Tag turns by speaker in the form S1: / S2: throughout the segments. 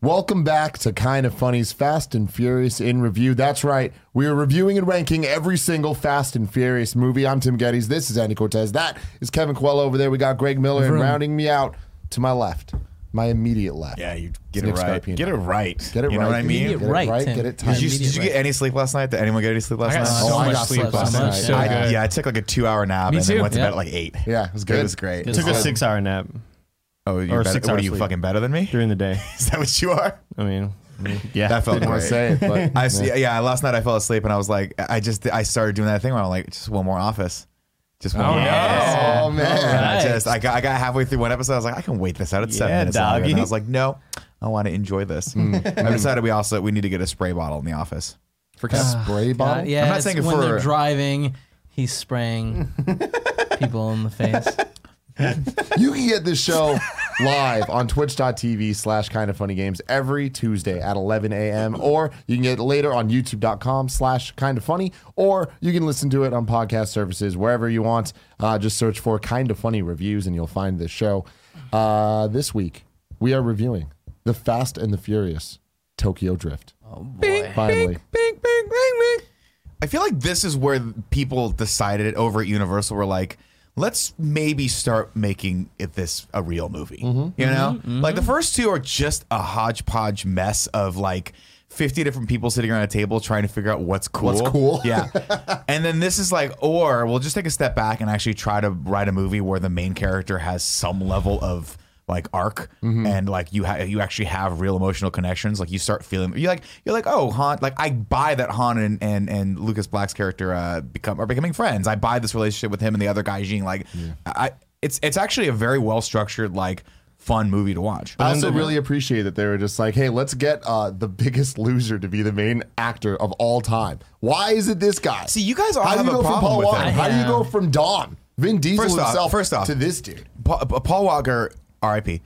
S1: Welcome back to Kind of Funny's Fast and Furious in Review. That's right. We are reviewing and ranking every single Fast and Furious movie. I'm Tim Geddes. This is Andy Cortez. That is Kevin Coelho over there. We got Greg Miller and
S2: Vroom.
S1: rounding me out to my left, my immediate left.
S3: Yeah, you get
S1: Nick
S3: it right.
S1: Scarpino.
S3: Get it right.
S1: Get it
S3: You
S1: right.
S3: know what I
S1: Get
S3: mean? Did
S1: it
S2: Immediate
S1: right.
S2: right, Tim.
S1: Get it tight.
S3: you, did you get any sleep last night? Did anyone get any sleep last
S4: I got
S3: night?
S4: so
S1: Oh, I
S4: much
S1: got
S4: sleep
S1: slept
S4: last
S1: so
S4: night.
S1: much.
S4: So
S1: I-
S4: good.
S3: yeah, I took like a two-hour nap
S2: Me
S3: and
S2: too.
S3: then went to
S2: Yeah.
S3: bed at like eight.
S1: Yeah, it was good.
S3: It was great.
S4: Took a six hour nap
S3: Oh, you're
S4: Or
S3: better,
S4: six
S3: what are
S4: hours
S3: you
S4: sleep.
S3: fucking better than me?
S4: during the day.
S3: Is that what you are?
S4: I mean, yeah.
S3: That felt
S1: I want
S3: great.
S1: to say it, but
S3: I see, yeah, last night I fell asleep and I was like, I just I started doing that thing where I'm like, just one more office, just one more. Office.
S1: oh man,
S3: And I
S4: Nice.
S3: just I got I got halfway through one episode. I was like, I can wait this out. It's seven
S4: Yeah,
S3: minutes longer.
S4: doggy.
S3: And I was like, no, I want to enjoy this. I decided we also we need to get a spray bottle in the office.
S1: for spray bottle.
S2: God, yeah,
S3: I'm not
S2: it's
S3: saying it
S2: when they're
S3: for-
S2: driving, he's spraying people in the face.
S1: You can get this show live on twitch.tv slash kind of funny games every Tuesday at 11 a.m. Or you can get it later on youtube.com slash kind of funny. Or you can listen to it on podcast services wherever you want. Uh, just search for kind of funny reviews and you'll find the show. Uh, this week, we are reviewing The Fast and the Furious Tokyo Drift. Oh, boy. Finally.
S3: I feel like this is where people decided it over at Universal were like, let's maybe start making it this a real movie.
S1: Mm-hmm.
S3: You know? Like the first two are just a hodgepodge mess of like 50 different people sitting around a table trying to figure out what's cool.
S1: What's cool.
S3: Yeah. and then this is like, or we'll just take a step back and actually try to write a movie where the main character has some level of like arc and like you ha- you actually have real emotional connections. Like you start feeling you like you're like oh Han like I buy that Han and and, and Lucas Black's character uh, become are becoming friends. I buy this relationship with him and the other guy Jean. Like I it's it's actually a very well structured like fun movie to watch.
S1: I also really appreciate that they were just like, hey, let's get uh, the biggest loser to be the main actor of all time. Why is it this guy?
S3: See, you guys all
S1: How do
S3: have
S1: you go
S3: a
S1: from
S3: problem
S1: Paul
S3: with
S1: Walker?
S3: that.
S1: How do you go from Don, Vin Diesel
S3: First off-
S1: himself,
S3: first off-
S1: to this dude?
S3: Paul, Paul Walker, R.I.P.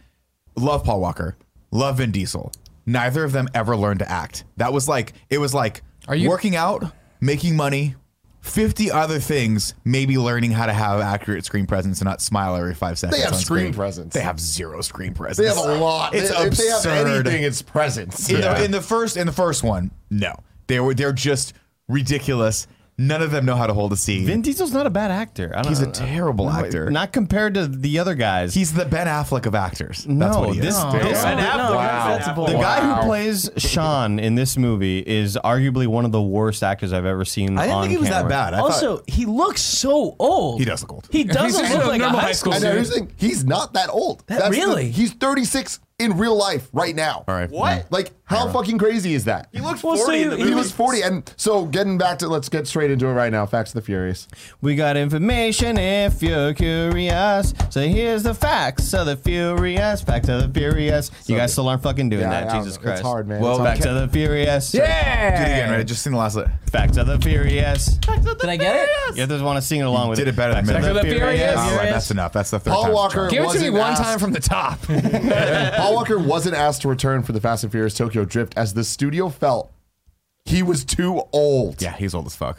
S3: Love Paul Walker. Love Vin Diesel. Neither of them ever learned to act. That was like it was like
S2: you-
S3: working out, making money, fifty other things. Maybe learning how to have accurate screen presence and not smile every five seconds.
S1: have
S3: on
S1: screen presence.
S3: They have zero screen presence.
S1: They have a lot.
S3: It's
S1: They- if
S3: absurd.
S1: they have anything, it's presence.
S3: in,
S1: Yeah.
S3: the, in the first in the first one, no, they were they're just ridiculous. None of them know how to hold a scene.
S4: Vin Diesel's not a bad actor. I don't,
S3: He's a
S4: I-
S3: terrible
S4: no,
S3: actor.
S4: Not compared to the other guys.
S3: He's the Ben Affleck of actors.
S4: no,
S3: That's what he
S4: this,
S3: is.
S4: this-
S2: Ben Affleck. No, Wow. that's a bull.
S4: the guy
S1: Wow.
S4: who plays Sean in this movie is arguably one of the worst actors I've ever seen.
S3: I didn't
S4: on
S3: think he was that
S4: camera.
S3: bad. I
S2: also,
S3: thought,
S2: he looks so old.
S3: He does look old.
S2: He doesn't
S5: just
S2: look
S5: a
S2: like a
S5: normal
S2: high
S5: high
S2: school.
S5: school
S1: And
S2: dude.
S1: here's the thing, he's not that old. the-
S2: really?
S1: he's 36 in real life right now. All
S3: right.
S1: What? Like, how fucking crazy is that? He looked
S2: Well, so 40 in the you-
S1: He was 40. And so, getting back to, let's get straight into it right now. Facts of the Furious.
S4: We got information if you're curious. So here's the facts of the furious. Facts of the furious. You guys still aren't fucking doing
S1: Yeah, I
S4: that.
S1: don't
S4: Jesus
S1: know. It's
S4: Christ.
S1: hard, man. It's
S4: Well,
S1: hard.
S4: facts of the furious.
S3: do it again, right? Just sing the last line.
S4: Facts of the furious.
S2: Did I get it?
S4: You just want to sing along with
S3: Did it better than
S4: Facts of
S3: me.
S4: the
S5: Facts of the
S4: furious.
S5: furious.
S3: All right,
S2: Furious.
S3: that's enough. That's the third
S1: Paul
S3: time.
S1: Walker
S5: Give it to me
S1: wasn't
S5: one
S1: asked-
S5: time from the top.
S1: Paul Walker wasn't asked to return for the Fast and Furious Tokyo Drift as the studio felt he was too old.
S3: Yeah, he's old as fuck.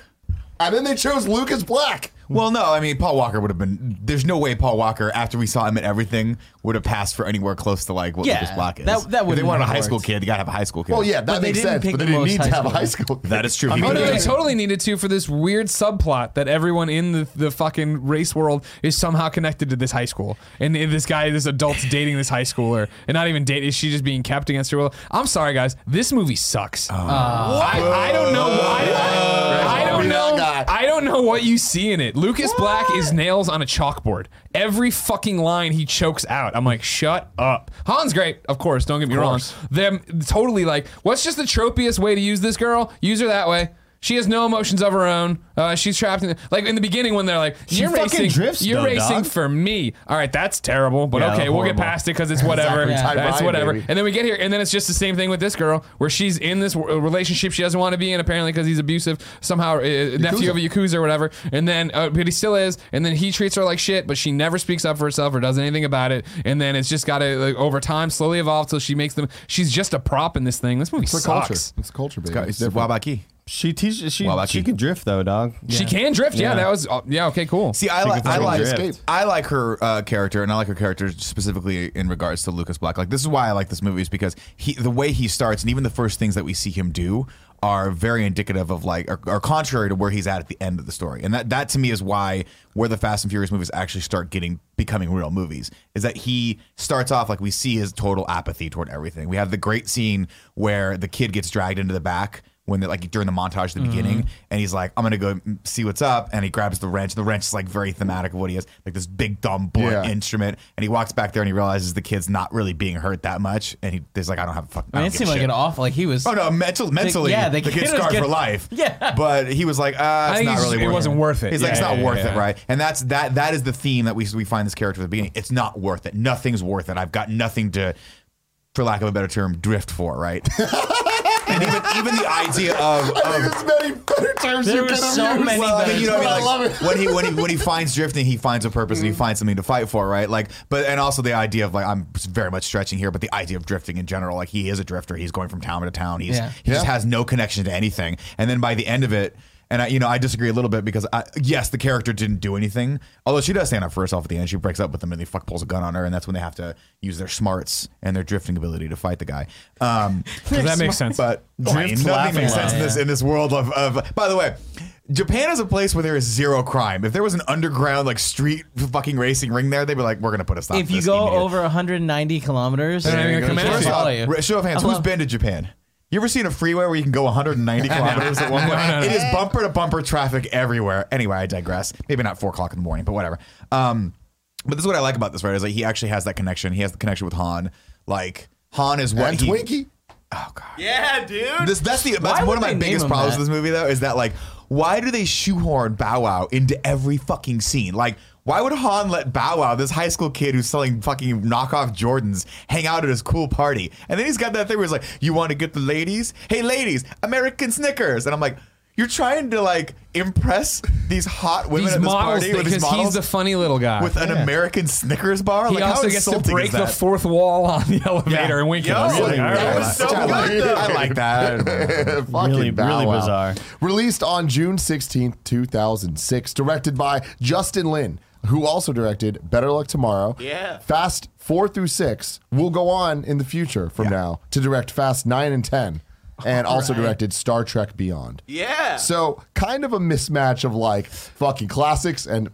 S1: And then they chose Lucas Black.
S3: Well, no, I mean Paul Walker would have been. There's no way Paul Walker, after we saw him at everything, would have passed for anywhere close to like what
S2: Yeah,
S3: Lucas Black is.
S2: that- that
S3: if they
S2: wouldn't
S3: wanted a
S2: have
S3: high school
S2: worked.
S3: kid. You gotta have a high school kid.
S1: Well, yeah, that
S2: But they
S1: makes
S2: didn't
S1: sense.
S2: pick
S1: But they
S2: the
S1: didn't
S2: most
S1: need to
S2: high
S1: have a
S2: school.
S1: high school.
S3: that is true. He
S5: Oh
S3: could
S5: no,
S3: have-
S5: they totally needed to for this weird subplot that everyone in the, the fucking race world is somehow connected to this high school, and i- this guy, this adult's dating this high schooler, and not even dating. Is she just being kept against her will? I'm sorry, guys, this movie sucks. I, I don't know. why. I, I
S1: Be that
S5: don't know.
S1: guy.
S5: I don't know what you see in it. Lucas Black is nails on a chalkboard. Every fucking line he chokes out. I'm like, shut up. Han's great, of course. Don't get me wrong. Them totally like, what's just the tropiest way to use this girl? Use her that way. She has no emotions of her own. Uh, she's trapped in like in the beginning when they're like, "You're
S4: fucking
S5: racing,
S4: drifts,
S5: you're
S4: though,
S5: racing
S4: dog.
S5: for me." All right, that's terrible, but
S4: Yeah,
S5: okay, we'll get
S4: horrible.
S5: past it because it's whatever.
S1: Exactly. Yeah.
S5: That's
S1: Tie mine,
S5: whatever.
S1: baby.
S5: And then we get here, and then it's just the same thing with this girl, where she's in this w- uh, relationship she doesn't want to be in, apparently because he's abusive, somehow uh, nephew of a yakuza or whatever. And then, uh, but he still is. And then he treats her like shit, but she never speaks up for herself or does anything about it. And then it's just got to like, over time slowly evolve till she makes them. She's just a prop in this thing. This movie
S1: It's a
S5: sucks.
S1: culture. It's a culture, baby.
S3: It's
S1: different.
S3: Wabaki.
S4: She teaches. She
S3: Well, that
S4: she
S3: could-
S4: can drift though, dog.
S5: She can drift. Yeah,
S4: Yeah.
S5: that was. Uh, yeah, okay, cool.
S3: See, I,
S4: She
S3: li-
S4: could
S3: I
S4: fucking
S3: like
S4: drift.
S1: escape.
S3: I like her uh, character, and I like her character specifically in regards to Lucas Black. Like this is why I like this movie is because he the way he starts, and even the first things that we see him do are very indicative of like are, are contrary to where he's at at the end of the story, and that that to me is why where the Fast and Furious movies actually start getting becoming real movies is that he starts off like we see his total apathy toward everything. We have the great scene where the kid gets dragged into the back when they like during the montage at the
S2: Mm-hmm.
S3: beginning and he's like i'm gonna go see what's up and he grabs the wrench the wrench is like very thematic of what he is like this big dumb blunt
S1: Yeah.
S3: instrument and he walks back there and he realizes the kid's not really being hurt that much and he, he's like i don't have a fucking
S2: I mean, it seemed like an awful. Like he was.
S3: oh no mental, mentally
S2: yeah,
S3: the,
S2: the kid
S3: kid's
S2: was
S3: scarred for
S2: getting-
S3: life
S2: Yeah.
S3: but he was like uh it's
S5: think
S3: not
S5: he's-
S3: really
S5: it
S3: worth
S5: wasn't worth it.
S3: he's like
S5: Yeah,
S3: it's not
S5: yeah,
S3: worth
S5: yeah.
S3: it right and that's that that is the theme that we we find this character at the beginning it's not worth it nothing's worth it i've got nothing to for lack of a better term drift for right and even, even the idea of, of
S1: There's many better terms
S2: There
S1: you
S2: were
S1: could have
S2: so
S1: used.
S2: many
S3: well, I mean,
S2: better
S3: you know, what I, mean,
S1: I
S3: like,
S1: love
S3: when he when he when he finds drifting, he finds a purpose and he finds something to fight for, right? Like, but and also the idea of like I'm very much stretching here, but the idea of drifting in general, like he is a drifter. He's going from town to town. He's
S2: Yeah.
S3: he just
S1: Yeah.
S3: has no connection to anything. And then by the end of it. And I, you know, I disagree a little bit because I, yes, the character didn't do anything. Although she does stand up for herself at the end, she breaks up with him, and the fuck pulls a gun on her, and that's when they have to use their smarts and their drifting ability to fight the guy. Um,
S5: Does that make sense?
S3: but
S4: Drift's
S3: nothing
S4: laughing
S3: makes sense
S4: line.
S3: in this in this world of, of. By the way, Japan is a place where there is zero crime. If there was an underground like street fucking racing ring there, they'd be like, "We're gonna put a stop."
S2: if
S3: to
S2: you
S3: this
S2: go
S3: immediately."
S2: over 190 kilometers,
S5: They're not even gonna
S2: they
S5: come
S2: can't
S5: after you.
S2: follow
S3: Ra- show of hands, who's
S2: Hello.
S3: been to Japan? You ever seen a freeway where you can go 190 kilometers at one point? It is bumper to bumper traffic everywhere. Anyway, I digress. Maybe not four o'clock in the morning, but whatever. Um, but this is what I like about this, right? Is like he actually has that connection. He has the connection with Han. Like Han is what
S1: And
S3: he-
S1: Twinkie.
S3: Oh God.
S4: Yeah, dude.
S3: This that's the that's
S2: would
S3: one of my
S2: they name
S3: biggest
S2: him
S3: problems
S2: that?
S3: with this movie though is that like why do they shoehorn Bow Wow into every fucking scene? Like why would Han let Bow Wow, this high school kid who's selling fucking knockoff Jordans, hang out at his cool party? And then he's got that thing where he's like, "You want to get the ladies? Hey, ladies, American Snickers." And I'm like, "You're trying to like impress these hot women
S5: these
S3: at this
S5: models,
S3: party with
S5: because
S3: these models
S5: he's the funny little guy.
S3: with an American Snickers bar?
S5: he
S3: like how
S5: also gets to
S3: insulting
S5: break
S3: is
S5: the
S3: that?
S5: fourth wall on the elevator and wink
S3: Yo,
S5: at us. Like,
S1: Really
S5: all
S1: weird.
S3: that
S5: right.
S3: was so
S1: Which I
S3: good.
S1: like.
S3: though. I like that.
S1: Fucking
S4: Really-
S1: Bow
S4: really
S1: Wow.
S4: bizarre.
S1: Released on June 16th, 2006, directed by Justin Lin, who also directed Better Luck Tomorrow.
S4: Yeah.
S1: Fast 4 through 6 will go on in the future from now to direct Fast 9 and 10 and also directed Star Trek Beyond.
S4: Yeah.
S1: So, kind of a mismatch of like fucking classics and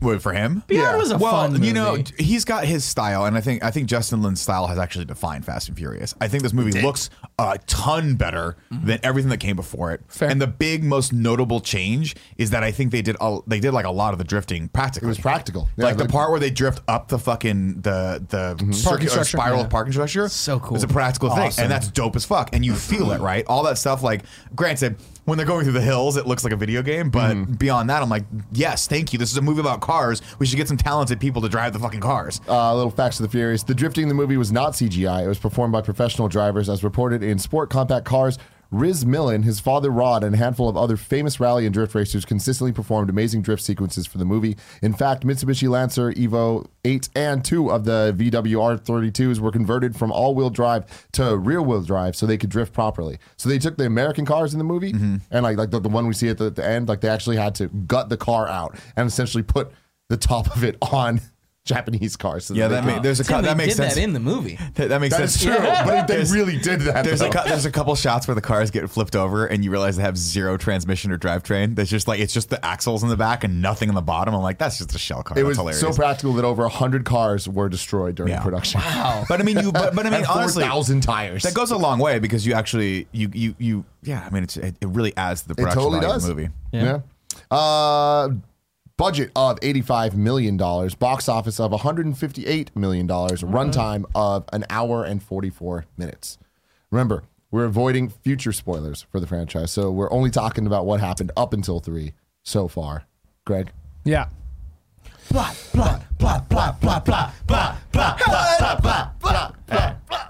S3: Wait for him.
S2: Beyond was a
S3: well,
S2: fun movie.
S3: you know, he's got his style, and I think I think Justin Lin's style has actually defined Fast and Furious. I think this movie looks a ton better
S2: Mm-hmm.
S3: than everything that came before it.
S5: Fair.
S3: And the big, most notable change is that I think they did a, they did like a lot of the drifting practically.
S1: it was practical. Yeah,
S3: like the part where they drift up the fucking the the circular
S5: structure,
S3: spiral
S5: yeah.
S3: parking structure.
S2: So cool.
S3: It's a practical thing,
S4: Awesome.
S3: and that's dope as fuck. And you feel it, right? All that stuff. Like, granted, when they're going through the hills, it looks like a video game. But beyond that, I'm like, yes, thank you. This is a movie about cars. We should get some talented people to drive the fucking cars.
S1: Uh, little facts of the furious. The drifting in the movie was not CGI. It was performed by professional drivers, as reported in Sport Compact Cars. Riz Millen, his father Rod, and a handful of other famous rally and drift racers consistently performed amazing drift sequences for the movie. In fact, Mitsubishi Lancer Evo 8 and 2 of the VW R32s were converted from all wheel drive to rear wheel drive so they could drift properly. So they took the American cars in the movie and, like, like the, the one we see at the, the end, like they actually had to gut the car out and essentially put the top of it on Japanese cars. So
S3: yeah,
S1: they
S3: that
S1: could-
S3: ma- there's a
S2: Tim,
S3: cut
S2: they
S3: that makes
S2: did
S3: sense.
S2: that in the movie.
S3: That- that makes
S1: that
S3: sense.
S1: is true, but they really did that.
S3: There's
S1: though.
S3: a, cou- there's a couple shots where the cars get flipped over and you realize they have zero transmission or drivetrain. That's just like it's just the axles in the back and nothing in the bottom. I'm like, that's just a shell car.
S1: it
S3: that's
S1: was
S3: hilarious.
S1: so practical that over hundred cars were destroyed during
S3: Yeah.
S1: production. Wow,
S3: But I mean, you. But, but I mean,
S1: four
S3: honestly,
S1: thousand tires.
S3: that goes a long way because you actually, you, you, you. Yeah, I mean, it's, it, it really adds to the
S1: it
S3: production
S1: totally
S3: value of
S1: does.
S3: the movie.
S1: Yeah. Uh, budget of eighty-five million dollars. Box office of one hundred and fifty-eight million dollars. Runtime of an hour and forty-four minutes. Remember, we're avoiding future spoilers for the franchise, so we're only talking about what happened up until three so far. Greg,
S5: yeah.
S4: Blah blah blah blah blah blah blah blah blah blah blah.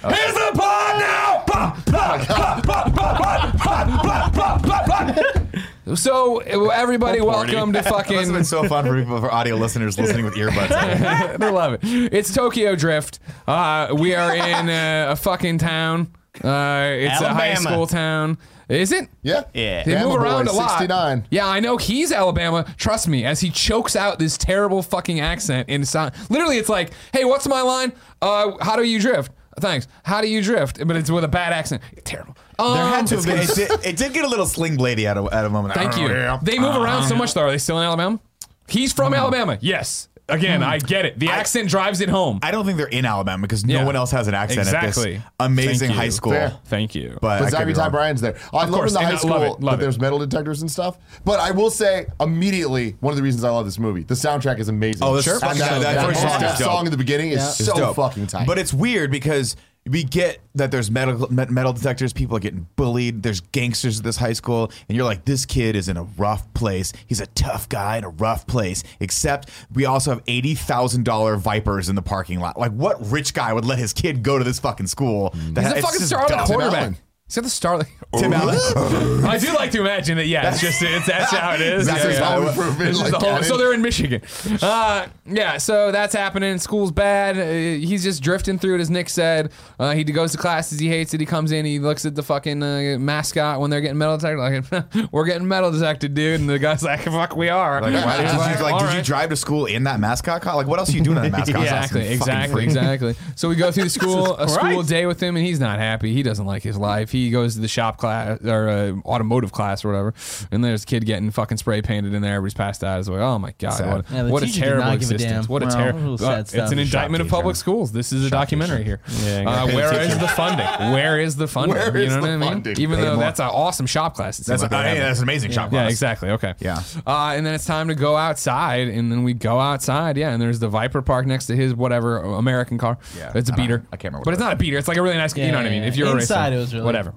S5: Here's the pod now. Bah, bah, bah, bah, bah, bah, bah, bah, bah, bah. So uh, everybody, welcome to
S3: It must have been
S5: fucking.
S3: so fun for people, for audio listeners listening with earbuds.
S5: they love it. It's Tokyo Drift. Uh, we are in uh, a fucking town. Uh, it's a high
S4: Alabama.
S5: school town. Is it?
S1: Yeah.
S4: Yeah.
S5: They move
S1: Bama boy,
S5: around a lot.
S1: 69.
S5: Yeah, I know he's Alabama. Trust me, as he chokes out this terrible fucking accent in sound. Literally, it's like, hey, what's my line? Uh, how do you drift? Thanks. How do you drift? But it's with a bad accent. Terrible. Um,
S3: There had to have been. It did, it did get a little sling bladey at a, at a moment.
S5: Thank you. They
S3: Uh,
S5: move around so much, though. Are they still in Alabama? He's from
S3: Hmm.
S5: Alabama. Yes. Again, I get it. The accent drives it home.
S3: I don't think they're in Alabama because
S5: Yeah.
S3: no one else has an accent at
S5: Exactly.
S3: this amazing
S5: Thank you.
S3: high school.
S1: Fair.
S5: Thank you.
S3: But,
S1: But
S3: I could
S1: Zabby
S3: be
S1: Ty
S3: wrong.
S1: Bryan's there. I love
S5: course,
S1: in the
S5: and
S1: high
S5: I
S1: school
S5: love it, love
S1: that
S5: it.
S1: there's metal detectors and stuff. But I will say immediately, one of the reasons I love this movie, the soundtrack is amazing.
S3: Oh, this
S1: And
S3: fucking-
S1: that,
S3: that
S1: that
S3: first song
S1: that
S3: is dope.
S1: song in the beginning is
S3: It's
S1: so
S3: dope.
S1: fucking tight.
S3: But it's weird because we get that there's metal me- metal detectors, people are getting bullied, there's gangsters at this high school, and you're like, this kid is in a rough place. He's a tough guy in a rough place. Except we also have eighty thousand dollar vipers in the parking lot. Like, what rich guy would let his kid go to this fucking school? That
S5: He's a
S3: it's
S5: fucking
S3: just
S5: star
S3: dumb.
S5: like quarterback.
S1: Allen.
S5: He's got the star like
S3: Tim Allen.
S5: I do like to imagine that. Yeah, it's just it's that's how it is.
S1: That's
S5: Yeah,
S1: his
S5: yeah.
S1: home improvement,
S5: It's just
S1: like,
S5: the whole-
S1: at it.
S5: so they're in Michigan. Uh, yeah, so that's happening. School's bad. Uh, he's just drifting through it, as Nick said. Uh, he goes to classes. He hates it. He comes in. He looks at the fucking uh, mascot when they're getting metal detected. Like, we're getting metal detected, dude. And the guy's like, "Fuck, we are."
S3: Like, why- did
S5: He's
S3: you,
S5: like,
S3: like,
S5: "All
S3: did you
S5: right."
S3: drive to school in that mascot car? Like, what else are you doing in that mascot? costume,
S5: Exactly,
S3: you fucking
S5: exactly,
S3: freak?
S5: exactly. So we go through the school, a school
S3: Christ.
S5: day with him, and he's not happy. He doesn't like his life. He goes to the shop class or uh, automotive class or whatever, and there's a kid getting fucking spray painted in there. Everybody's passed out. It's like, oh my god,
S3: Sad.
S5: what,
S2: Yeah, the
S5: what a
S2: teacher did
S5: terrible
S2: not give a
S5: existence.
S2: damn.
S5: What a
S2: Well,
S5: terrible.
S2: sad
S5: it's
S2: stuff.
S5: an indictment of
S3: teacher.
S5: public schools. This is a documentary here.
S2: gotta
S5: uh,
S3: pay
S5: where
S3: attention.
S5: is the funding? Where is the funding?
S1: Where
S5: you
S1: is
S5: know what
S1: the
S5: I mean?
S1: funding?
S5: Even
S1: Pay
S5: though
S1: more.
S5: that's an awesome shop class. it seems
S3: That's, a,
S5: like they're
S3: I mean,
S5: having.
S3: that's an amazing shop.
S5: Yeah,
S3: class.
S5: exactly. Okay.
S3: Yeah.
S5: Uh, and then it's time to go outside, and then we go outside. Yeah, and there's the Viper Park next to his whatever uh, American car.
S3: Yeah.
S5: it's a
S3: I don't-
S5: beater.
S3: I can't remember what
S5: but
S3: it
S5: it's not a beater. It's like a really nice. you
S2: Yeah,
S5: know what I
S2: yeah,
S5: mean?
S2: yeah.
S5: If you're
S2: Inside
S5: a racer,
S2: it was really-
S5: whatever.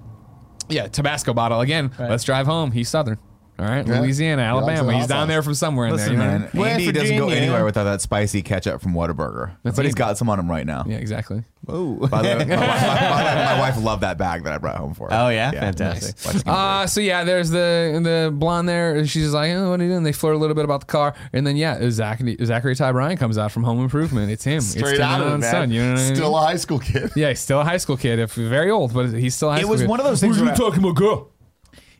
S5: Yeah, Tabasco bottle again.
S2: Right.
S5: Let's drive home. He's Southern. All right,
S1: Yeah.
S5: Louisiana,
S1: He likes
S5: Alabama.
S1: the
S5: He's
S1: hot
S5: down
S1: sauce.
S5: there from somewhere in
S3: Listen,
S5: there. you know what I
S3: man,
S5: mean?
S4: West
S3: Andy doesn't go
S4: Virginia.
S3: anywhere without that spicy ketchup from Whataburger.
S5: That's
S3: but he's
S5: easy.
S3: got some on him right now.
S5: Yeah, exactly.
S4: Oh.
S3: By the way, my, wife, my- my- my wife loved that bag that I brought home for her.
S4: Oh, yeah? Fantastic.
S3: Nice. Let's go.
S5: Uh, so yeah, there's the the blonde there. She's just like, oh, what are you doing? They flirt a little bit about the car, and then yeah, Zachary, Zachary Ty Bryan comes out from Home Improvement. It's him. it's
S1: Straight
S5: Tim
S1: out of it,
S5: Allen's
S1: man.
S5: son, You know what I mean?
S1: Still a high school kid.
S5: Yeah, he's still a high school kid. If very old, but he's still a high
S3: It
S5: school.
S3: was
S5: kid.
S3: one of those things
S5: What are
S3: where
S5: you
S3: I-
S5: talking about, girl?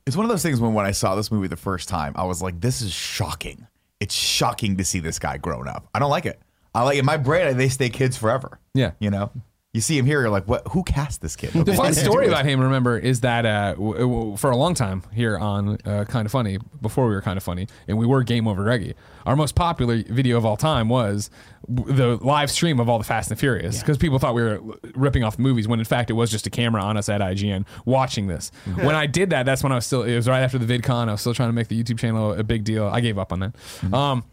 S3: it's one of those things when, when I saw this movie the first time, I was like, this is shocking. It's shocking to see this guy grown up. I don't like it. I like in my brain, they stay kids forever.
S5: Yeah.
S3: You know? You see him here, you're like, what? Who cast this kid?
S5: The fun story about him, remember, is that uh, w- w- for a long time here on uh, Kind of Funny, before we were Kind of Funny, and we were Game Over Reggie, our most popular video of all time was w- the live stream of all the Fast and Furious because people thought we were l- ripping off the movies when in fact it was just a camera on us at IGN watching this. When I did that, that's when I was still, it was right after the VidCon. I was still trying to make the YouTube channel a big deal. I gave up on that. Um,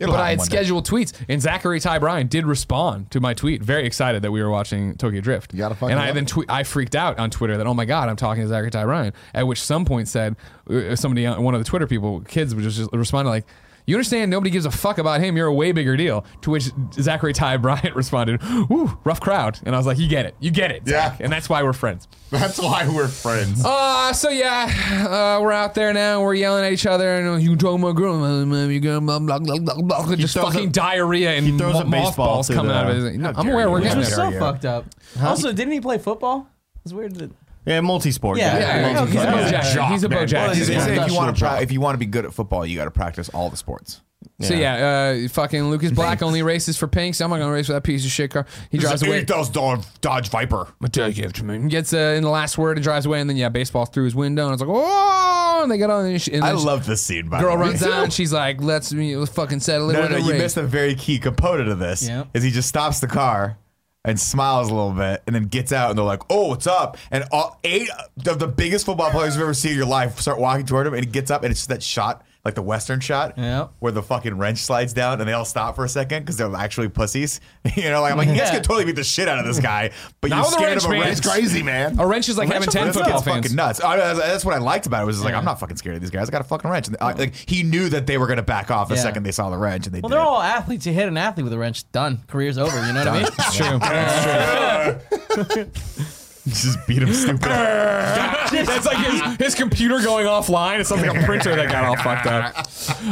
S3: It'll
S5: but
S3: happen
S5: I had
S3: one day.
S5: scheduled tweets, and Zachary Ty Bryan did respond to my tweet, very excited that we were watching Tokyo Drift. You
S1: gotta fucking
S5: and I
S1: love
S5: then
S1: it.
S5: tweet, I freaked out on Twitter that oh my god, I'm talking to Zachary Ty Bryan. At which some point said uh, somebody, on- one of the Twitter people, kids, was just responded like. You understand nobody gives a fuck about him. You're a way bigger deal. To which Zachary Ty Bryant responded, Ooh, rough crowd. And I was like, You get it. You get it. Zach.
S1: Yeah.
S5: And that's why we're friends.
S1: That's why we're
S3: Oh,
S1: friends.
S5: Uh, so yeah, uh, we're out there now. We're yelling at each other, and uh, you told my girl, uh, man, you got blah blah blah blah blah. just
S4: throws
S5: fucking
S4: a-
S5: diarrhea and
S4: he throws
S5: mo-
S4: a baseball
S5: mothballs
S4: to
S5: coming
S4: the-
S5: out of his.
S3: How
S5: No, I'm
S3: dare
S5: aware we're
S3: you.
S5: getting
S2: Which
S5: there.
S2: was so
S3: Yeah.
S2: fucked up. Also, didn't he play football? It's weird. That,
S4: Yeah, multi-sport.
S2: Yeah,
S4: guy.
S5: yeah,
S2: Yeah.
S5: he's a Bo
S2: Yeah.
S5: Jackson. He's a Bo
S4: Well,
S3: Well,
S5: Jackson.
S3: they
S5: yeah.
S3: say if you want to
S1: Industrial
S3: pra- if you want to be good at football, you got to practice all the sports.
S5: So yeah, uh, fucking Lucas Black only races for pinks. I'm not gonna race for that piece of shit car. He drives away.
S3: thousand Dodge Viper.
S5: Gets uh, in the last word and drives away, and then yeah, baseball through his window, and it's like, oh, and they get on. And, she, and
S3: I
S5: then she-
S3: love this scene. By
S5: Girl
S3: the way.
S5: runs down. She's like, "Let's me let's fucking settle it
S3: No,
S5: with
S3: no,
S5: a
S3: no, you
S5: race."
S3: missed a very key component of this.
S2: Yep.
S3: Is he just stops the car and smiles a little bit, and then gets out, and they're like, "Oh, what's up?" And all eight of the biggest football players you've ever seen in your life start walking toward him, and he gets up, and it's just that shot, like the western shot,
S2: Yep.
S3: where the fucking wrench slides down, and they all stop for a second because they're actually pussies. you know, like I'm like, you guys
S2: Yeah.
S3: could totally beat the shit out of this guy, but
S5: Not
S3: you're
S5: with a
S3: scared of
S5: wrench,
S3: a
S5: man.
S3: wrench.
S1: it's crazy, man.
S5: A wrench is like having ten
S3: This
S5: football
S3: kid's
S5: fans.
S3: fucking nuts. I- I- that's what I liked about it. Was just like I'm not fucking scared of these guys. I got a fucking wrench. And I, like he knew that they were gonna back off the
S2: Yeah.
S3: second they saw the wrench, and they
S2: well,
S3: did.
S2: they're all athletes. You hit an athlete with a wrench, done. Career's over. You know what I mean?
S5: It's true.
S3: Just beat him stupid.
S5: That's like his, his computer going offline. It sounds like a printer that got all fucked up.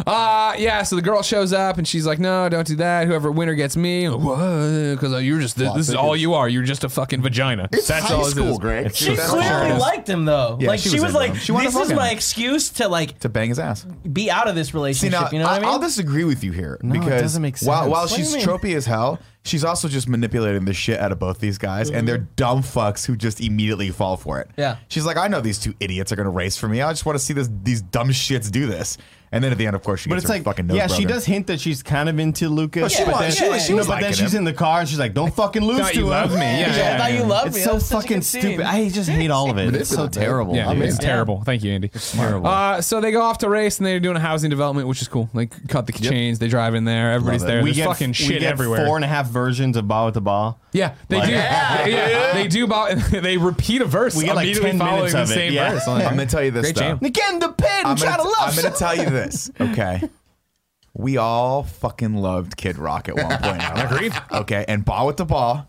S5: Uh, yeah, so the girl shows up and she's like, no, don't do that. Whoever winner gets me. Because you're just, this, this is all you are. You're just a fucking vagina.
S1: It's
S5: That's
S1: high
S5: all it
S1: school,
S5: is.
S1: Greg.
S4: She clearly liked him though.
S3: Yeah,
S4: like
S3: she
S4: she,
S3: was
S4: was,
S3: into
S4: like,
S3: him. She
S4: this
S3: to
S4: is
S3: fuck
S4: my
S3: him."
S4: excuse to like
S3: to bang his ass.
S4: be out of this
S3: See
S4: relationship.
S3: now,
S4: you know what I, mean?
S3: will disagree with you here
S4: it
S3: because
S4: doesn't make
S3: while
S4: sense.
S3: while
S4: What do
S3: she's
S4: you mean?
S3: tropey as hell, she's also just manipulating the shit out of both these guys, and they're dumb fucks who just immediately fall for it.
S4: Yeah.
S3: she's like, I know these two idiots are gonna race for me. I just want to see this these dumb shits do this. And then at the end, of course, she
S6: But
S3: gets
S6: it's
S3: her
S6: like,
S3: fucking nose
S6: yeah, she
S3: broken.
S6: does hint that she's kind of into Lucas.
S3: she
S6: but
S3: was-
S6: then,
S4: she was- she
S6: no,
S3: was
S6: but then
S3: liking
S6: she's
S3: him.
S6: in the car and she's like, "Don't fucking lose
S5: Thought
S6: to
S5: you
S6: him."
S5: loved me. Yeah,
S4: Yeah,
S5: yeah,
S4: I thought
S5: yeah.
S4: you loved
S6: It's
S4: me.
S6: so
S4: That's such a
S6: fucking
S4: good scene.
S6: stupid. I just hate all of it. It's so
S1: Manipulative, man.
S6: terrible.
S5: Yeah,
S6: I mean,
S5: it's
S6: it's-
S5: terrible. Thank you, Andy.
S3: Terrible.
S5: Uh, so they go off to race and they're doing a housing development, which is cool. They cut the chains. They drive in there. Everybody's there. There's fucking shit
S6: we get
S5: everywhere.
S6: Four and a half versions of Ball with the Ball.
S5: Yeah, they do. Yeah. they do. About they repeat a verse
S6: We get like
S5: immediately
S6: 10
S5: following
S6: minutes
S5: the
S6: of it,
S5: same
S6: yeah.
S5: verse.
S3: I'm gonna tell you this
S5: Great
S3: though.
S5: jam.
S6: Again, the pin.
S3: I'm gonna, I'm gonna tell you this, okay? We all fucking loved Kid Rock at one point. Agreed. Okay, and Ball with the Ball,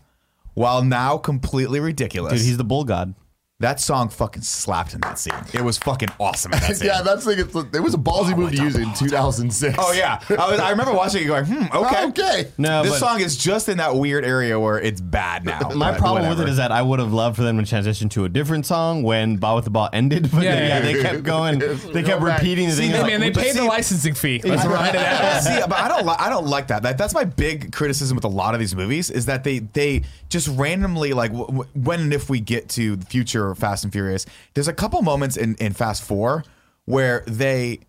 S3: while now completely ridiculous,
S6: Dude, he's the bull god.
S3: that song fucking slapped in that scene. It was fucking awesome in that scene.
S1: yeah, that's like it's, it was a ballsy move to use in 2006.
S3: oh yeah, I, was, I remember watching it going, hmm, okay.
S1: okay.
S6: No,
S3: this
S6: but-
S3: song is just in that weird area where it's bad now.
S6: My
S3: but
S6: problem
S3: whatever.
S6: with it is that I would have loved for them to transition to a different song when Ball with the Ball ended, but
S5: Yeah,
S6: yeah, they,
S5: yeah.
S6: yeah, they kept going. They kept
S1: back.
S6: repeating the
S3: See,
S6: thing.
S3: they-
S6: It's
S5: Hey,
S6: like,
S5: man, they
S3: but
S5: paid the
S3: see-
S5: licensing fee. Let's
S3: I don't-
S5: ride it out.
S3: See, but I don't, li- I don't like that. that. That's my big criticism with a lot of these movies is that they they just randomly like w- w- when and if we get to the future Fast and Furious, there's a couple moments in in Fast Four where they.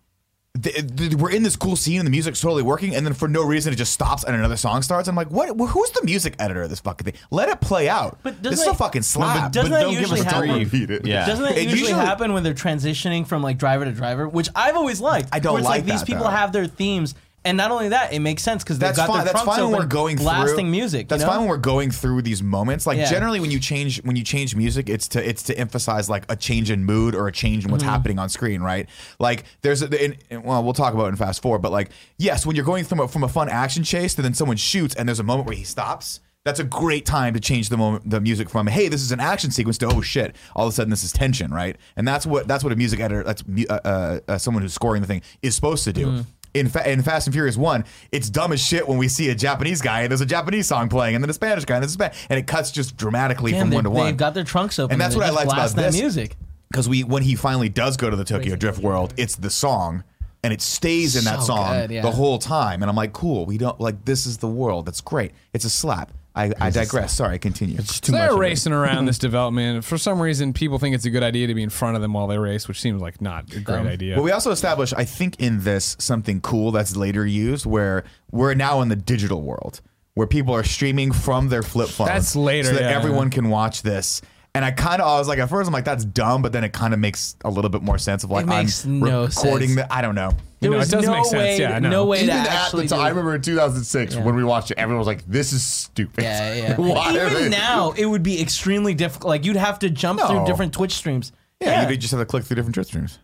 S3: they- they- We're in this cool scene and the music's totally working, and then for no reason it just stops and another song starts. I'm like, what? wh- Who's the music editor of this fucking thing? Let it play out.
S4: But
S3: this is
S4: doesn't
S3: a
S4: it-
S3: fucking
S6: but-
S3: slap.
S4: doesn't
S6: but
S4: that
S6: don't give us
S4: usually
S6: three.
S4: happen?
S1: Repeat it.
S6: Yeah.
S4: Doesn't that
S3: It
S4: usually,
S3: usually-
S4: happen when they're transitioning from like driver to driver, which I've always liked?
S3: I don't
S4: where it's
S3: like
S4: these
S3: that,
S4: people
S3: though.
S4: have their themes, and not only that, it makes sense because they've
S3: that's
S4: got
S3: fine.
S4: their
S3: That's
S4: trunks
S3: fine when
S4: open,
S3: we're going
S4: blasting
S3: through
S4: music.
S3: That's
S4: you know?
S3: fine when we're going through these moments. Like
S4: Yeah.
S3: generally, when you change when you change music, it's to it's to emphasize like a change in mood or a change in
S4: Mm-hmm.
S3: what's happening on screen, right? Like there's a, in, in- well, we'll talk about it in fast forward, but like yes, when you're going from a, from a fun action chase to then someone shoots and there's a moment where he stops. That's a great time to change the moment, the music from hey, this is an action sequence to oh shit, all of a sudden this is tension, right? And that's what that's what a music editor, that's mu- uh, uh, uh, someone who's scoring the thing is supposed to do
S4: Mm-hmm.
S3: in, fa- in Fast and Furious 1, it's dumb as shit when we see a Japanese guy and there's a Japanese song playing and then a Spanish guy and there's a Spanish and it cuts just dramatically
S4: Damn,
S3: from
S4: they,
S3: one to one.
S4: They've got their trunks open,
S3: And that's
S4: they
S3: what I
S4: just
S3: liked about
S4: blast that
S3: this.
S4: music.
S3: Because we when he finally does go to the Tokyo Drift World, it's the song and it stays in that
S4: So
S3: song
S4: good, yeah.
S3: the whole time. And I'm like, cool, we don't like this is the world. That's great. It's a slap. I, I digress. Sorry, continue.
S5: So they're racing around this development. For some reason, people think it's a good idea to be in front of them while they race, which seems like not a
S6: Um,
S5: great idea.
S3: But we also established, I think, in this something cool that's later used, where we're now in the digital world, where people are streaming from their flip phones.
S5: That's later,
S3: so that
S5: yeah.
S3: everyone can watch this. And I kind of, I was like, at first, I'm like, that's dumb, but then it kind of makes a little bit more sense of like,
S4: It makes
S3: I'm
S4: no
S3: recording
S4: sense.
S3: the, I don't know.
S4: There
S5: know, it
S4: was
S5: does
S4: no
S5: make sense,
S4: way,
S5: yeah, I know.
S4: no way to
S1: Even at
S4: actually.
S1: the time,
S4: do
S1: I
S4: it.
S1: remember in 2006 when we watched it, everyone was like, "This is stupid."
S4: Yeah, yeah.
S1: Why are they-
S4: Even now, it would be extremely difficult. Like you'd have to jump
S3: No.
S4: through different Twitch streams.
S3: Yeah, you could just have to click through different Twitch streams.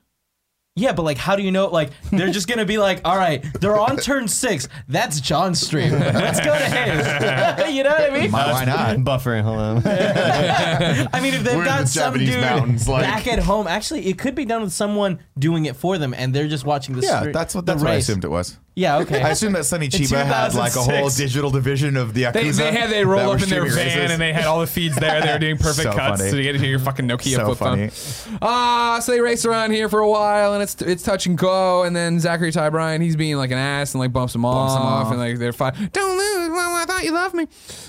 S4: Yeah, but like, how do you know? Like, they're just gonna be like, all right, they're on turn six. That's John's stream. Let's go to his. you know what I mean?
S3: Why- why not?
S6: buffering. Hold on.
S4: I mean, if they've
S1: We're in
S4: got
S1: the
S4: some
S1: Japanese
S4: dude
S1: mountains, like-
S4: back at home, actually, it could be done with someone doing it for them, and they're just watching the.
S3: Yeah,
S4: stre-
S3: that's what
S4: the
S3: that's what I
S4: race.
S3: assumed it was.
S4: Yeah, okay.
S3: I assumed that Sunny Chiba had like a whole
S4: 2006.
S3: digital division of the Yakuza.
S5: They, they had they
S3: that
S5: roll
S3: were
S5: up in their
S3: streaming
S5: van
S3: races.
S5: and they had all the feeds there. They were doing perfect
S3: So
S5: cuts
S3: funny.
S5: to get into your fucking Nokia
S3: So
S5: flip phone. Ah, so they race around here for a while and it's it's touch and go. And then Zachary Ty Bryan, he's being like an ass and like bumps him, off, and like they're fine. Don't lose. Well, I thought you loved me.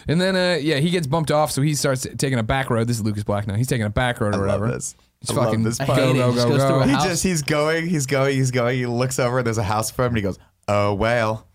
S5: And then uh, yeah, he gets bumped off, so he starts taking a back road. This is Lucas Black now. He's taking a back road or
S3: love
S5: whatever.
S3: this.
S5: He's
S3: I love
S5: fucking
S3: this
S5: go
S3: part.
S4: I hate it.
S5: go
S4: He
S5: go
S4: just goes through
S5: go.
S4: a
S3: He
S4: house.
S3: just he's going, he's going, he's going. He looks over and there's a house for him and he goes, "Oh well."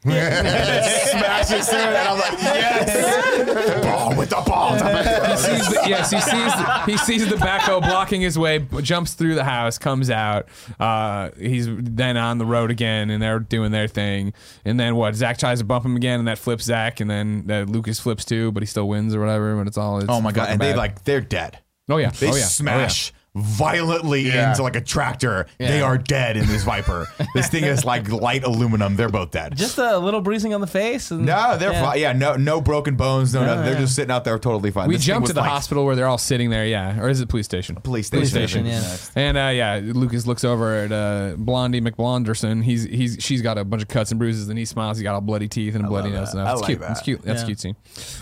S3: Smashes through it and I'm like, "Yes!" ball with the ball.
S5: He sees the, yes, he sees the, he sees the backhoe blocking his way, b- jumps through the house, comes out. Uh, he's then on the road again, and they're doing their thing. And then what? Zach tries to bump him again, and that flips Zach, and then uh, Lucas flips too, but he still wins or whatever. But it's all it's
S3: Oh my god!
S5: fucking
S3: And they
S5: bad.
S3: like they're dead.
S5: oh yeah,
S3: They
S5: oh yeah,
S3: smash violently
S1: Yeah.
S3: into like a tractor. They are dead in this Viper. this thing is like light aluminum. They're both dead.
S4: Just a little bruising on the face. And
S3: no, they're fine. Yeah, no, no broken bones. No, nothing. They're
S4: yeah.
S3: just sitting out there totally fine.
S5: We
S3: This thing
S5: jumped
S3: was
S5: to the
S3: like
S5: hospital where they're all sitting there. Yeah, or is it police station?
S3: Police station.
S5: Police
S4: station,
S5: station.
S4: yeah.
S5: And uh, yeah, Lucas looks over at uh, Blondie McBlonderson. He's he's she's got a bunch of cuts and bruises, and he smiles. He got all bloody teeth and a bloody nose.
S3: that.
S5: and
S3: I
S5: That's
S3: like
S5: cute.
S3: that.
S5: That's cute. That's
S4: Yeah.
S5: a cute scene.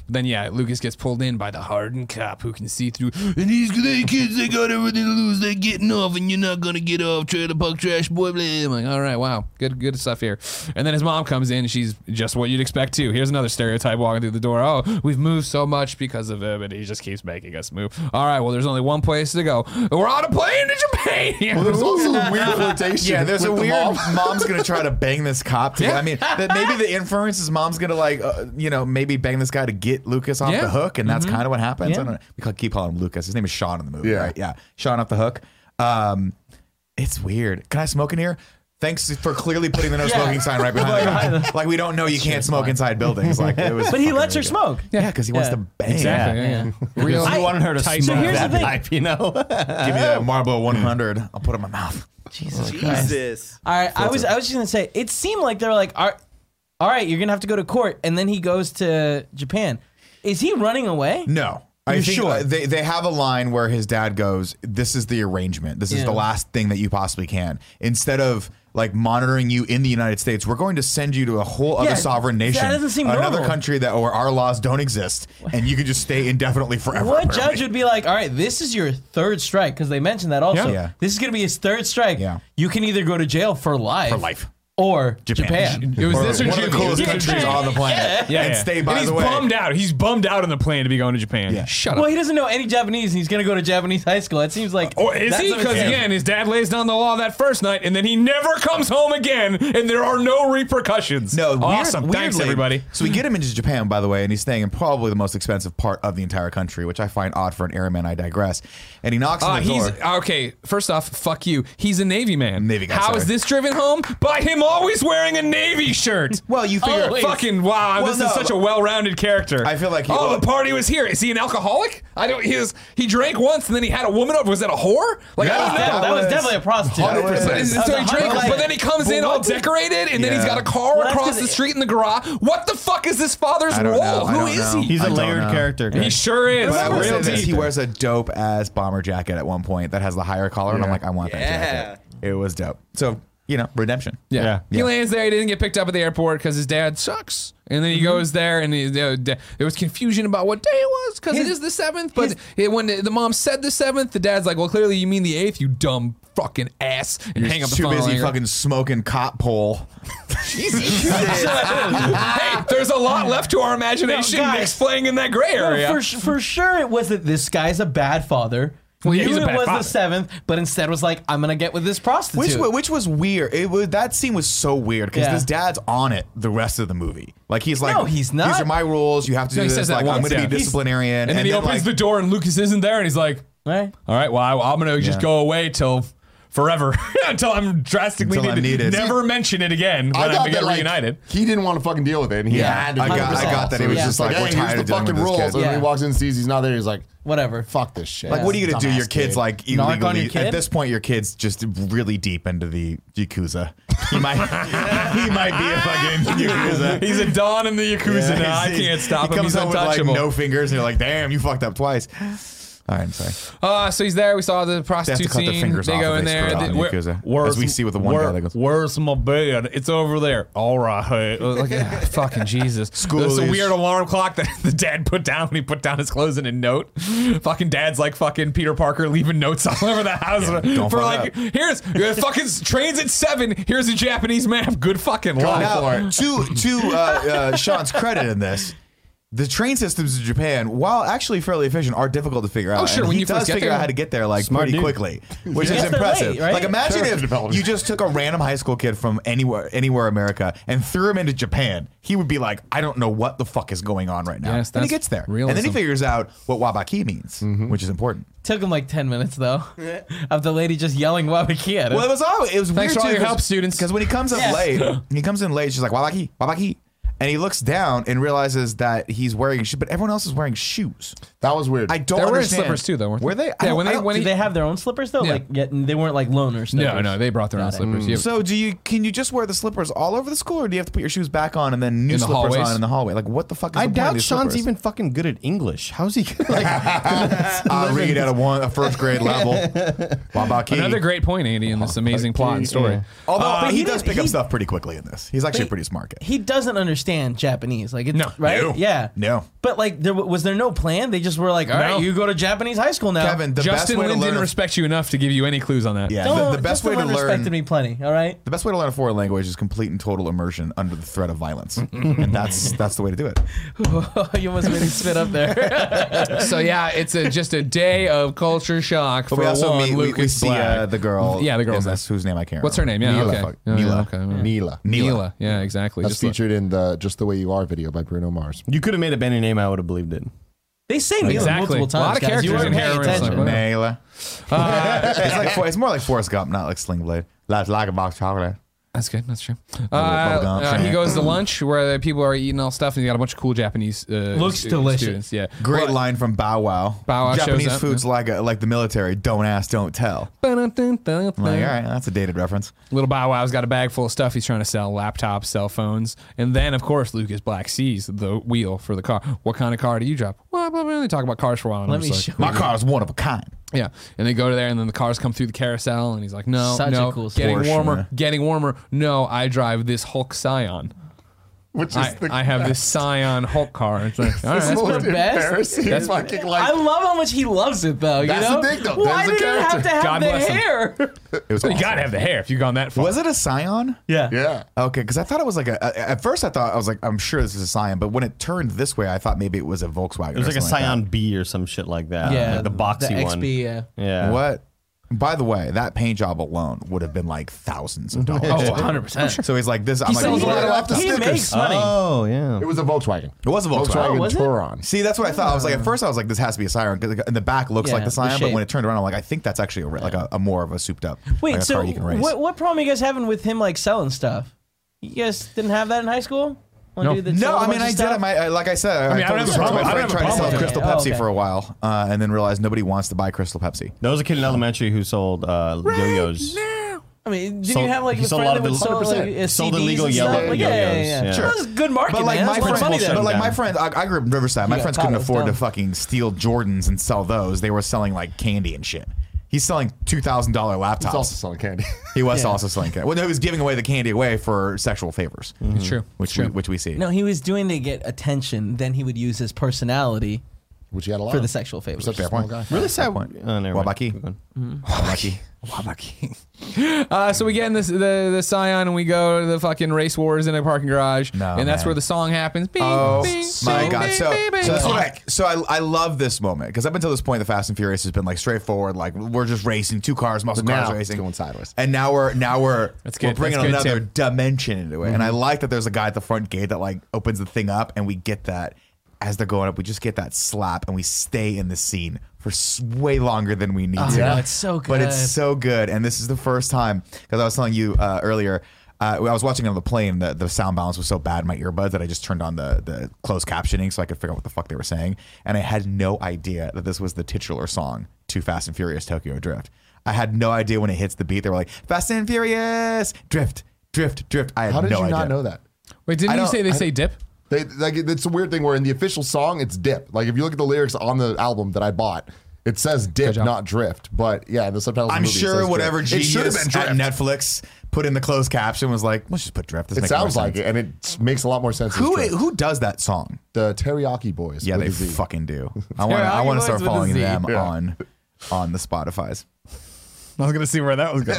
S5: But then yeah, Lucas gets pulled in by the hardened cop who can see through. And these little kids, they got everything to lose. They're getting off, and you're not gonna get off. Trailer park trash boy. Blah. I'm like, all right, wow, good good stuff here. And then his mom comes in. She's just what you'd expect too. Here's another stereotype walking through the door. Oh, we've moved so much because of him, and he just keeps making us move. All right, well, there's only one place to go. We're on a plane to Japan.
S1: Well, there's also a weird flirtation.
S3: Yeah, there's
S1: with
S3: a
S1: the
S3: weird
S1: mom.
S3: mom's gonna try to bang this cop. To, I mean, that maybe the inference is mom's gonna like, uh, you know, maybe bang this guy to get Lucas off
S5: Yeah.
S3: the hook, and that's kind of what happens. I
S4: Mm-hmm. Yeah.
S3: don't know. We call- keep calling him Lucas. His name is Sean in the movie,
S1: Yeah.
S3: right? Yeah, Sean off the hook. Um, it's weird. Can I smoke in here? Thanks for clearly putting the no smoking sign right behind me. like we don't know you can't smoke inside buildings. Like it was.
S4: But he
S3: fucking
S4: lets her
S3: ridiculous.
S4: smoke.
S3: Yeah, because he wants
S4: Yeah.
S3: to bang.
S5: Exactly.
S4: Yeah,
S5: Yeah.
S6: Because
S5: Real-
S6: you wanted her to
S5: Tight-
S6: smoke
S5: So
S4: here's
S6: that
S4: the thing.
S6: pipe, you know?
S3: Give me that Marlboro 100. I'll put it in my mouth.
S7: Jesus.
S4: All right, I was I was just gonna say it seemed like they're like, all right, all right, you're gonna have to go to court, and then he goes to Japan. Is he running away?
S3: No. I
S4: You're
S3: think
S4: sure?
S3: uh, they, they have a line where his dad goes, This is the arrangement. This is
S4: Yeah.
S3: the last thing that you possibly can. Instead of like monitoring you in the United States, we're going to send you to a whole
S4: Yeah,
S3: other sovereign
S4: that
S3: nation.
S4: doesn't seem
S3: another
S4: normal.
S3: country that where our laws don't exist and you can just stay indefinitely forever.
S4: What
S3: apparently.
S4: judge would be like, all right, this is your third strike because they mentioned that also.
S5: Yeah.
S3: Yeah.
S4: This is gonna be his third strike.
S3: Yeah.
S4: You can either go to jail for life,
S3: for life?
S4: or Japan.
S3: Japan.
S5: It was
S3: Or
S5: this or
S3: one of the
S5: Jimmy.
S3: coolest
S5: Yeah.
S3: countries on the planet.
S5: Yeah,
S3: and
S5: yeah.
S3: stay by
S5: he's
S3: the way.
S5: bummed out. He's bummed out on the plane to be going to Japan.
S3: Yeah.
S5: Shut
S4: Well,
S5: up.
S4: he doesn't know any Japanese, and he's gonna go to Japanese high school. That seems like
S3: Oh,
S5: Or is
S4: that's
S5: he?
S4: what it
S5: Because
S4: seems.
S5: again, his dad lays down the law that first night, and then he never comes home again, and there are no repercussions.
S3: No, weird-
S5: awesome.
S3: weirdly-
S5: Thanks, everybody.
S3: So we get him into Japan, by the way, and he's staying in probably the most expensive part of the entire country, which I find odd for an airman. I digress. And he knocks
S5: Uh,
S3: on the
S5: he's
S3: door.
S5: okay. First off, fuck you. He's a Navy man.
S3: Navy guy,
S5: How
S3: sorry.
S5: is this driven home by him always wearing a Navy shirt?
S3: Well, you figure
S4: Always.
S5: Fucking wow!
S3: Well,
S5: this
S3: no,
S5: is such
S3: but-
S5: a well-rounded character.
S3: I feel like he-
S5: oh, the party was here. Is he an alcoholic? I don't. He was. He drank once, and then he had a woman over. Was that a whore? Like I don't know.
S4: That, that was
S3: was-
S4: definitely a prostitute.
S3: 100%.
S5: And so he drank, but then he comes in all decorated, and then he's got a car
S4: Well, that's
S5: across
S4: 'cause
S5: the
S4: it-
S5: street in the garage. What the fuck is this father's
S3: I
S5: role?
S3: don't know. I
S5: Who
S3: don't
S5: is
S3: know.
S5: he?
S6: He's
S3: I
S6: a
S3: don't
S6: layered
S3: know.
S6: character.
S5: He
S6: guys.
S5: sure is.
S3: But I will
S5: Real
S3: say this,
S5: deep.
S3: he wears a dope ass bomber jacket at one point that has the higher collar, and I'm like, I want that jacket. It was dope. So you know, redemption.
S5: Yeah.
S6: Yeah.
S5: He lands there. He didn't get picked up at the airport because his dad sucks. And then
S3: Mm-hmm.
S5: he goes there, and he, uh, da- there was confusion about what day it was because it
S4: His-
S5: is the seventh. But
S4: his-
S5: it, when the, the mom said the seventh, the dad's like, "Well, clearly you mean the eighth, you dumb fucking ass." And hang up the
S3: too
S5: phone.
S3: busy
S5: like,
S3: fucking smoking cop pole.
S5: hey, there's a lot left to our imagination.
S4: No, guys.
S5: Nick's playing in that gray
S4: No,
S5: area.
S4: for, su- for sure, it was that this guy's a bad father.
S5: Well, yeah,
S4: Knew
S5: he's a
S4: it
S5: bad
S4: was the
S5: father.
S4: seventh, but instead was like, I'm gonna get with this prostitute.
S3: Which wa- which was weird. It was, that scene was so weird because
S4: Yeah.
S3: this dad's on it the rest of the movie. Like he's like,
S4: No, he's not.
S3: These are my rules. You have to do
S5: No, he
S3: this.
S5: says that
S3: like I'm
S5: once,
S3: going to
S5: yeah.
S3: be
S5: He's-
S3: disciplinarian.
S5: and, then he opens
S3: like,
S5: the door, and Lucas isn't there, and he's like,
S4: right?
S5: "All right, well, I, am gonna just
S3: Yeah.
S5: go away till." Forever until I'm drastically
S3: Until I'm needed.
S5: Never mention it again when I,
S1: thought
S5: get
S1: that, like,
S5: reunited.
S1: he didn't want to fucking deal with it. And he
S4: Yeah,
S1: had to.
S3: I
S1: deal
S3: got-
S1: with
S3: I
S1: it.
S3: got that he was just like, we're
S1: hey, here's
S3: tired
S1: the
S3: of dealing
S1: fucking
S3: with this
S1: rules.
S3: kid.
S1: And then
S4: Yeah.
S1: he walks in and sees he's not there. He's like,
S4: Whatever.
S1: fuck this shit.
S3: Like, what are you gonna do?
S1: Dumbass
S3: Your kids,
S1: kid.
S3: like
S4: Narc on
S3: illegally.
S4: your kid?
S3: At this point, your kids just really deep into the yakuza. He might, he might be a fucking yakuza.
S5: He's a don in the yakuza
S3: Yeah,
S5: now. I
S3: he's-
S5: can't stop
S3: he
S5: him.
S3: comes
S5: He's
S3: home with like
S5: untouchable.
S3: no fingers, and you're like, damn, you fucked up twice. All right, I'm sorry.
S5: uh, so he's there. We saw the
S3: They have to
S5: prostitute
S3: cut their
S5: scene.
S3: fingers
S5: They
S3: off
S5: go
S3: if
S5: in
S3: they
S5: there.
S3: screw
S5: They-
S3: up in
S5: where-
S3: Yakuza,
S5: where's
S3: as we
S5: m-
S3: see with the one
S5: where-
S3: guy that goes-
S5: "Where's my bed? It's over there." All right, hey. Like, ah, fucking Jesus.
S3: School
S5: There's a
S3: is-
S5: weird alarm clock that the dad put down when he put down his clothes in a note. Fucking dad's like fucking Peter Parker leaving notes all over the house
S3: don't
S5: for
S3: fuck
S5: like, "Here's uh, fucking trains at seven. Here's a Japanese map. Good fucking
S3: Now,
S5: life."
S3: to to uh, uh, Sean's credit in this, the train systems in Japan, while actually fairly efficient, are difficult to figure out.
S5: Oh, sure,
S3: And
S5: when
S3: he
S5: you first
S3: does
S5: get
S3: figure
S5: there.
S3: out how to get there like
S6: Smart
S3: pretty
S6: dude.
S3: quickly, which
S4: Yes,
S3: is
S4: they're
S3: impressive.
S4: late, right?
S3: Like imagine
S1: Character
S3: if
S1: development.
S3: you just took a random high school kid from anywhere anywhere America and threw him into Japan, he would be like, I don't know what the fuck is going on right now.
S5: Yes,
S3: and he gets
S5: that's
S3: there, and then he
S5: realism. Mm-hmm.
S3: figures out what wabaki means, which is important.
S4: Took him like ten minutes though, of the lady just yelling "Wabaki" at him.
S3: Well, it was all it was weird
S5: Thanks for all
S3: too,
S5: your help,
S3: 'cause-
S5: students.
S3: Because when he comes up
S4: Yeah.
S3: late, he comes in late. She's like wabaki, wabaki, and he looks down and realizes that he's wearing shoes, but everyone else is wearing shoes.
S1: That was weird.
S3: I don't
S5: They were wearing
S3: understand.
S5: slippers too, though. Weren't
S3: Were they? I
S5: Yeah,
S3: don't-
S5: when
S3: I
S5: they
S3: don't-
S5: when
S4: Did
S5: he,
S4: they have their own slippers though?
S5: Yeah.
S4: Like, yeah, they weren't like loaner slippers.
S5: no, no, they brought their own
S4: Got it.
S5: slippers. Yeah.
S3: Mm. So do you can you just wear the slippers all over the school, or do you have to put your shoes back on and then new
S5: In the
S3: slippers
S5: hallways?
S3: on in the hallway? Like what the fuck? Is
S6: I
S3: the point of
S6: doubt
S3: these
S6: Sean's
S3: slippers?
S6: even fucking good at English. How's he like?
S3: I read at a one a first grade level. Baba Key.
S5: Another great point, Andy, in
S3: Oh,
S5: this amazing plot and story.
S3: Although
S4: Uh,
S3: but he,
S4: he
S3: does
S4: did-
S3: pick up
S4: he-
S3: stuff pretty quickly in this. He's actually a pretty smart guy.
S4: He doesn't understand Japanese. Like, it's,
S5: No.
S4: right?
S3: No.
S4: Yeah,
S3: No.
S4: But like, there w- was there no plan? They just were like, all right,
S5: No.
S4: you go to Japanese high school now.
S3: Kevin, the
S5: uh,
S3: best
S5: Justin
S3: way
S5: Lin
S3: to
S5: didn't
S3: learn.
S5: respect you enough to give you any clues on that.
S3: yeah,
S4: Don't,
S3: the, the best way
S4: Justin
S3: to
S4: Lin
S3: learn.
S4: respected me plenty. All right.
S3: The best way to learn a foreign language is complete and total immersion under the threat of violence, and that's that's the way to do it.
S4: you almost made me spit up there.
S5: So yeah, it's a, just a day of culture shock for
S3: But we also
S5: one
S3: meet, we,
S5: Lucas
S3: we see
S5: Black.
S3: uh, the girl.
S5: Yeah, the girl.
S3: in this, whose name I can't.
S5: What's her name? Yeah,
S1: Neela,
S5: okay.
S1: fuck.
S5: Yeah,
S3: Neela.
S5: okay. yeah.
S1: Neela.
S5: Neela. Yeah, exactly.
S1: That's
S5: Just like-
S1: featured in the "Just the Way You Are" video by Bruno Mars.
S6: you could have made a banner name. I would have believed it.
S4: They say me
S5: Exactly.
S4: multiple
S5: A lot
S4: times.
S5: of
S4: guys. You
S5: characters
S4: weren't
S5: in
S4: paying
S5: here where it's like,
S4: attention.
S5: what?
S3: Naila.
S5: "Ah."
S3: it's, like, for- it's more like Forrest Gump, not like Sling Blade. That's like a box of chocolate.
S5: That's good. That's true. Uh,
S3: bubblegum
S5: uh, he
S3: shit.
S5: goes to lunch where the people are eating all stuff, and he got a bunch of cool Japanese uh,
S4: Looks
S5: stu-
S4: delicious.
S5: Students. Yeah.
S3: Great line from Bow Wow.
S5: Bow Wow
S3: Japanese
S5: shows up,
S3: food's like a, like the military. Don't ask, don't tell. I'm like, all right, that's a dated reference.
S5: Little Bow Wow's got a bag full of stuff. He's trying to sell laptops, cell phones, and then of course Lucas Black sees the wheel for the car. What kind of car do you drop? Well, blah, blah, blah. they talk about cars for a while. And
S4: Let
S5: I'm
S4: me
S5: just
S4: show
S5: like,
S3: My car is one of a kind.
S5: Yeah, and they go to there, and then the cars come through the carousel, and he's like, "No,
S4: Such a
S5: no,
S4: cool
S5: getting
S3: Porsche,
S5: warmer,
S3: yeah.
S5: getting warmer. No, I drive this Hulk Scion.
S1: Which is
S5: I, I have this Scion Hulk car." It's like, all right.
S4: This is
S1: most
S4: the best.
S1: embarrassing
S5: That's-
S1: fucking
S4: I
S1: like.
S4: love how much he loves it though.
S1: That's
S4: you know?
S1: the thing, though.
S4: Why
S1: There's
S4: did
S1: the
S4: it have
S1: character.
S4: to have
S5: God
S4: the
S5: bless him.
S4: hair?
S3: It was
S5: you
S3: awesome.
S5: gotta have the hair if you've gone that far.
S3: Was it a Scion?
S4: Yeah.
S1: yeah.
S3: Okay, because I thought it was like a. a- At first, I thought I was like, I'm sure this is a Scion, but when it turned this way, I thought maybe it was a Volkswagen.
S6: It was like a
S3: Like
S6: Scion B or some shit like that.
S4: Yeah,
S6: like the boxy
S4: the
S6: one. Oh,
S4: XB, yeah.
S3: that.
S6: Yeah.
S3: What? By the way, that paint job alone would have been like thousands of dollars.
S5: Oh,
S4: 100%.
S3: So he's like, this. I'm like,
S1: sells a
S3: "Well,
S1: lot of laptops.
S4: he
S1: stickers.
S4: makes money.
S6: Oh yeah.
S1: It was a Volkswagen.
S3: It was a Volkswagen.
S1: Volkswagen
S4: Oh, was it?
S1: Touran.
S3: See, that's what I thought. I was like, at first, I was like, this has to be a Scion because in the back looks
S4: Yeah,
S3: like the
S4: the
S3: Scion, but
S4: shape.
S3: when it turned around, I'm like, I think that's actually a, re- like a, a more of a souped up
S4: Wait,
S3: like a
S4: so
S3: car you can race.
S4: what, what problem are you guys having with him like selling stuff? You guys didn't have that in high school? One
S5: No.
S4: dude that
S3: No,
S4: sold a
S3: I
S4: bunch
S3: mean
S4: of
S3: I did.
S4: stuff?
S3: I, might- I like I said, I,
S5: mean, I
S3: told
S5: don't have
S3: this
S5: a
S3: story.
S5: problem-
S3: My
S5: I
S3: friend
S5: don't have a
S3: tried to sell
S5: problem
S4: with
S3: Crystal
S4: it. Oh,
S3: Pepsi
S4: okay.
S3: for a while, uh, and then realized nobody wants to buy Crystal Pepsi.
S6: There was a kid in elementary who sold uh, yo-yos.
S4: I mean, didn't
S6: Sold-
S4: you have like
S6: he
S4: the
S6: sold a
S4: friend
S6: lot of
S4: that would
S6: the-
S4: sell like
S6: 100%.
S4: uh,
S6: Sold
S4: CDs
S6: illegal
S4: and
S6: yellow-
S4: stuff? Like, yeah, yeah,
S6: yellows,
S4: yeah.
S6: yeah.
S4: That was good market,
S3: But like
S4: man.
S3: my
S4: That's a lot of
S3: friends,
S4: money
S6: bullshit.
S4: there.
S3: but like my
S6: down.
S3: friends, I, I grew up in Riverside. My
S4: Yeah,
S3: friends couldn't
S4: Tyler's
S3: afford to
S4: dumb.
S3: fucking steal Jordans and sell those. They were selling like candy and shit. He's selling two thousand dollar
S1: It's also
S3: laptops.
S1: selling candy.
S3: He was
S4: Yeah.
S3: also selling candy. Well, no, he was giving away the candy away for sexual favors,
S5: It's true.
S3: which we, which we see.
S4: No, he was doing to get attention. Then he would use his personality
S1: Which you got a lot
S4: for the
S1: of.
S4: sexual favors.
S1: Such a small guy.
S6: Really sad.
S3: point.
S6: Oh, never mind.
S3: Wabaki.
S6: Keep going.
S3: Lucky.
S5: Uh, so we get in this the, the Scion and we go to the fucking race wars in a parking garage,
S3: No,
S5: and that's
S3: man.
S5: where the song happens. Bing,
S3: Oh
S5: bing,
S3: my
S5: bing,
S3: god!
S5: bing,
S3: So,
S5: bing, bing.
S3: so, that's what I, so I, I love this moment because up until this point, the Fast and Furious has been like straightforward, like we're just racing two cars, muscle
S1: But now
S3: cars
S1: it's
S3: racing,
S1: going sideways.
S3: and now we're now we're
S5: That's
S3: we're
S5: good,
S3: bringing
S5: that's good,
S3: another
S5: Tim. Mm-hmm.
S3: dimension into it. And I like that there's a guy at the front gate that like opens the thing up, and we get that as they're going up, we just get that slap, and we stay in the scene for s- way longer than we need
S5: Oh,
S3: to.
S4: no, it's so
S3: but it's
S4: good.
S3: so good. And this is the first time because I was telling you uh, earlier. Uh, I was watching it on the plane. The, the sound balance was so bad in my earbuds that I just turned on the the closed captioning so I could figure out what the fuck they were saying. And I had no idea that this was the titular song to Fast and Furious Tokyo Drift. I had no idea when it hits the beat. They were like Fast and Furious Drift, Drift, Drift. I had
S1: How did
S3: no
S1: you
S3: idea.
S1: not know that?
S5: Wait, didn't
S3: I
S5: you
S3: don't-
S5: say they
S3: I-
S5: say dip?
S1: They like it's a weird thing where in the official song it's dip. Like if you look at the lyrics on the album that I bought, it says dip,
S5: job.
S1: not drift. But yeah, the subtitles. of the
S3: I'm
S1: movie, it
S3: sure
S1: says
S3: whatever
S1: drift. It
S3: genius
S1: should have been
S3: at
S1: drift.
S3: Netflix put in the closed caption was like, let's just put Drift. This
S1: it
S3: makes more
S1: sounds like
S3: sense."
S1: it, and it makes a lot more sense.
S3: Who
S1: as drift.
S3: who does that song?
S1: the Teriyaki Boys?
S3: Yeah,
S1: with
S3: they
S1: a Z.
S3: fucking do. I want to. I
S5: Teriyaki
S3: want to
S5: Boys
S3: start
S5: with a
S3: following
S5: Z.
S3: them
S1: Yeah.
S3: on on the Spotify's.
S5: I was gonna see where that was going.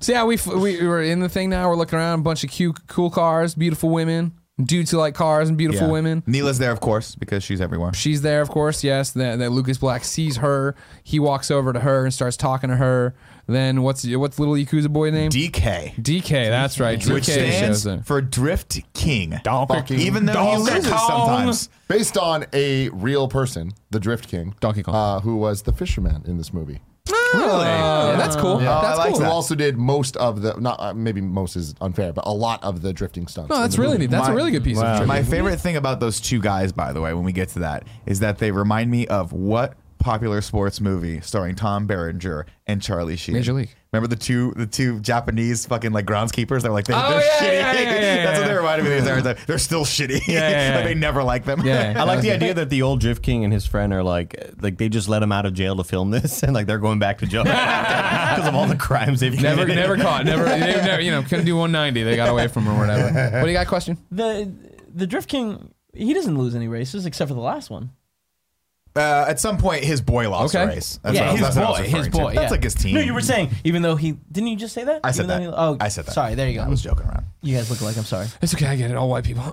S5: so yeah, we, f- we we were in the thing now. We're looking around, a bunch of cute, cool cars, beautiful women, dudes who like cars and beautiful women.
S3: Neela's there, of course, because she's everywhere.
S5: She's there, of course. Yes, that, that Lucas Black sees her. He walks over to her and starts talking to her. Then what's what's little yakuza boy name?
S3: DK,
S5: DK. That's right. DK
S3: which stands
S5: shows up.
S3: for Drift King.
S1: Donkey King.
S3: Even though he
S5: Donkey
S3: loses
S5: Kong.
S3: sometimes.
S1: Based on a real person, the Drift King,
S5: Donkey Kong.
S1: uh, who was the fisherman in this movie.
S5: Really? Yeah, that's cool.
S1: Uh,
S5: Ah. That's
S1: who
S5: cool.
S1: also did most of the not uh, maybe most is unfair, but a lot of the drifting stunts.
S5: No,
S1: in
S5: that's
S1: the
S5: really
S1: movie.
S5: neat. That's a
S3: My-
S5: really good piece
S6: Wow.
S5: of trivia.
S3: Uh, My favorite thing about those two guys, by the way, when we get to that, is that they remind me of what popular sports movie starring Tom Berenger and Charlie Sheen.
S5: Major League.
S3: Remember the two the two Japanese fucking like groundskeepers? They're like they,
S5: Oh,
S3: are
S5: yeah,
S3: shitty.
S5: yeah, yeah, yeah,
S3: That's what they
S5: yeah.
S3: reminded me of. They're, they're- they're still shitty.
S5: Yeah, yeah,
S3: Like,
S5: yeah.
S3: they never like them.
S5: Yeah.
S6: I like the idea that the old Drift King and his friend are like, like they just let him out of jail to film this, and like they're going back to jail because of all the crimes they've
S5: Never,
S6: committed.
S5: never caught. Never, they never, you know, couldn't do 190. They got away from him or whatever. What do you got? Question?
S4: The the Drift King, he doesn't lose any races except for the last one.
S3: Uh, at some point, his boy lost
S5: Okay.
S3: the race. That's
S4: Yeah,
S3: what I-
S4: his
S3: that's what I was
S4: boy,
S3: referring
S4: his
S3: to.
S4: boy,
S3: That's
S4: yeah.
S3: like his team.
S4: No, you were saying even though he didn't you just say that?
S3: I said
S4: Even though
S3: that.
S4: he- oh,
S3: I said that.
S4: Sorry, there you
S3: I
S4: go.
S3: was joking around.
S4: You guys look alike. I'm sorry.
S5: It's okay. I get it. All white people.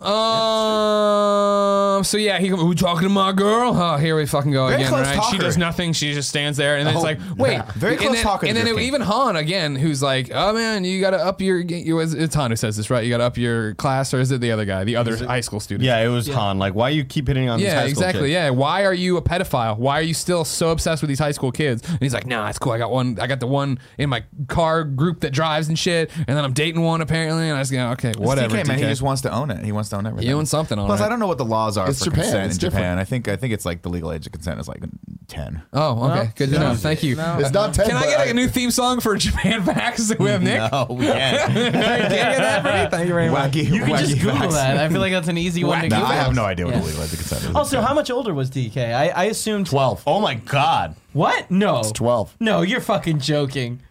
S5: Um. So yeah, he. We talking to my girl? Oh, here we fucking go
S3: Very
S5: again.
S3: close
S5: Right? She
S3: talker.
S5: does nothing. She just stands there, and then
S3: Oh,
S5: it's like, wait.
S3: yeah. Very
S5: and
S3: close
S5: then,
S3: talker to
S5: And then
S3: Drifting.
S5: even Han again, who's like, oh man, you got to up your. You, it's Han who says this, right? You got to up your class, or is it the other guy, the other high school student?
S6: Yeah, it was Han. Like, why you keep hitting on? these
S5: Yeah,
S6: high school
S5: exactly.
S6: kids?
S5: Yeah, why are you a pedophile? Why are you still so obsessed with these high school kids? And he's like, Nah, it's cool. I got one. I got the one in my car group that drives and shit. And then I'm dating one apparently. And I was like, Okay, whatever.
S3: It's DK, man. He
S5: DK.
S3: just wants to own it. He wants to own everything.
S5: You own something, all
S3: Plus,
S5: right.
S3: I don't know what the laws are
S1: It's
S3: for
S1: Japan.
S3: consent
S1: It's
S3: in Japan.
S1: different.
S3: I think I think it's like the legal age of consent is like ten.
S5: Oh, okay. Good to know. Thank you.
S1: It's not ten.
S5: Can I
S1: but
S5: get like, a new theme song for Japan Facts that we have Nick?
S6: No, we can't.
S5: Can I get that for me? Thank you very much.
S3: Wacky,
S4: You can just
S3: wacky
S4: Google
S3: facts.
S4: that. I feel like that's an easy one to
S3: Nah,
S4: Google.
S3: I have no idea what
S4: Yeah. Oh,
S3: the legal age of consent is.
S4: Also, how much older was DK? I, I assumed
S1: twelve.
S6: oh my god.
S4: What? No.
S1: Twelve.
S4: No, you're fucking joking.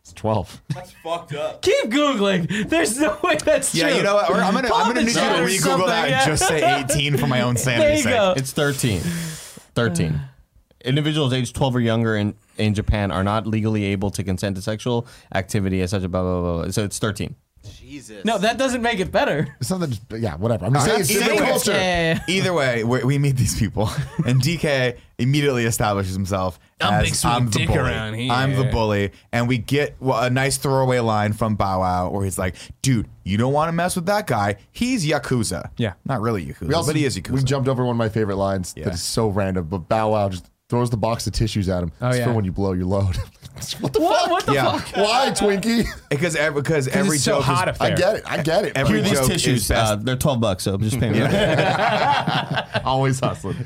S1: It's twelve.
S7: That's fucked up.
S4: Keep googling. There's no way that's
S3: yeah,
S4: true.
S3: you know what? We're- I'm gonna I'm
S4: Comment
S3: gonna need you to
S4: or
S3: re-Google that and
S4: something, yeah.
S3: just say 18 for my own
S4: There
S3: sanity.
S4: you go.
S6: It's 13. 13. Individuals aged 12 or younger in, in Japan are not legally able to consent to sexual activity as such a blah, blah, blah. blah. So it's 13.
S7: Jesus.
S4: No, that doesn't make it better.
S1: It's something. just- Yeah, whatever. I'm just saying.
S3: Either
S1: It's different
S3: way-
S1: culture.
S4: Yeah.
S3: Either way, we, we meet these people, and DK immediately establishes himself
S5: I'm
S3: as
S5: big sweet
S3: I'm the
S5: dick
S3: bully.
S5: around here."
S3: I'm the bully, and we get well, a nice throwaway line from Bow Wow where he's like, "Dude, you don't want to mess with that guy. He's yakuza.
S5: Yeah.
S3: not really yakuza,
S1: We also-
S3: but he is yakuza.
S1: We jumped over one of my favorite lines
S3: Yeah.
S1: that is so random, but Bow Wow just throws the box of tissues at him. Oh, it's
S5: yeah.
S1: for when you blow your load. what the
S4: What?
S1: fuck?
S4: What the
S3: Yeah.
S4: fuck?
S1: Why, Twinkie?
S3: because every, because every
S5: it's so
S3: joke is-
S5: hot up there.
S1: I get it. I get it.
S3: Every
S1: but
S3: joke
S6: These
S3: is
S6: tissues,
S3: best-
S6: uh, they're 12 bucks, so just pay me.
S1: always hustling.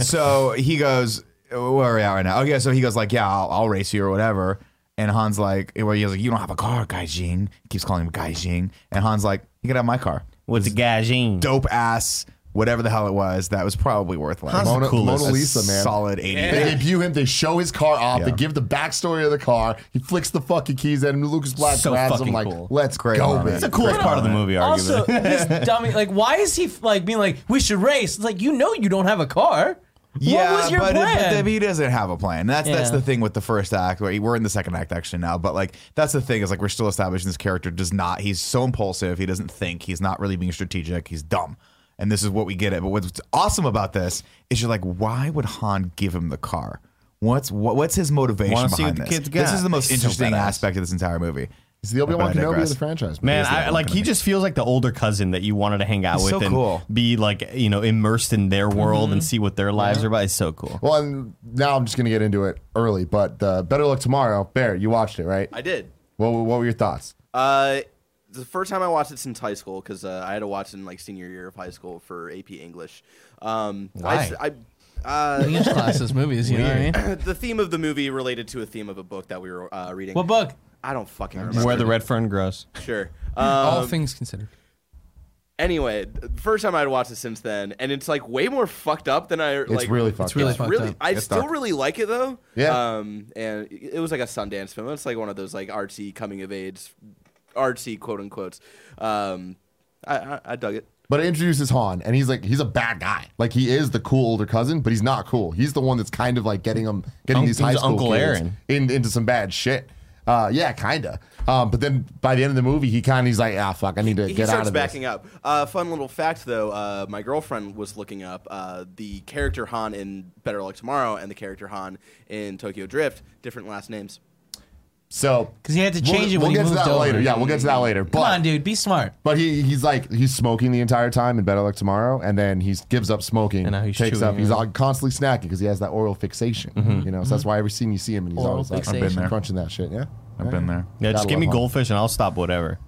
S3: so he goes, where are we at right now? Oh yeah, so he goes like, yeah, I'll, I'll race you or whatever. And Han's like, well, he's like, you don't have a car, Gaijing. He keeps calling him Gaijing. And Han's like, you can have my car.
S6: What's a gajin?
S3: Dope ass, whatever the hell it was, that was probably worth like
S1: Mona,
S6: coolest.
S1: Mona Lisa, man.
S3: solid 80.
S1: They debut him. They show his car off. They
S3: Yeah.
S1: give the backstory of the car. He flicks the fucking keys at him. Lucas Black
S6: So
S1: grabs him
S6: fucking
S1: like,
S6: cool.
S1: "Let's
S3: Great
S1: go,
S3: moment.
S1: man."
S3: It's
S6: The coolest part of the movie,
S4: Also,
S6: arguably.
S4: this dummy, like, why is he like being like, we should race? It's like, you know, you don't have a car.
S3: Yeah,
S4: what was your
S3: but, but
S4: plan?
S3: he doesn't have a plan. That's that's
S4: Yeah.
S3: the thing with the first act. Where we're in the second act actually now, but like that's the thing is like we're still establishing this character does not. He's so impulsive. He doesn't think. He's not really being strategic. He's dumb. And this is what we get it. But what's awesome about this is you're like, why would Han give him the car? What's what, what's his motivation
S6: Wanna
S3: behind
S6: see what the
S3: this?
S6: kid's
S3: This
S6: got.
S3: is the most
S6: So
S3: interesting
S6: badass.
S3: aspect of this entire movie.
S1: He's the Obi Wan
S3: But I
S1: Kenobi of
S3: digress.
S1: the franchise.
S6: Man,
S3: He's the
S6: I,
S3: Obi-Wan
S6: like he just feels like the older cousin that you wanted to hang out
S3: He's so
S6: with and
S3: cool.
S6: be like, you know, immersed in their world
S4: Mm-hmm.
S6: and see what their lives are about. It's so cool.
S1: Well, and now I'm just gonna get into it early, but uh, Better Luck Tomorrow. Bear, you watched it, right?
S7: I did.
S1: What, what were your thoughts?
S7: Uh, the first time I watched it since high school because uh, I had to watch it in like senior year of high school for AP English. Um,
S3: Why?
S7: I, I, uh,
S4: English classes, movies, you know what I mean?
S7: the theme of the movie related to a theme of a book that we were uh, reading.
S4: What book?
S7: I don't fucking remember.
S6: Where the red fern grows.
S7: Sure.
S5: All
S7: Um,
S5: things considered.
S7: anyway, th- first time I'd watched it since then, and it's like way more fucked up than I like.
S1: really fucked It's
S4: really up. fucked
S7: really-
S4: up.
S7: I
S3: It's
S7: still
S3: dark.
S7: really like it though.
S1: Yeah.
S7: Um, and it it was like a Sundance film. It's like one of those like artsy coming of age, artsy quote unquote. Um, I, I I dug it.
S1: But it introduces Han, and he's like, he's a bad guy. Like he is the cool older cousin, but he's not cool. He's the one that's kind of like getting him, getting
S6: Unc-
S1: these high
S6: he's
S1: school
S6: Uncle
S1: kids
S6: Aaron.
S1: in, into some bad shit. Uh, yeah, kinda. Um, but then by the end of the movie, he kind of he's like, ah, fuck, I need to
S7: He
S1: get out
S7: starts
S1: of this.
S7: backing up. Uh, fun little fact though, uh, my girlfriend was looking up uh, the character Han in Better Luck Tomorrow and the character Han in Tokyo Drift, different last names.
S1: So
S4: 'Cause he had to change it
S1: we'll
S4: when he
S1: get to
S4: moved
S1: that
S4: over.
S1: later. Yeah, we'll get to that later. But
S4: Come on, dude, be smart.
S1: But he he's like he's smoking the entire time in Better Luck Tomorrow, and then he gives up smoking.
S6: And now he's
S1: takes
S6: chewing
S1: up. He's
S6: it. Mm-hmm.
S1: like constantly snacking because he has that oral fixation. You know, so that's why every scene you see him, and he's
S4: Oral
S1: always like
S4: fixation. I've
S3: been there.
S1: crunching that shit. Yeah,
S3: I've been there.
S6: Yeah, just
S1: Gotta
S6: give
S1: love
S6: me
S1: him.
S6: goldfish and I'll stop whatever.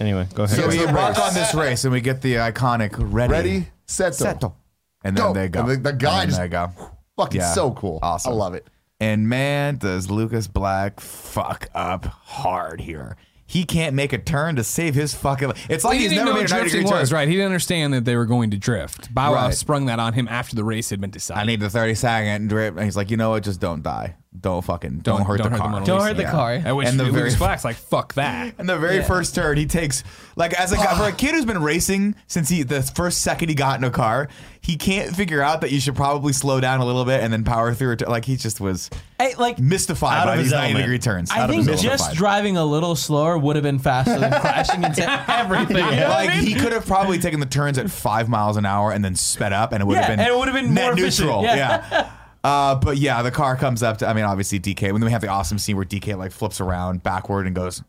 S6: Anyway, go ahead.
S1: So
S3: So we
S1: it's a
S3: embark
S1: race.
S3: on this race and we get the iconic ready.
S1: Ready, set,
S3: Settle.
S1: settle.
S3: And then
S1: Go.
S3: they go.
S1: And the- the guy
S3: And
S1: just-
S3: they go.
S1: Fucking
S3: Yeah.
S1: so cool.
S3: Awesome.
S1: I love it.
S3: And man, does Lucas Black fuck up hard here. He can't make a turn to save his fucking life. It's like
S5: he
S3: he's
S5: didn't
S3: never
S5: know
S3: made
S5: what
S3: a 90
S5: drifting
S3: degree
S5: was,
S3: turn.
S5: right? He didn't understand that they were going to drift. Bow Wow
S3: Right.
S5: sprung that on him after the race had been
S3: I
S5: decided.
S3: need the 30 second drip. And he's like, you know what? Just don't die. Don't fucking, don't,
S5: Don't-
S3: hurt
S5: don't
S3: the
S5: hurt the
S3: car.
S5: Mona
S4: Don't hurt the
S5: Yeah.
S4: car.
S5: At which
S3: And the
S5: Lucas
S3: very-
S5: Black's like, fuck that.
S3: And the very
S4: Yeah.
S3: first turn, he takes like as a guy for a kid who's been racing since he the first second he got in a car, he can't figure out that you should probably slow down a little bit and then power through. a turn. Like he just was
S4: Hey, like
S3: mystified
S6: Out
S3: by
S6: of his
S3: these ninety
S6: element.
S3: degree turns.
S4: I
S3: Out of
S4: think
S3: his
S4: just
S3: element.
S4: driving a little slower would have been faster than crashing into everything. You know what I
S3: like
S4: mean?
S3: he could have probably taken the turns at five miles an hour and then sped up, and it would
S4: Yeah,
S3: have been
S4: and it would have been
S3: net
S4: more efficient,
S3: neutral.
S4: yeah.
S3: yeah. Uh, but yeah, the car comes up to. I mean, obviously DK. When then we have the awesome scene where DK like flips around backward and goes,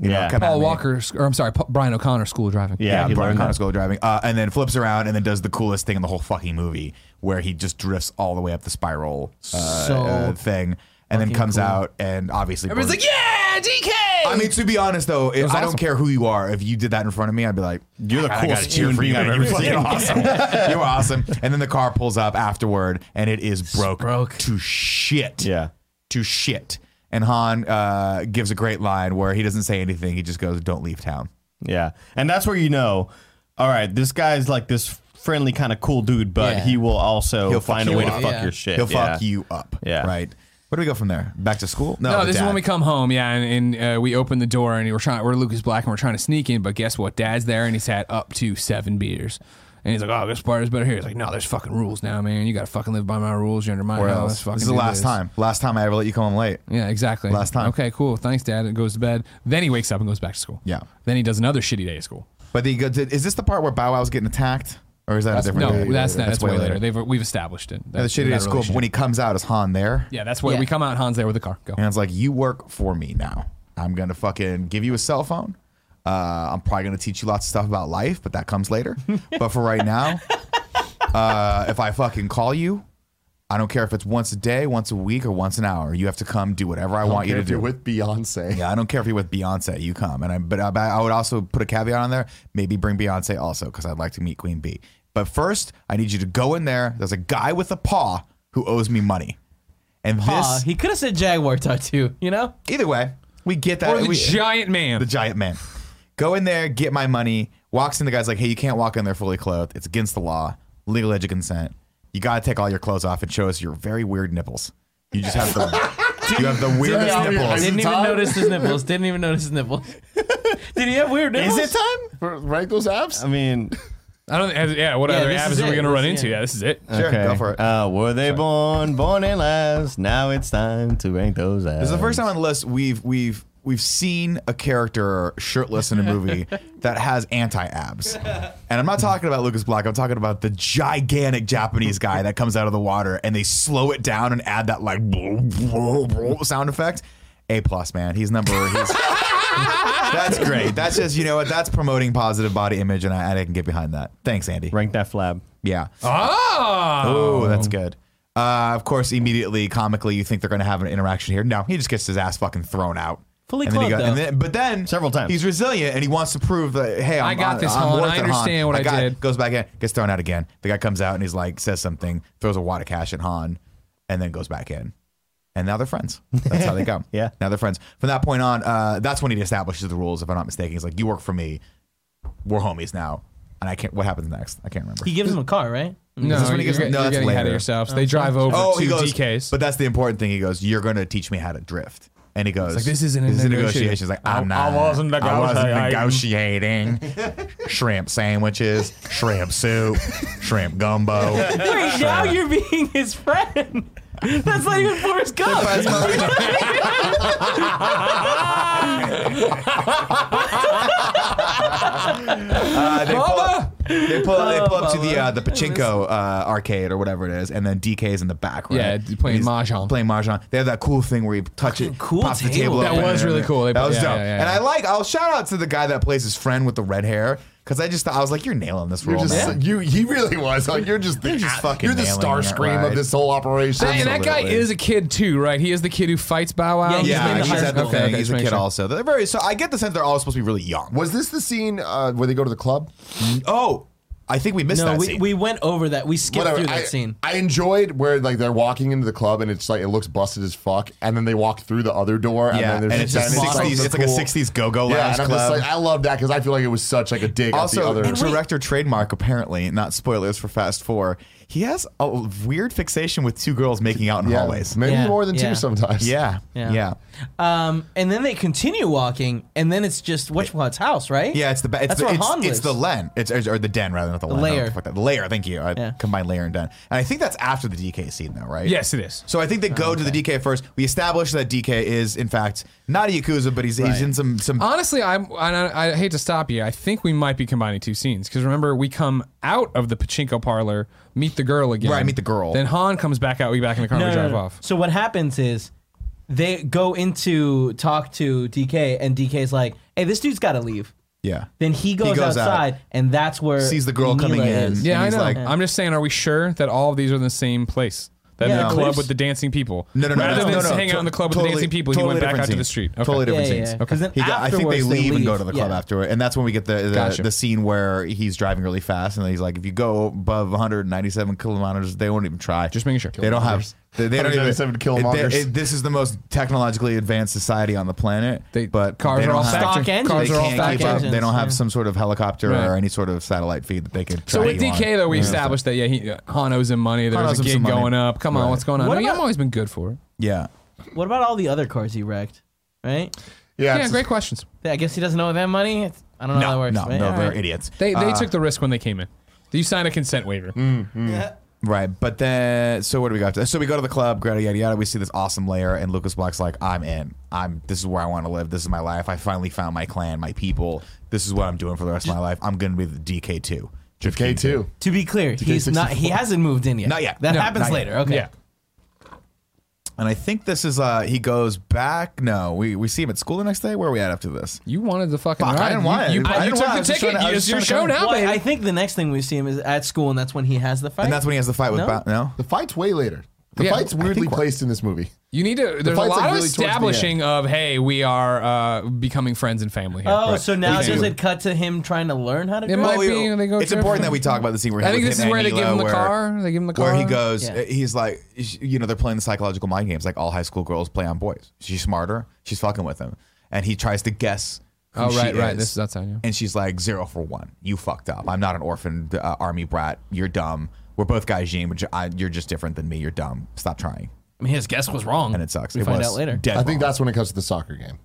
S3: you know,
S6: Yeah.
S3: come at
S5: Paul
S3: me.
S5: Walker, or I'm sorry, Pa- Brian O'Connor school driving.
S6: Yeah.
S3: Yeah,
S6: he
S3: Brian
S6: learned
S3: O'Connor's goal driving, uh, and then flips around and then does the coolest thing in the whole fucking movie, where he just drifts all the way up the spiral uh,
S4: So
S3: uh, thing, and then comes out and obviously
S5: Everyone's like, yeah, DK!
S3: I mean, to be honest though, if, I don't
S5: awesome.
S3: care who you are. If you did that in front of me, I'd be like,
S6: You're the
S3: "I
S6: coolest
S3: gotta cheer
S6: human
S3: for you.
S6: being I've
S3: man.
S6: ever
S3: You're fucking
S6: seen."
S3: awesome. You're awesome. And then the car pulls up afterward, and it is broke,
S2: broke.
S3: to shit.
S6: Yeah.
S3: to shit. And Han uh, gives a great line where he doesn't say anything. He just goes, "Don't leave town."
S6: Yeah. And that's where you know, all right, this guy's like this friendly kind of cool dude, but
S4: Yeah.
S6: he will also
S3: He'll fuck
S6: find a
S3: you
S6: way to
S3: up.
S6: fuck
S4: Yeah.
S6: your shit.
S3: He'll fuck
S6: Yeah.
S3: you up.
S6: Yeah.
S3: Right. Where do we go from there? Back to school?
S5: No,
S3: the
S5: this is
S3: Oh, dad.
S5: when we come home, yeah, and, and uh, we open the door and we're trying. We're Lucas Black and we're trying to sneak in, but guess what? Dad's there and he's had up to seven beers, and he's like, "Oh, this bar is better here." He's like, "No, there's fucking rules now, man. You got to fucking live by my rules. You're under my
S3: Where
S5: house.
S3: else?
S5: Fucking
S3: This is the
S5: do
S3: last
S5: this."
S3: time. Last time I ever let you come home late.
S5: Yeah, exactly.
S3: Last time.
S5: Okay, cool. Thanks, Dad. And goes to bed. Then he wakes up and goes back to school.
S3: Yeah.
S5: Then he does another shitty day of school.
S3: But the, is this the part where Bow Wow's getting attacked? Or is that a different
S5: No,
S3: day?
S5: that's not. That's, way, later. They've we've established it.
S3: No, the shitty day
S5: that
S3: of school, but
S5: relationship.
S3: when he comes out, is Han there?
S5: yeah, that's where
S4: Yeah.
S5: we come out. Hans there with the car. Go.
S3: And it's like, you work for me now. I'm going to fucking give you a cell phone. Uh, I'm probably going to teach you lots of stuff about life, but that comes later. but for right now, uh, if I fucking call you, I don't care if it's once a day, once a week, or once an hour. You have to come do whatever I, want you
S1: Okay,
S3: to
S1: if
S3: do.
S1: you're with Beyonce.
S3: Yeah, I don't care if you're with Beyonce, you come. And I, but I, but I would also put a caveat on there. Maybe bring Beyonce also because I'd like to meet Queen B. But first, I need you to go in there. There's a guy with a paw who owes me money. And
S4: Aw,
S3: this,
S4: he could have said Jaguar tattoo, you know?
S3: either way, we get that.
S5: Or the
S3: we-
S5: giant man.
S3: the giant man. Go in there, get my money. Walks in, the guy's like, "Hey, you can't walk in there fully clothed. It's against the law. Legal age of consent. You gotta take all your clothes off and show us your very weird nipples. You just have the, you have the weirdest
S1: Yeah, I mean, Is
S3: nipples.
S1: it
S4: Didn't even
S1: time?
S4: notice his nipples. Didn't even notice his nipples. Did he have weird nipples?
S6: Is it time?
S1: For rank those apps.
S6: I mean,
S5: I don't. Yeah. What
S4: Yeah,
S5: other
S4: this
S5: avenues
S4: is
S5: are we
S4: it.
S5: gonna
S4: This
S5: run
S4: is
S5: into?
S4: it.
S5: Yeah, this is it.
S3: Sure,
S6: okay.
S3: go for it.
S6: Uh, were they born, born and last? Now it's time to rank those as.
S3: This is the first time on the list we've we've we've seen a character shirtless in a movie that has anti abs. And I'm not talking about Lucas Black, I'm talking about the gigantic Japanese guy that comes out of the water and they slow it down and add that like sound effect. A plus, man. He's number he's That's great. That's just you know what, that's promoting positive body image and I, and I can get behind that. Thanks, Andy.
S6: Rank that flab.
S3: Yeah.
S5: Oh.
S3: Oh, that's good. Uh, of course, immediately, comically, you think they're going to have an interaction here. No, he just gets his ass fucking thrown out.
S4: Fully
S3: and then he
S4: clothed,
S3: and
S4: though.
S3: then, but then
S6: Several times.
S3: he's resilient and he wants to prove that hey, I'm,
S5: I got
S3: I'm-
S5: this,
S3: I'm
S5: Han.
S3: worth
S5: I
S3: it,
S5: understand what I
S3: got-
S5: did.
S3: Goes back in, gets thrown out again. The guy comes out and he's like says something, throws a wad of cash at Han, and then goes back in. And now they're friends. That's how they go.
S6: Yeah.
S3: Now they're friends. From that point on, uh, that's when he establishes the rules. If I'm not mistaken, he's like, "You work for me. We're homies now." And I can't. What happens next? I can't remember.
S4: He gives him a car, right?
S5: No,
S3: Is this when
S5: you're,
S3: he gets-
S5: get-
S3: no,
S5: you're
S3: that's
S5: getting ahead
S3: later.
S5: of yourself. they drive over
S3: Oh,
S5: to
S3: he goes,
S5: DK's.
S3: But that's the important thing. He goes, "You're going to teach me how to drift." And he goes,
S5: like, "This isn't a negotiation."
S3: negotiations." Like, I'm
S5: I- I
S3: not.
S5: wasn't
S3: I wasn't
S5: negotiating.
S3: negotiating. shrimp sandwiches, shrimp soup, shrimp gumbo.
S4: Wait, now you're being his friend. That's not even Forrest Gump.
S3: Uh, they, pull up, they they pull, they pull up to the uh, the pachinko uh, arcade or whatever it is, and then DK's in the back, right?
S5: Yeah,
S3: And
S5: playing
S3: he's
S5: mahjong.
S3: Playing mahjong. They have that cool thing where you touch it,
S4: Cool
S3: pops the table.
S4: table.
S5: That
S3: open,
S5: was
S3: and-
S5: really cool. They-
S3: that was
S5: yeah,
S3: dope.
S5: yeah, yeah.
S3: And I like. I'll shout out to the guy that plays his friend with the red hair because I just thought I was like, you're nailing this
S1: You're
S3: role,
S1: just
S3: man.
S1: you. He really was. Like you're just the
S3: You're just fucking
S1: You're the
S3: nailing
S1: star
S3: it,
S1: scream
S3: right?
S1: of this whole operation.
S5: and that guy
S1: Absolutely.
S5: is a kid too, right? He is the kid who fights Bow Wow.
S4: Yeah, he's
S3: Yeah,
S4: in the
S3: he's,
S4: high
S3: at the
S4: school.
S3: thing.
S5: Okay, okay,
S3: he's
S5: just
S3: a
S5: making
S3: kid
S5: sure.
S3: also. They're very. So I get the sense they're all supposed to be really young.
S1: Was this the scene uh, where they go to the club?
S3: Oh, I think we missed
S4: No,
S3: that
S4: we,
S3: scene.
S4: we went over that. We skipped
S1: Whatever.
S4: through that
S1: I,
S4: scene.
S1: I enjoyed where like they're walking into the club and it's like it looks busted as fuck, and then they walk through the other door, and
S3: yeah,
S1: then
S3: and
S1: there's
S3: it's just
S1: and like
S3: 60s.
S1: so
S3: It's like a
S1: cool.
S3: 60s go-go
S1: Yeah,
S3: lounge
S1: and I'm just
S3: club.
S1: like, I love that because I feel like it was such like a dig. at the
S3: Also,
S1: other.
S3: director trademark apparently, not spoilers for Fast Four. He has a weird fixation with two girls making out in
S1: yeah,
S3: hallways.
S1: maybe
S4: Yeah,
S1: more than
S4: yeah.
S1: two sometimes.
S3: Yeah, yeah,
S4: Yeah.
S3: yeah.
S4: Um, and then they continue walking, and then it's just Witchbot's house, right?
S3: it's the ba- it's
S4: That's
S3: the
S4: where
S3: it's,
S4: Han
S3: it's
S4: lives.
S3: the len. It's or the den rather not the, len. I don't know
S4: lair.
S3: what the fuck that- The layer. Thank you. I
S4: Yeah.
S3: combined layer and den. And I think that's after the DK scene though, right?
S5: Yes, it is.
S3: So I think they go to the DK first. We establish that DK is in fact not a yakuza, but he's he's in some some
S5: Honestly, I'm. and I, I hate to stop you. I think we might be combining two scenes because remember we come out of the pachinko parlor, meet the girl again.
S3: Right, meet the girl.
S5: Then Han comes back out. We back in the car. and
S4: No,
S5: we
S4: no,
S5: drive
S4: no.
S5: off.
S4: So what happens is they go into talk to DK, and DK's like, "Hey, this dude's got to leave."
S3: yeah.
S4: Then he goes,
S3: goes out.
S4: outside, and that's where
S3: Sees the girl coming in.
S4: is.
S5: Yeah,
S3: And
S5: I
S3: he's
S5: know.
S3: like-
S5: I'm just saying, are we sure that all of these are in the same place? That in
S4: Yeah,
S5: the
S4: no.
S5: club with the dancing people.
S3: No, no, no.
S5: Rather
S3: no,
S5: than
S3: no, no,
S5: hanging out in the club with the dancing people, he went back out to the street. Okay.
S3: Totally different
S4: Yeah, yeah,
S3: scenes.
S4: yeah. 'Cause then
S3: He got- I think they
S4: afterwards they
S3: leave, and go
S4: leave.
S3: to the club
S4: Yeah.
S3: afterward, and that's when we get the the,
S5: Gotcha.
S3: the scene where he's driving really fast, and he's like, "If you go above 197 kilometers, they won't even try.
S5: Just making sure.
S3: they don't have." They, they don't even.
S1: 197 kilometers.
S3: it- it- this is the most technologically advanced society on the planet.
S5: They-
S3: but
S5: cars
S3: they
S5: are
S3: don't
S5: all
S3: have,
S5: stock
S3: they
S4: engines.
S3: can't
S4: Cars are all
S3: keep
S4: stock
S3: up. They
S4: engines,
S3: don't have
S4: yeah.
S3: some sort of helicopter or
S5: Right.
S3: any sort of satellite feed that they could.
S5: So
S3: track
S5: with
S3: you on.
S5: DK though, we established that yeah, he uh, Han owes him money. There
S3: Han
S5: was a
S3: owes him
S5: gig
S3: some money.
S5: going up. Come on,
S3: Right.
S5: what's going on?
S4: What
S5: I mean,
S4: about-
S5: I've always been good for it.
S3: Yeah.
S4: What about all the other cars he wrecked? Right?
S1: yeah,
S5: Yeah,
S1: it's-
S5: great questions.
S4: I guess he doesn't owe them money. It's, I don't know how that
S3: No,
S4: works.
S3: no,
S4: right?
S3: no,
S4: All
S3: they're
S4: right.
S3: idiots.
S5: They they took the risk when they came in. You signed a consent waiver.
S3: Mm. Right, but then so what do we got? To? So we go to the club, yada yada yada. We see this awesome layer, and Lucas Black's like, "I'm in. I'm. This is where I want to live. This is my life. I finally found my clan, my people. This is what I'm doing for the rest of my life. I'm gonna be the DK two,
S1: K two.
S4: To be clear, he's not. He hasn't moved in yet.
S3: Not yet.
S4: That
S3: No,
S4: happens
S3: not yet.
S4: later. Okay.
S5: Yeah.
S3: And I think this is uh he goes back. No, we we see him at school the next day. Where are we at after this?
S5: You wanted the fucking
S3: Fuck, I
S5: ride.
S3: didn't want it.
S5: You, you,
S3: I
S5: you
S3: didn't
S5: took
S3: want it. I
S5: the
S3: was just
S5: ticket.
S3: trying to- I was
S5: it's your
S3: just trying
S5: show
S3: to
S5: now,
S4: Well,
S5: baby.
S4: I think the next thing we see him is at school, and that's when he has the fight.
S3: And that's when he has the fight with
S4: No.
S3: Ba- no.
S1: The fight's way later. The
S5: Yeah,
S1: fight's
S5: I
S1: weirdly placed in this movie.
S5: you need to. There's a
S1: fight's,
S5: lot
S1: like,
S5: of
S1: really towards the end.
S5: establishing of hey, we are uh, becoming friends and family here.
S4: oh,
S5: Right.
S4: so now
S5: Thank
S4: does
S5: you.
S4: it cut to him trying to learn how to
S5: It
S4: drive?
S5: might
S3: Well,
S5: be.
S3: we-
S5: They go
S3: Oh, it's
S5: different.
S3: important that we talk about the scene where
S5: I think
S3: with
S5: this
S3: him
S5: is where
S3: and
S5: they give
S3: Nilo,
S5: him the
S3: where-
S5: car. They give him the car.
S3: where he goes,
S4: Yeah.
S3: he's like, you know, they're playing the psychological mind games, like all high school girls play on boys. She's smarter, she's fucking with him, and he tries to guess. Who
S5: Oh,
S3: she
S5: right, right.
S3: is.
S5: This is outside, yeah.
S3: And she's like zero for one. You fucked up. I'm not an orphan uh, army brat. You're dumb. We're both Gaijin, which I, you're just different than me. You're dumb. Stop trying.
S5: I mean, his guess was wrong.
S3: And it sucks.
S4: We
S3: it
S4: find
S3: was
S4: out later.
S3: Dead
S1: I think
S3: wrong.
S1: that's when it comes to the soccer game.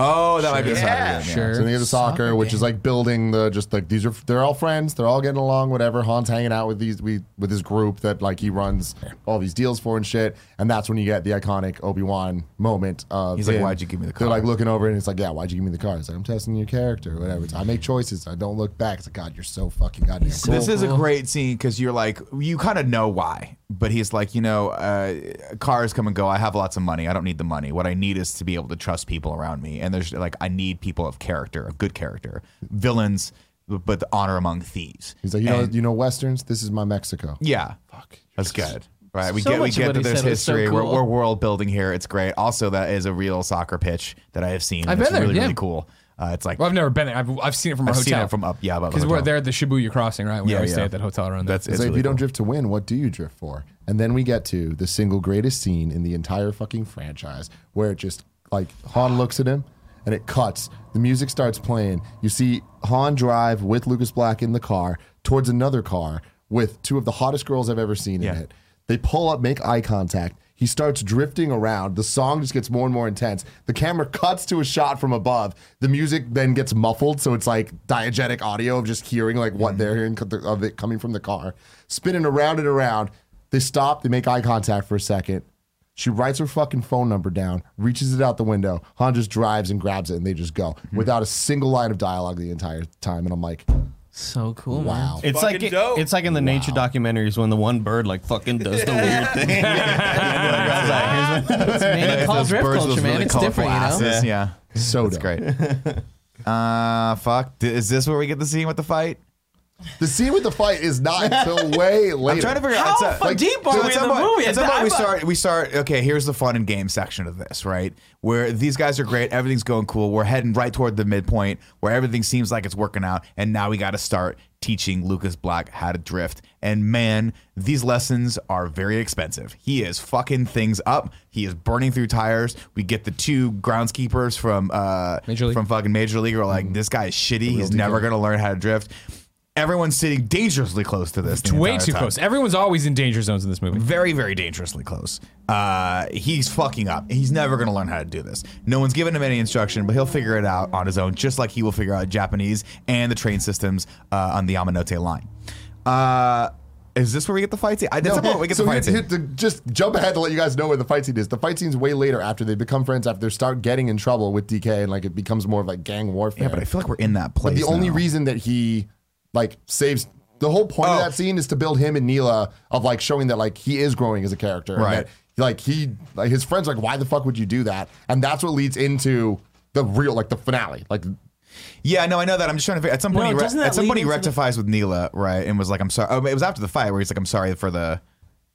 S3: Oh, that might be the yeah. yeah.
S5: Sure.
S1: So they go to soccer, which is like building the just like these are they're all friends, they're all getting along, whatever. Han's hanging out with these we with his group that like he runs all these deals for and shit. And that's when you get the iconic Obi Wan moment of
S3: He's like,
S1: him-
S3: "Why'd you give me the
S1: They're
S3: car?"
S1: like looking over and it's like, Yeah, why'd you give me the car? It's like I'm testing your character, or whatever. It's, I make choices, I don't look back. It's like God, you're so fucking goddamn cool.
S3: This is a great scene because you're like, you kind of know why, but he's like, you know, uh, cars come and go. I have lots of money. I don't need the money. What I need is to be able to trust people around me. And there's like, I need people of character, of good character, villains, but the honor among thieves.
S1: He's like, You know
S3: And-
S1: you know Westerns? This is my Mexico.
S3: yeah, fuck, that's good. Right, we
S4: So
S3: get we
S4: much of
S3: get
S4: what
S3: that
S4: he
S3: there's
S4: said was so
S3: history. we're,
S4: cool.
S3: we're world building here. It's great. Also, that is a real soccer pitch that I have seen.
S5: I've
S3: It's
S5: been there,
S3: Really,
S5: yeah.
S3: really cool. Uh, it's like
S5: Well, I've never been there. I've, I've seen it from our
S3: I've
S5: hotel.
S3: seen it from up. Yeah,
S5: because we're there at the Shibuya crossing, right? We
S3: Yeah,
S5: always
S3: yeah.
S5: stay at that hotel around there.
S3: That's
S1: It's
S3: it's
S1: like, if
S3: really
S1: you don't
S3: cool.
S1: drift to win, what do you drift for? And then we get to the single greatest scene in the entire fucking franchise where it just like Han looks at him and it cuts. The music starts playing. You see Han drive with Lucas Black in the car towards another car with two of the hottest girls I've ever seen in
S3: Yeah.
S1: it. They pull up, make eye contact. He starts drifting around. The song just gets more and more intense. The camera cuts to a shot from above. The music then gets muffled, so it's like diegetic audio of just hearing like
S3: Mm-hmm.
S1: what they're hearing co- of it coming from the car, spinning around and around. They stop. They make eye contact for a second. She writes her fucking phone number down, reaches it out the window.
S3: Mm-hmm.
S1: Han just drives and grabs it, and they just go without a single line of dialogue the entire time. And I'm like,
S2: So cool,
S6: Wow.
S2: wow.
S6: It's
S7: Fucking
S6: like it-
S7: dope.
S6: it's like in the nature documentaries when the one bird like fucking does the weird thing. And the other guy's like, "Here's
S2: man.
S6: my-"
S2: It's man called drift
S3: birds with
S2: culture, man.
S3: really
S2: it's
S3: colorful
S2: different, you know.
S3: asses, Yeah.
S1: So
S3: That's
S1: dope.
S3: great. uh, fuck. D- is this where we get to see him with the fight?
S1: The scene with the fight is not until way later.
S3: I'm trying to figure
S4: How
S3: out.
S4: fuck deep are we
S3: at
S4: in
S3: some
S4: the
S3: point-
S4: movie?
S3: At some
S4: I'm
S3: point, we
S4: a-
S3: start. We start. Okay, here's the fun and game section of this, right? Where these guys are great. Everything's going cool. We're heading right toward the midpoint where everything seems like it's working out, and now we got to start teaching Lucas Black how to drift. And man, these lessons are very expensive. He is fucking things up. He is burning through tires. We get the two groundskeepers from uh
S5: Major League. Mm-hmm.
S3: from fucking Major League are like, this guy is shitty. He's never gonna learn how to drift. Everyone's sitting dangerously close to this. the
S5: Way
S3: entire
S5: too
S3: time
S5: close. Everyone's always in danger zones in this movie.
S3: very, very dangerously close. Uh, he's fucking up. He's never going to learn how to do this. No one's given him any instruction, but he'll figure it out on his own, just like he will figure out Japanese and the train systems uh, on the Yamanote line. Uh, is this where we get the fight scene? I did we get
S1: so
S3: the
S1: here-
S3: fight scene.
S1: here to just jump ahead to let you guys know where the fight scene is. The fight scene's way later after they become friends, after they start getting in trouble with DK, and like it becomes more of like gang warfare.
S3: yeah, but I feel like we're in that
S1: But
S3: place.
S1: the only
S3: now.
S1: reason that he like saves the whole point of
S3: Oh.
S1: that scene is to build him and Neela of like showing that like he is growing as a character. and
S3: Right.
S1: that, like he like his friends are like, why the fuck would you do that? And that's what leads into the real like the finale. Like
S3: Yeah, no, I know that. I'm just trying to figure. At some point,
S2: No,
S3: he re-
S2: doesn't that
S3: at some
S2: lead
S3: point he
S2: into the-
S3: rectifies with Neela, right? And was like, "I'm sorry." Oh, it was after the fight where he's like, "I'm sorry for the,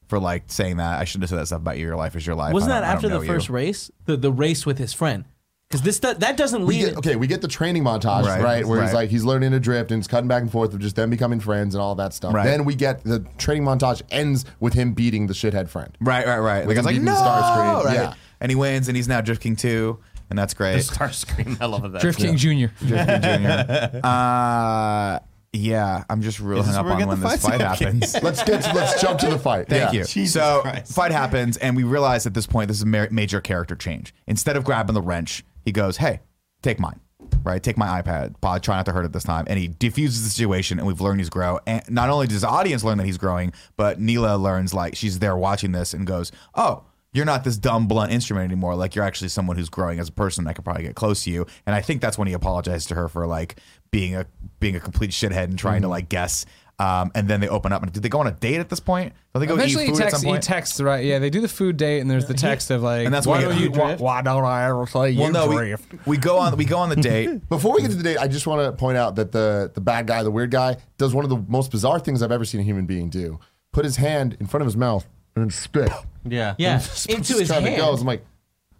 S3: for like saying that. I shouldn't have said that stuff about you. Your life is your life."
S2: Wasn't that
S3: I don't- I don't
S2: after the
S3: know you."
S2: first race? The the race with his friend. Because this do- that doesn't lead.
S1: we get okay, we get the training montage,
S3: Right,
S1: right? where
S3: right.
S1: he's like he's learning to drift and it's cutting back and forth of just them becoming friends and all that stuff.
S3: Right.
S1: Then we get the training montage ends with him beating the shithead friend.
S3: Right, right, right. Like I was like,
S1: beating
S3: no,
S1: Starscream,
S3: right?
S1: yeah.
S3: And he wins, and he's now Drift King two, and that's great.
S6: Starscream, I love that.
S5: Drift King Jr.
S3: Drift King Junior. Uh, yeah, I'm just real
S6: Is this
S3: hung up
S6: where we
S3: on
S6: get
S3: when
S6: the
S3: this fight
S6: fight
S3: happens.
S1: Let's get let's jump to the fight.
S3: Thank
S1: Yeah.
S3: you.
S6: Jesus
S3: so
S6: Christ.
S3: fight happens, and we realize at this point this is a ma- major character change. Instead of grabbing the wrench, he goes, "Hey, take mine." Right, take my iPad. Pod, try not to hurt it this time. And he diffuses the situation, and we've learned he's grow. And not only does the audience learn that he's growing, but Neela learns like she's there watching this and goes, "Oh, you're not this dumb blunt instrument anymore. Like you're actually someone who's growing as a person. I could probably get close to you." And I think that's when he apologized to her for like being a being a complete shithead and
S6: Mm-hmm.
S3: trying to like guess. Um, and then they open up. And did they go on a date at this point? Don't they go
S5: Eventually,
S3: eat
S5: he
S3: food at
S5: texts,
S3: some
S5: he
S3: point?
S5: texts, right? Yeah, they do the food date, and there's the text of like,
S3: And that's
S5: why
S3: when
S5: don't
S3: you-
S5: you, why, why don't I ever say you
S3: well, no, we,
S5: drift?
S3: we go on we go on the date.
S1: Before we get to the date, I just want to point out that the the bad guy, the weird guy, does one of the most bizarre things I've ever seen a human being do. Put his hand in front of his mouth and then spit.
S6: Yeah.
S2: yeah, into his
S1: Just kinda
S2: hand.
S1: goes. I'm like,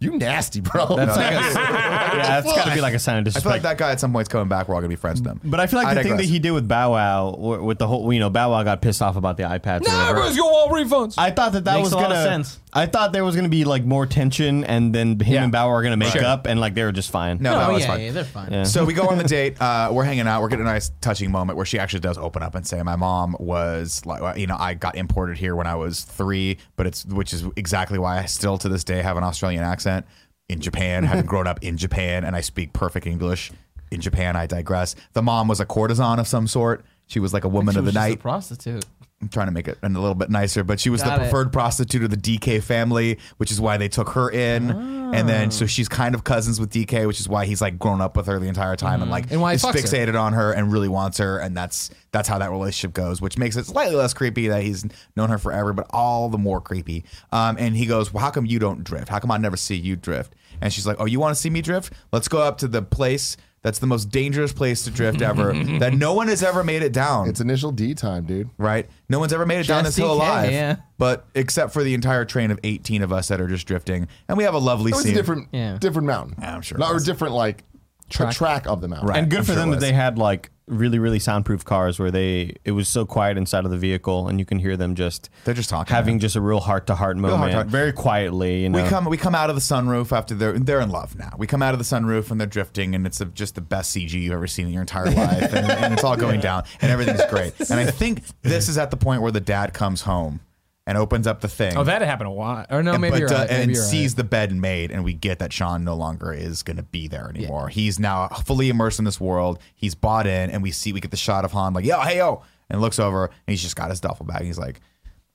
S1: you nasty, bro.
S6: That's like a, yeah, that's got to be like a sign of
S3: I
S6: disrespect.
S3: feel like that guy at some point's coming back. We're all gonna be friends with him.
S6: but I feel like the thing that
S3: digress.
S6: he did with Bow Wow, or with the whole, you know, Bow Wow got pissed off about the iPads. or
S5: Nah,
S6: whatever.
S5: everyone's got all refunds.
S6: I thought that that
S2: Makes
S6: was
S2: a lot
S6: gonna.
S2: of sense.
S6: I thought there was gonna be like more tension, and then him
S5: Yeah.
S6: and Bauer are gonna make
S5: Sure.
S6: up, and like they were just fine.
S3: no, that
S2: Oh
S3: was
S2: yeah,
S3: fine.
S2: yeah, they're fine.
S6: Yeah.
S3: So we go on the date. Uh, we're hanging out. We're getting a nice touching moment where she actually does open up and say, "My mom was like, well, you know, I got imported here when I was three, but it's which is exactly why I still to this day have an Australian accent in Japan, having grown up in Japan, and I speak perfect English in Japan. I digress. The mom was a courtesan of some sort. She was like a woman
S2: She
S3: of
S2: was
S3: the
S2: just a
S3: night.
S2: prostitute.
S3: I'm trying to make it a little bit nicer, but she was
S2: Got
S3: the
S2: it.
S3: preferred prostitute of the DK family, which is why they took her in. And then,
S5: Ah.
S3: so she's kind of cousins with DK, which is why he's like grown up with her the entire time and like
S5: Mm. And why he
S3: is
S5: fucks her.
S3: fixated on her and really wants her. And that's that's how that relationship goes, which makes it slightly less creepy that he's known her forever, but all the more creepy. Um, and he goes, Well, how come you don't drift? How come I never see you drift? And she's like, Oh, you want to see me drift? Let's go up to the place that's the most dangerous place to drift ever that no one has ever made it down
S1: it's initial D time, dude.
S3: right? No one's ever made it down this
S2: Just
S3: hill
S2: DK,
S3: alive,
S2: yeah.
S3: but except for the entire train of 18 of us that are just drifting, and we have a lovely
S1: It was
S3: scene.
S1: a different
S2: Yeah.
S1: different mountain.
S3: Yeah, I'm sure it
S1: Not, or
S3: was.
S1: different like track. track of the mountain.
S3: Right.
S6: and good
S3: I'm
S6: for
S3: sure
S6: them
S3: it
S6: that
S3: was.
S6: they had like really really soundproof cars where they it was so quiet inside of the vehicle and you can hear them just
S3: They're just talking,
S6: having
S3: man.
S6: just a real heart to heart moment
S3: heart-to-heart.
S6: very quietly you know
S3: We come we come out of the sunroof after they're they're in love now. We come out of the sunroof and they're drifting and it's the- just the best CG you've ever seen in your entire life and, and it's all going down and everything's great. And I think this is at the point where the dad comes home and opens up the thing.
S5: Oh, that happened a lot. Or no,
S3: and,
S5: maybe
S3: but,
S5: you're
S3: uh,
S5: right. Maybe
S3: and
S5: you're right.
S3: sees the bed made, and we get that Sean no longer is going to be there anymore. He's now fully immersed in this world. He's bought in, and we see we get the shot of Han like yo hey yo, and looks over, and he's just got his duffel bag. And he's like,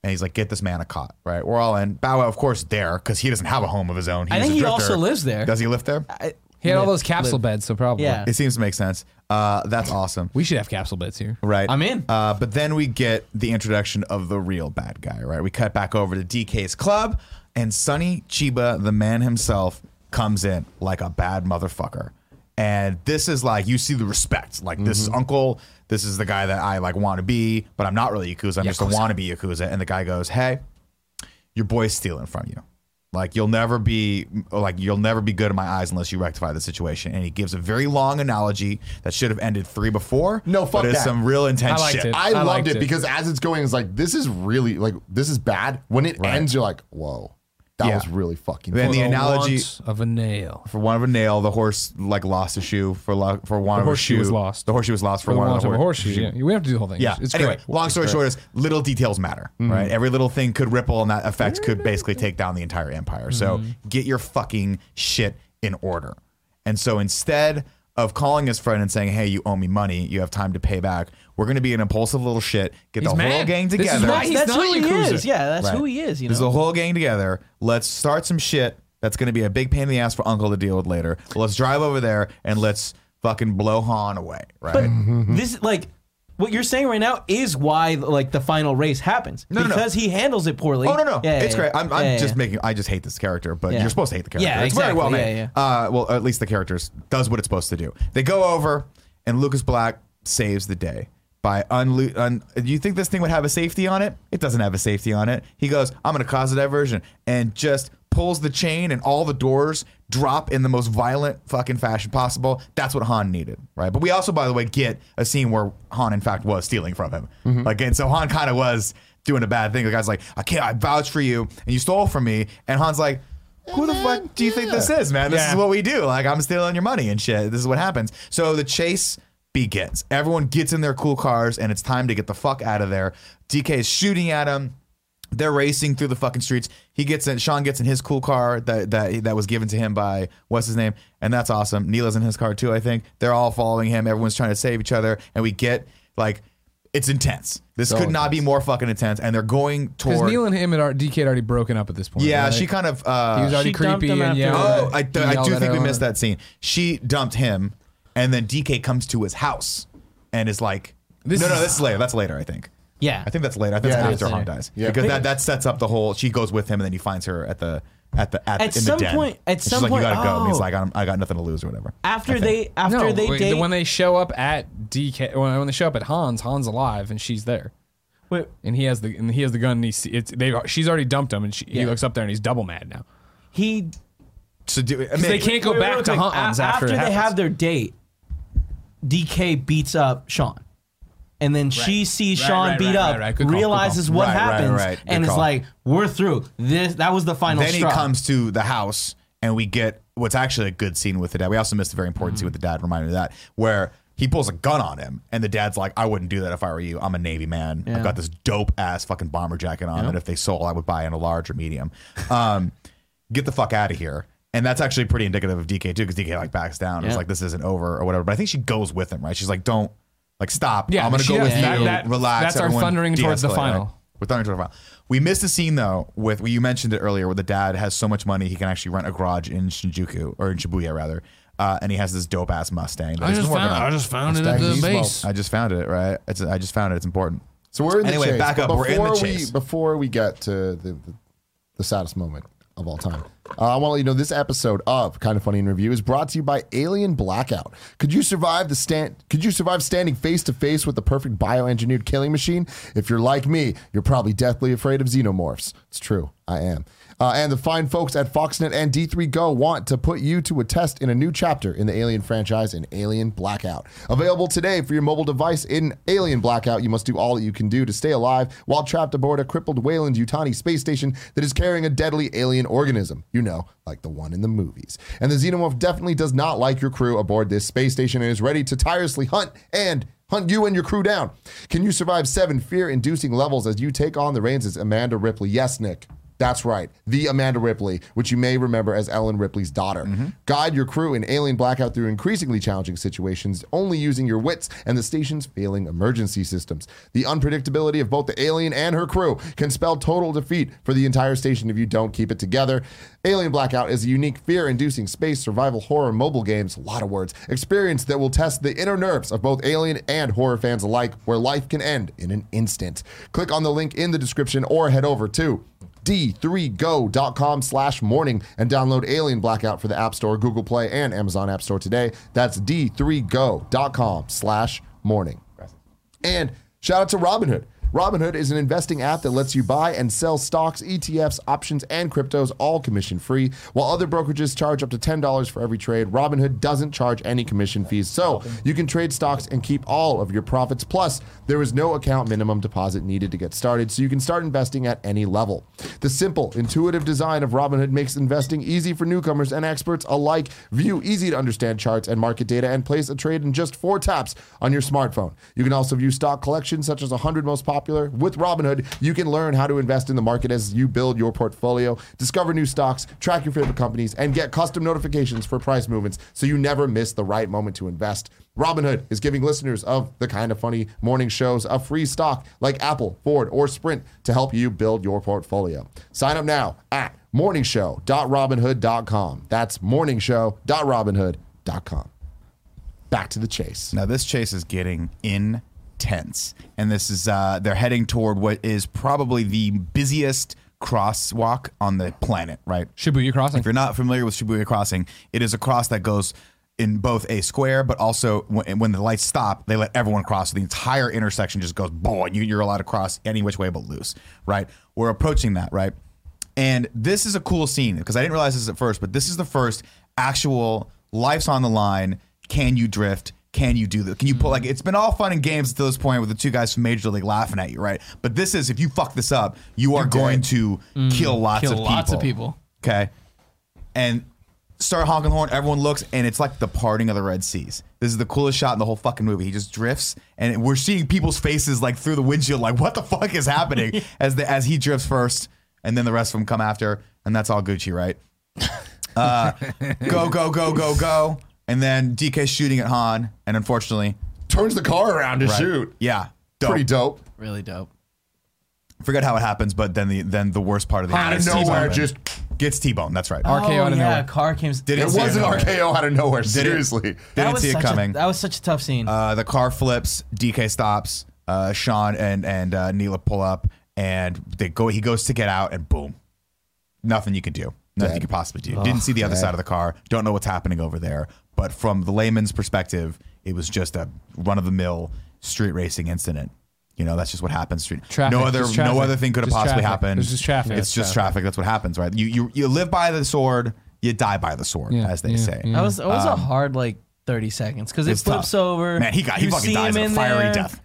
S3: and he's like, get this man a cot, right? We're all in. Bow Wow, of course, there because he doesn't have a home of his own. He's
S2: I think
S3: a
S2: he
S3: drifter.
S2: also lives there.
S3: Does he live there?
S2: I,
S5: He had all those capsule beds, so probably.
S4: Yeah.
S3: It seems to make sense. Uh, that's awesome.
S5: We should have capsule beds here.
S3: Right.
S4: I'm in.
S3: Uh, but then we get the introduction of the real bad guy, right? We cut back over to DK's club, and Sonny Chiba, the man himself, comes in like a bad motherfucker. And this is like, you see the respect. Like, this is Uncle. This is the guy that I like want to be, but I'm not really Yakuza. I'm just a wannabe Yakuza. And the guy goes, hey, your boy's stealing from you. Like you'll never be like you'll never be good in my eyes unless you rectify the situation. And he gives a very long analogy that should have ended three before.
S1: No, fuck
S3: but it's
S1: that.
S3: some real intense
S5: I liked
S3: shit.
S5: it.
S1: I,
S5: I
S1: loved
S5: liked
S1: it,
S5: it.
S1: because as it's going, it's like this is really like this is bad. When it ends, you're like, whoa, that
S3: Yeah.
S1: was really fucking.
S3: Then
S1: funny.
S3: the analogy
S5: Want of a nail.
S3: for one of a nail, the horse like lost a shoe for lo- for one of a
S5: horseshoe
S3: shoe.
S5: was lost.
S3: The horseshoe was lost for,
S5: For the
S3: one
S5: want
S3: of the
S5: of a
S3: hor-
S5: horseshoe. Yeah. We have to do the whole thing.
S3: Yeah.
S5: It's- It's
S3: anyway,
S5: great. Mm-hmm.
S3: long story short is little details matter, right? Every little thing could ripple, and that effect could basically take down the entire empire. So
S5: Mm-hmm.
S3: get your fucking shit in order. And so instead of calling his friend and saying, "Hey, you owe me money. You have time to pay back," we're going to be an impulsive little shit. Get
S5: He's
S3: the whole
S5: mad.
S3: gang
S5: This is
S3: together.
S5: why he's
S4: that's
S5: not
S4: who he
S5: Yakuza.
S4: is. Yeah, that's
S3: Right.
S4: who he is. You know.
S3: There's the whole gang together. Let's start some shit that's going to be a big pain in the ass for Uncle to deal with later. Let's drive over there and let's fucking blow Han away, right?
S4: But this like what you're saying right now is why like the final race happens
S3: no, no.
S4: because he handles it poorly.
S3: Oh no no,
S4: Yeah,
S3: it's
S4: yeah,
S3: great. I'm, I'm
S4: yeah,
S3: just
S4: yeah.
S3: making. I just hate this character, but
S4: Yeah.
S3: you're supposed to hate the character.
S4: Yeah,
S3: it's very well
S4: exactly.
S3: made.
S4: Yeah,
S3: Uh, well, at least the characters does what it's supposed to do. They go over, and Lucas Black saves the day by unlo- un. Do you think this thing would have a safety on it? It doesn't have a safety on it. He goes, "I'm going to cause a diversion," and just pulls the chain, and all the doors drop in the most violent fucking fashion possible. That's what Han needed, right? But we also, by the way, get a scene where Han, in fact, was stealing from him. Like, and so Han kind of was doing a bad thing. The guy's like, I can't, I vouched for you and you stole from me. And Han's like, who the fuck do you think this is, man? This is
S5: Yeah.
S3: what we do. Like, I'm stealing your money and shit. This is what happens. So the chase begins. Everyone gets in their cool cars and it's time to get the fuck out of there. DK is shooting at him. They're racing through the fucking streets. He gets in, Sean gets in his cool car that that that was given to him by what's his name, and that's awesome. Neela's in his car too, I think. They're all following him. Everyone's trying to save each other, and we get like it's intense. This could not be more fucking intense, and they're going
S5: Because
S3: toward.
S5: Neil and him and our DK had already broken up at this point.
S3: yeah,
S5: right?
S3: she kind of. Uh,
S5: He was already
S4: She dumped
S5: creepy
S4: him
S5: and
S4: after-
S5: yelled.
S3: Oh,
S5: at-
S3: I,
S5: he
S3: I
S5: yelled
S3: do
S5: at
S3: think we
S5: her.
S3: missed that scene. She dumped him, and then DK comes to his house and is like,
S5: This
S3: "No, no,
S5: is-
S3: this is later. That's later. I think.
S4: Yeah.
S3: I think that's later. I think
S1: Yeah, it
S3: that's
S1: is
S3: after Han
S4: later.
S3: dies.
S1: Yeah.
S3: because that, that sets up the whole. She goes with him, and then he finds her at the at the at,
S4: At
S3: in the
S4: some
S3: den.
S4: point- at
S3: And she's
S4: some
S3: like,
S4: point-
S3: you gotta go. And he's
S4: oh.
S3: like, I'm, I got nothing to lose or whatever.
S4: After they after
S5: No,
S4: they
S5: wait,
S4: date
S5: when they show up at DK, when, when they show up at Hans, Hans alive and she's there,
S4: wait,
S5: and he has the and he has the gun and he see, it's they she's already dumped him and she, he looks up there and he's double mad now.
S4: he
S3: So do, I mean,
S5: 'Cause they can't go
S4: Wait,
S5: back
S4: real
S5: to
S4: quick,
S5: Hans
S4: a-
S5: after, it
S4: they
S5: happens.
S4: have their date. DK beats up Sean, and then she sees
S5: Right,
S4: Sean
S5: right,
S4: beat
S5: right,
S4: up,
S5: right, right. Good call, good
S4: realizes
S3: call.
S4: what
S3: Right, right,
S4: happens,
S3: right. Good
S4: and is
S3: call.
S4: like, "We're through. This that was the final."
S3: then he
S4: straw.
S3: comes to the house and we get what's actually a good scene with the dad. We also missed a very important scene with the dad, reminder of that, where he pulls a gun on him and the dad's like, I wouldn't do that if I were you. I'm a Navy man. I've got this dope ass fucking bomber jacket on that if they sold, I would buy in a large or medium. Um, get the fuck out of here. And that's actually pretty indicative of DK too, because DK like backs down. It's like this isn't over or whatever. But I think she goes with him, right? She's like, "Don't, like, stop.
S5: Yeah,
S3: I'm gonna
S5: she-
S3: go with
S5: yeah,
S3: you.
S5: that- that-
S3: relax."
S5: that's our
S3: everyone
S5: thundering towards the
S3: de-escalate, right?
S5: final.
S3: We're thundering toward the final. We missed a scene though with well, you mentioned it earlier where the dad has so much money he can actually rent a garage in Shinjuku or in Shibuya rather, uh, and he has this dope ass Mustang. That
S5: I
S3: he's
S5: just
S3: been working
S5: found
S3: on.
S5: I just found it at
S1: Mustang
S5: the
S1: Beast Mode.
S5: base.
S3: I just found it right. It's I just found it. It's important.
S1: So we're in the
S3: Anyway,
S1: chase.
S3: back
S1: but
S3: up. We're in the
S1: before
S3: chase.
S1: We, before we get to the, the, the saddest moment of all time, uh, I want to let you know this episode of Kind of Funny in Review is brought to you by Alien Blackout. Could you survive the stand? Could you survive standing face to face with the perfect bioengineered killing machine? If you're like me, you're probably deathly afraid of xenomorphs. It's true. I am. Uh, and the fine folks at Foxnet and D3 Go want to put you to a test in a new chapter in the Alien franchise in Alien Blackout. Available today for your mobile device in Alien Blackout, you must do all that you can do to stay alive while trapped aboard a crippled Wayland Yutani space station that is carrying a deadly alien organism. You know, like the one in the movies. And the Xenomorph definitely does not like your crew aboard this space station and is ready to tirelessly hunt and hunt you and your crew down. Can you survive seven fear inducing levels as you take on the reins as Amanda Ripley? Yes, Nick. That's right. The Amanda Ripley, which you may remember as Ellen Ripley's daughter. Guide your crew in alien blackout through increasingly challenging situations, only using your wits and the station's failing emergency systems. The unpredictability of both the alien and her crew can spell total defeat for the entire station if you don't keep it together. Alien Blackout is a unique fear inducing space survival horror mobile games, a lot of words, experience that will test the inner nerves of both alien and horror fans alike, where life can end in an instant. Click on the link in the description or head over to d3go.com slash morning and download Alien Blackout for the App Store, Google Play, and Amazon App Store today. That's d3go.com slash morning. And shout out to Robinhood. Robinhood is an investing app that lets you buy and sell stocks, ETFs, options, and cryptos all commission free. While other brokerages charge up to $10 for every trade, Robinhood doesn't charge any commission fees. So you can trade stocks and keep all of your profits. Plus, there is no account minimum deposit needed to get started, so you can start investing at any level. The simple, intuitive design of Robinhood makes investing easy for newcomers and experts alike. View easy to understand charts and market data and place a trade in just four taps on your smartphone. You can also view stock collections such as 100 most popular. With Robinhood, you can learn how to invest in the market as you build your portfolio, discover new stocks, track your favorite companies, and get custom notifications for price movements so you never miss the right moment to invest. Robinhood is giving listeners of the kind of funny morning shows a free stock like Apple, Ford, or Sprint to help you build your portfolio. Sign up now at morningshow.robinhood.com. That's morningshow.robinhood.com. Back to the chase.
S3: Now this chase is getting intense, and this is uh, they're heading toward what is probably the busiest crosswalk on the planet. Right?
S5: Shibuya Crossing.
S3: If you're not familiar with Shibuya Crossing, it is a cross that goes in both a square, but also when, when the lights stop, they let everyone cross. So the entire intersection just goes boom. and You, you're allowed to cross any which way but loose. Right? We're approaching that. Right? And this is a cool scene because I didn't realize this at first, but this is the first actual life's on the line. Can you drift? Can you do this? Can you pull like it's been all fun and games to this point with the two guys from Major League laughing at you, right? But this is if you fuck this up, you are going to kill lots
S2: Mm, Kill
S3: of people.
S2: lots of people.
S3: Okay. And start honking the horn. Everyone looks, and it's like the parting of the Red Seas. This is the coolest shot in the whole fucking movie. He just drifts, and we're seeing people's faces like through the windshield, like what the fuck is happening? as the as he drifts first, and then the rest of them come after, and that's all Gucci, right? Uh, go go go go go, and then DK shooting at Han, and unfortunately,
S1: turns the car around to
S3: right?
S1: shoot.
S3: Yeah, dope.
S1: Pretty dope.
S2: Really dope.
S3: Forget how it happens, but then the then the worst part of the
S1: Out of
S3: is
S1: nowhere,
S3: T-Bone.
S1: just Uh,
S3: gets T-bone. That's right.
S5: RKO
S2: oh,
S5: out of
S2: yeah,
S5: nowhere.
S2: car came. Did
S1: it
S3: Didn't
S1: was
S3: see
S1: an
S3: coming.
S1: RKO out of nowhere. Seriously,
S3: Didn't see it coming.
S2: that was such a tough scene.
S3: Uh, the car flips. DK stops. Uh, Sean and and uh, Neela pull up, and they go. He goes to get out, and boom, nothing you can do. Nothing you could possibly do. Didn't see the other side of the car. Don't know what's happening over there. But from the layman's perspective, it was just a run of the mill street racing incident. You know, that's just what happens. Street.
S5: Traffic,
S3: no other,
S5: just
S3: no
S5: traffic.
S3: other thing could have
S5: Just
S3: possibly
S5: traffic.
S3: happened.
S5: It's just traffic.
S3: It's just traffic. That's what happens, right? You you you live by the sword, you die by the sword,
S5: Yeah,
S3: as they
S5: yeah,
S3: say.
S5: yeah.
S2: that was that was a hard like thirty seconds because it
S3: Um, It's
S2: flips
S3: tough.
S2: over.
S3: Man, he got- he
S2: you
S3: fucking
S2: see
S3: dies
S2: him
S3: a
S2: in
S3: fiery
S2: there.
S3: death.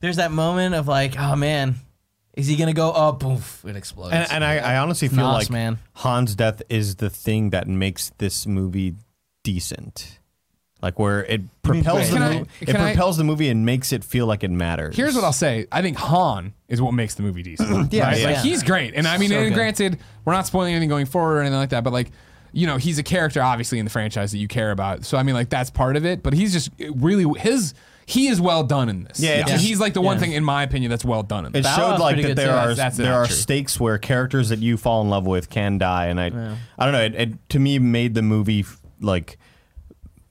S2: There's that moment of like, oh man, is he gonna go? Oh, poof! It explodes.
S6: And, and I, I honestly feel
S2: Nas,
S6: like
S2: man.
S6: Han's death is the thing that makes this movie decent. Like where it propels the
S5: Can I-
S6: movie, it
S5: can I-
S6: propels the movie and makes it feel like it matters.
S5: Here's what I'll say. I think Han is what makes the movie decent.
S6: Yeah,
S5: right?
S6: yeah.
S5: Like he's great. And I mean,
S2: So
S5: and
S2: good.
S5: granted, we're not spoiling anything going forward or anything like that, but like, you know, he's a character obviously in the franchise that you care about. So I mean, like that's part of it, but he's just really his he is well done in this.
S6: Yeah, it's
S5: And
S6: just-
S5: he's like the one thing in my opinion that's well done in
S6: It
S5: this.
S6: showed
S2: was
S6: like
S2: pretty
S6: that
S2: good
S6: there
S2: too.
S6: are
S5: That's- that's
S6: there
S5: not
S6: are
S5: true.
S6: stakes where characters that you fall in love with can die, and I I don't know. It, it to me made the movie f- like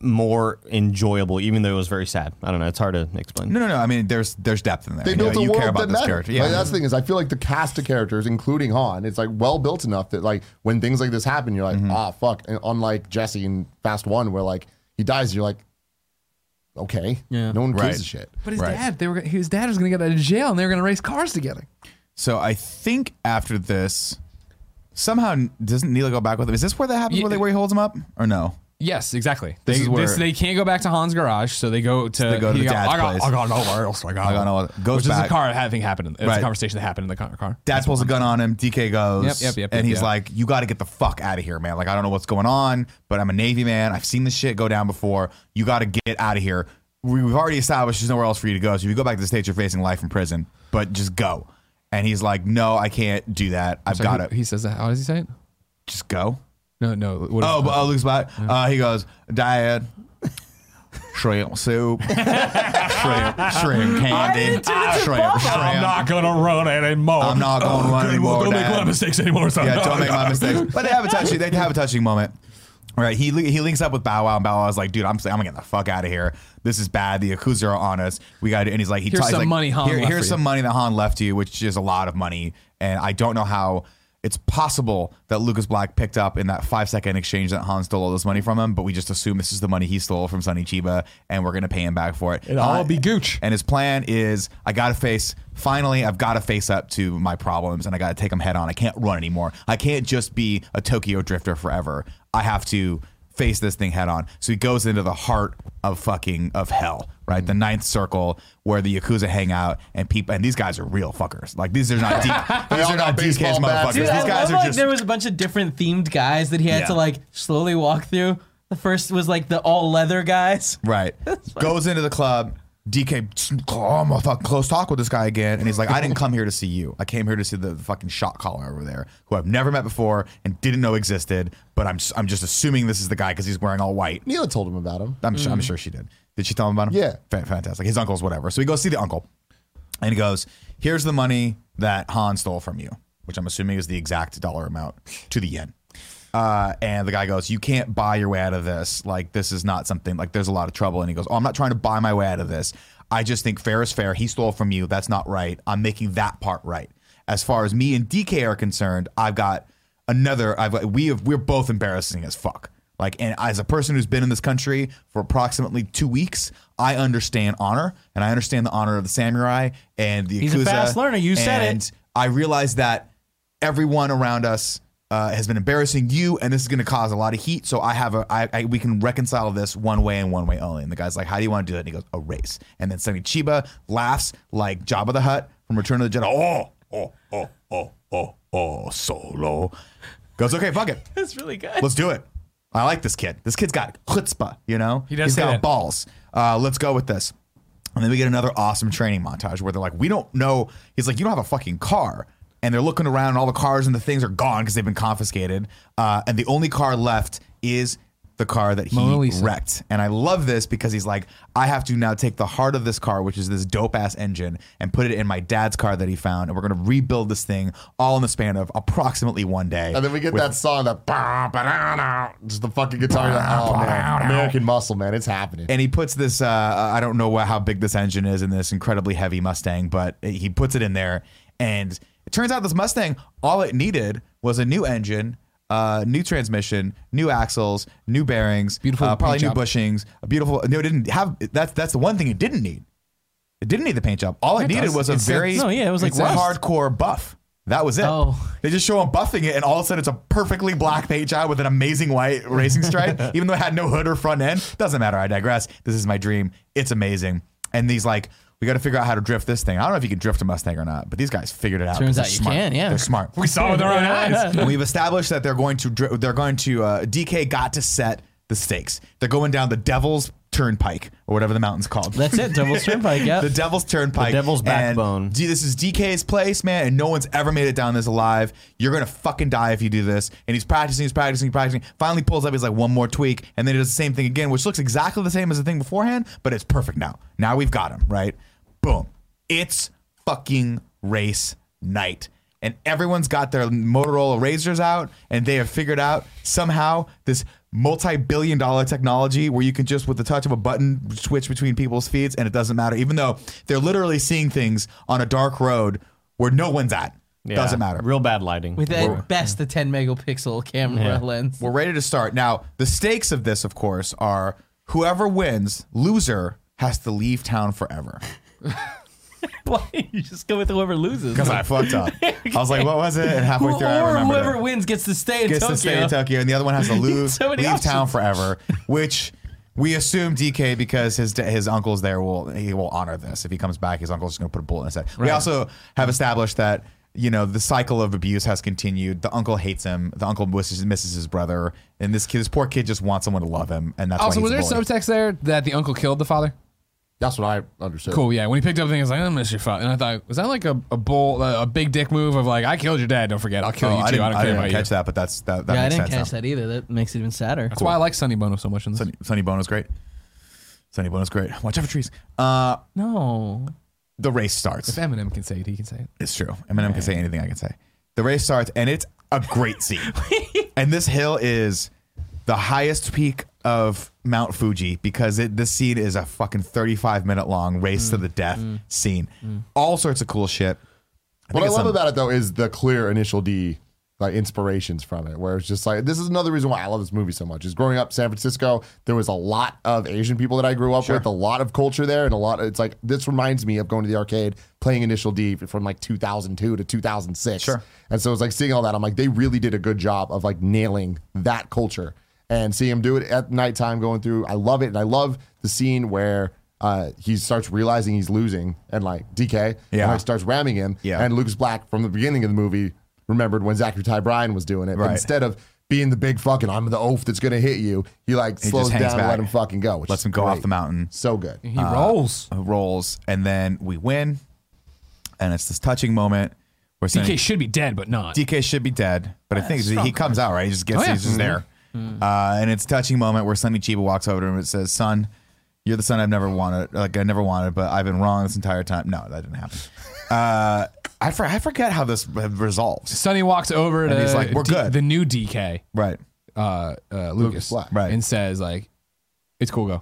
S6: more enjoyable, even though it was very sad. I don't know. It's hard to explain.
S3: No, no, no. I mean, there's there's depth in there.
S1: they
S3: you
S1: built
S3: know,
S1: a
S3: you
S1: world
S3: care about
S1: that
S3: this
S1: mattered.
S3: character.
S1: Like, that's the thing is, I feel like the cast of characters, including Han, it's like well built enough that like when things like this happen, you're like,
S3: Mm-hmm.
S1: ah, fuck. And unlike Jesse in Fast One, where like he dies, you're like, okay,
S2: Yeah.
S1: no one
S3: Right.
S1: gives a shit.
S5: But his
S3: Right.
S5: dad, they were his dad was gonna get out of jail and they were gonna race cars together.
S3: So I think after this, somehow doesn't Neela go back with him? Is this where that happens?
S5: Yeah.
S3: Where, they, where he holds him up or no?
S5: Yes, exactly. They,
S3: This is where-
S5: this- they can't go back to Han's garage, so they go to
S3: they go to
S5: he
S3: the dad's
S5: I got,
S3: place.
S5: I got nowhere else. I got,
S3: I got nowhere- goes
S5: Which
S3: back.
S5: is a car having happened. In, it's
S3: Right.
S5: a conversation that happened in the car. car.
S3: Dad pulls a gun on him. DK goes.
S5: Yep, yep, yep,
S3: And
S5: yep,
S3: he's
S5: yeah.
S3: like, "You got to get the fuck out of here, man. Like I don't know what's going on, but I'm a Navy man. I've seen this shit go down before. You got to get out of here. We- We've already established there's nowhere else for you to go. So if you go back to the states, you're facing life in prison. But just go." and he's like, "No, I can't do that. I've
S5: Sorry,
S3: got
S5: who-
S3: to
S5: He says that. How does he say it?
S3: just go."
S5: No, no. What is
S3: Oh,
S5: it?
S3: but oh, Luke's back. Uh, he goes, "Dad, shrimp soup, shrimp, shrimp candy, shrimp,
S5: I'm
S3: shrimp."
S5: not gonna run anymore.
S3: I'm not gonna run anymore,
S5: Don't make
S3: um, Dad.
S5: my mistakes anymore. Son.
S3: Yeah, don't make my mistakes. But they have a touching. They have a touching moment. All right, he li- he links up with Bow Wow, and Bow Wow's like, "Dude, I'm I'm gonna get the fuck out of here. This is bad. The Yakuza are on us. We got." to And he's like, "He
S5: Here's
S3: he's
S5: some
S3: like,
S5: money Han
S3: "Here-
S5: left
S3: here's
S5: for
S3: some
S5: you."
S3: money that Han left you, which is a lot of money, and I don't know how." It's possible that Lucas Black picked up in that five second exchange that Han stole all this money from him, but we just assume this is the money he stole from Sonny Chiba, and we're gonna pay him back for it. Uh,
S5: It'll all
S3: Han-
S5: be gooch.
S3: and his plan is I got to face, finally, I've got to face up to my problems and I got to take them head on. I can't run anymore. I can't just be a Tokyo drifter forever. I have to face this thing head on. So he goes into the heart of fucking of hell, right? The ninth circle where the Yakuza hang out and people, and these guys are real fuckers. Like these are not deep, these
S1: all
S3: are
S1: got
S3: not DK's
S1: baseball
S3: motherfuckers.
S1: bats.
S3: These
S1: Dude,
S2: I
S3: guys
S2: love,
S3: are
S2: like
S3: just
S2: there was a bunch of different themed guys that he had
S3: Yeah.
S2: to like slowly walk through. The first was like the all leather guys.
S3: Right. Goes into the club. DK, oh, I'm gonna fuck close talk with this guy again. And he's like, I didn't come here to see you. I came here to see the, fucking shot caller over there who I've never met before and didn't know existed. But I'm, s- I'm just assuming this is the guy because he's wearing all white.
S1: Neela told him about him.
S3: I'm, su- I'm sure she did. Did she tell him about him?
S1: Yeah.
S3: Fan- fantastic. His uncle's whatever. So he goes see the uncle and he goes, Here's the money that Han stole from you, which I'm assuming is the exact dollar amount to the yen. Uh, and the guy goes, You can't buy your way out of this. Like, this is not something, like, there's a lot of trouble. And he goes, Oh, I'm not trying to buy my way out of this. I just think fair is fair. He stole from you. That's not right. I'm making that part right. As far as me and DK are concerned, I've got another I've we have we're both embarrassing as fuck. Like and as a person who's been in this country for approximately two weeks, I understand honor and I understand the honor of the samurai and the Yakuza.
S2: He's a fast learner. You said it.
S3: And I realize that everyone around us uh, has been embarrassing you, and this is going to cause a lot of heat. So I have a I, I we can reconcile this one way and one way only. And the guy's like, "How do you want to do it?" And he goes, "A race." And then Sonny Chiba laughs like Jabba the Hutt from Return of the Jedi. Oh, oh, oh, oh, oh, oh, solo. Goes, okay, fuck it.
S2: That's really good.
S3: Let's do it. I like this kid. This kid's got chutzpah, you know? He
S5: does
S3: He's
S5: say
S3: got
S5: that.
S3: balls. Uh, let's go with this. And then we get another awesome training montage where they're like, we don't know. He's like, you don't have a fucking car. And they're looking around, and all the cars and the things are gone because they've been confiscated. Uh, and the only car left is the car that he
S5: Mona Lisa.
S3: wrecked. And I love this because he's like, I have to now take the heart of this car, which is this dope ass engine, and put it in my dad's car that he found. And we're going to rebuild this thing all in the span of approximately one day.
S1: And then we get that song that bah, bah, nah, nah, just the fucking guitar. You're like, oh man, American Muscle, man, it's happening.
S3: and he puts this uh, I don't know wha- how big this engine is in this incredibly heavy Mustang, but he puts it in there, and it turns out this Mustang all it needed was a new engine. Uh, new transmission, new axles, new bearings,
S5: Beautiful
S3: uh, probably new
S5: paint job.
S3: bushings, a beautiful. No, it didn't have. That's that's the one thing it didn't need. It didn't need the paint job. All it, needed was a very
S2: No, yeah, it was like
S3: it's a
S2: rust.
S3: hardcore buff. That was it.
S2: Oh.
S3: They just show him buffing it, and all of a sudden it's a perfectly black paint job with an amazing white racing stripe, even though it had no hood or front end. Doesn't matter. I digress. This is my dream. It's amazing. And he's like, we got to figure out how to drift this thing. I don't know if you can drift a Mustang or not, but these guys figured it out.
S2: Turns
S3: They're
S2: out you
S3: smart.
S2: can, yeah.
S3: they're smart.
S5: We saw it with our own eyes.
S3: And we've established that they're going to dri- they're going to uh, DK got to set the stakes. They're going down the Devil's Turnpike or whatever the mountain's called.
S2: That's it. Devil's Turnpike. Yeah.
S3: The Devil's Turnpike.
S6: The Devil's
S3: And
S6: Backbone.
S3: D- this is DK's place, man, and no one's ever made it down this alive. You're gonna fucking die if you do this. And he's practicing, he's practicing, practicing. Finally pulls up, he's like, one more tweak, and then he does the same thing again, which looks exactly the same as the thing beforehand, but it's perfect now. Now we've got him, right? Boom. It's fucking race night. And everyone's got their Motorola razors out, and they have figured out somehow this multi-billion dollar technology where you can just with the touch of a button switch between people's feeds and it doesn't matter even though they're literally seeing things on a dark road where no one's at
S6: Yeah.
S3: doesn't matter
S6: Real bad lighting.
S2: with at best the 10 megapixel camera
S6: Yeah.
S2: lens.
S3: we're ready to start now the stakes of this of course are whoever wins loser has to leave town forever
S2: Why you just go with whoever loses?
S3: because i fucked up i was like what was it and halfway
S2: Who,
S3: through i
S2: or
S3: remembered it.
S2: whoever wins gets to stay in
S3: gets
S2: Tokyo.
S3: to stay in Tokyo, and the other one has to lose,
S2: So many
S3: leave town
S2: options.
S3: forever. Which we assume DK because his his uncle's there will he will honor this. If he comes back, his uncle's just gonna put a bullet in his head. We also have established that you know the cycle of abuse has continued. The uncle hates him. The uncle misses, misses his brother, and this kid, this poor kid, just wants someone to love him, and that's
S5: Also,
S3: why
S5: was
S3: he's
S5: there
S3: a bully.
S5: subtext there that the uncle killed the father?
S1: That's what I understood.
S5: Cool, yeah. When he picked up the thing, I was like, I miss your father. And I thought, was that like a, a bull, a, a big dick move of like, I killed your dad, don't forget, I'll kill
S3: Oh,
S5: you
S3: I
S5: too.
S3: didn't,
S5: I don't
S3: I
S5: care
S3: didn't
S5: about you.
S3: catch that, but that's that. that
S2: yeah, I
S3: makes
S2: didn't
S3: sense
S2: catch
S3: now.
S2: that either. That makes it even sadder.
S5: That's why I like Sonny Bono so much in this.
S3: Sunny, Sunny Bono's great. Sunny Bono's great. Watch out for trees. Uh,
S2: No.
S3: the race starts.
S5: If Eminem can say it, he can say it.
S3: It's true. Eminem can say anything I can say. The race starts, and it's a great scene. and this hill is the highest peak of Mount Fuji because it, this scene is a fucking 35 minute long race to the death scene. All sorts of cool shit. I
S1: What
S3: think
S1: I
S3: it's
S1: love
S3: some-
S1: about it though is the clear initial D like inspirations from it, where it's just like this is another reason why I love this movie so much. Is growing up San Francisco, there was a lot of Asian people that I grew up with, a lot of culture there, and a lot. It's like this reminds me of going to the arcade playing Initial D from like 2002 to 2006.
S3: Sure.
S1: And so it's like seeing all that. I'm like, they really did a good job of like nailing that culture and see him do it at nighttime going through. I love it. And I love the scene where uh, he starts realizing he's losing and like DK
S3: Yeah.
S1: like, starts ramming him.
S3: Yeah.
S1: And Lucas Black from the beginning of the movie remembered when Zachary Ty Bryan was doing it. But
S3: Right.
S1: instead of being the big fucking, I'm the oaf that's going to hit you, he like
S3: just
S1: slows down
S3: hangs
S1: and
S3: back.
S1: let him fucking go. Which
S3: Lets
S1: is
S3: him go off
S1: great.
S3: the mountain.
S1: So good.
S5: He
S3: Uh,
S5: rolls.
S3: rolls, and then we win. And it's this touching moment where
S5: DK
S3: saying-
S5: should be dead, but not.
S3: DK should be dead, but I think he comes out right. He just gets,
S5: Oh, yeah. Mm-hmm.
S3: he's just there. Uh, and it's a touching moment where Sonny Chiba walks over to him and says, "Son, you're the son I've never wanted. Like I never wanted, but I've been wrong this entire time." No, that didn't happen. Uh, I for, I forget how this resolves.
S5: Sonny walks over to
S3: he's like, "We're
S5: D-
S3: good."
S5: the new DK,
S3: Right.
S5: uh, uh, Lucas,
S1: Black.
S3: Right.
S5: and says, like, it's cool, go.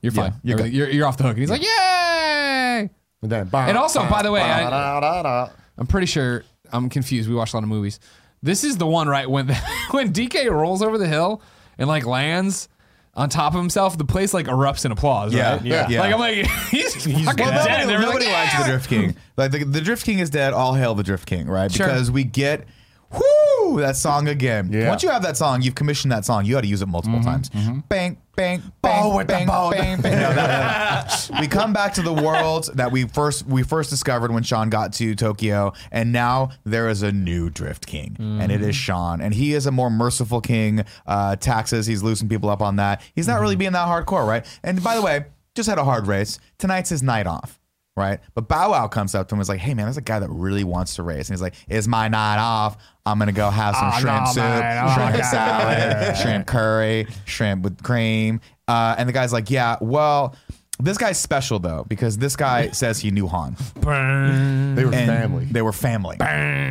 S5: You're
S3: Yeah,
S5: fine.
S3: you're
S5: you're,
S3: good.
S5: you're, you're off the hook. And he's like, yay!
S1: And, then,
S5: And also, by the way, I-
S1: I,
S5: I'm pretty sure I'm confused. We watch a lot of movies. This is the one right when when DK rolls over the hill and like lands on top of himself. The place like erupts in applause.
S3: Yeah,
S5: right?
S3: yeah, yeah.
S5: Like I'm like he's, fucking
S3: Well,
S5: dead.
S3: Nobody,
S5: They're
S3: nobody
S5: like,
S3: likes the
S5: "Yeah!"
S3: Drift King. Like the, the Drift King is dead. All hail the Drift King, right?
S5: Sure.
S3: Because we get whoo that song again.
S1: Yeah. Mm-hmm,
S3: Once you have that song, you've commissioned that song. You got to use it multiple times. Bang, bang, bang,
S1: Bow with the
S3: bang,
S1: bow.
S3: bang, bang. No, no, no. we come back to the world that we first we first discovered when Sean got to Tokyo, and now there is a new Drift King, and it
S1: Mm.
S3: is Sean, and he is a more merciful king. Uh, taxes, he's loosening people up on that. He's not
S1: Mm-hmm.
S3: really being that hardcore, right? And by the way, just had a hard race. Tonight's his night off. Right, but Bow Wow comes up to him and is like, "Hey man, there's a guy that really wants to race," and he's like, "Is my night off? I'm gonna go have some shrimp soup, shrimp salad, shrimp curry, shrimp with cream." Uh, and the guy's like, "Yeah, well, this guy's special though because this guy says he knew Han
S1: they were
S3: and
S1: family.
S3: they were family."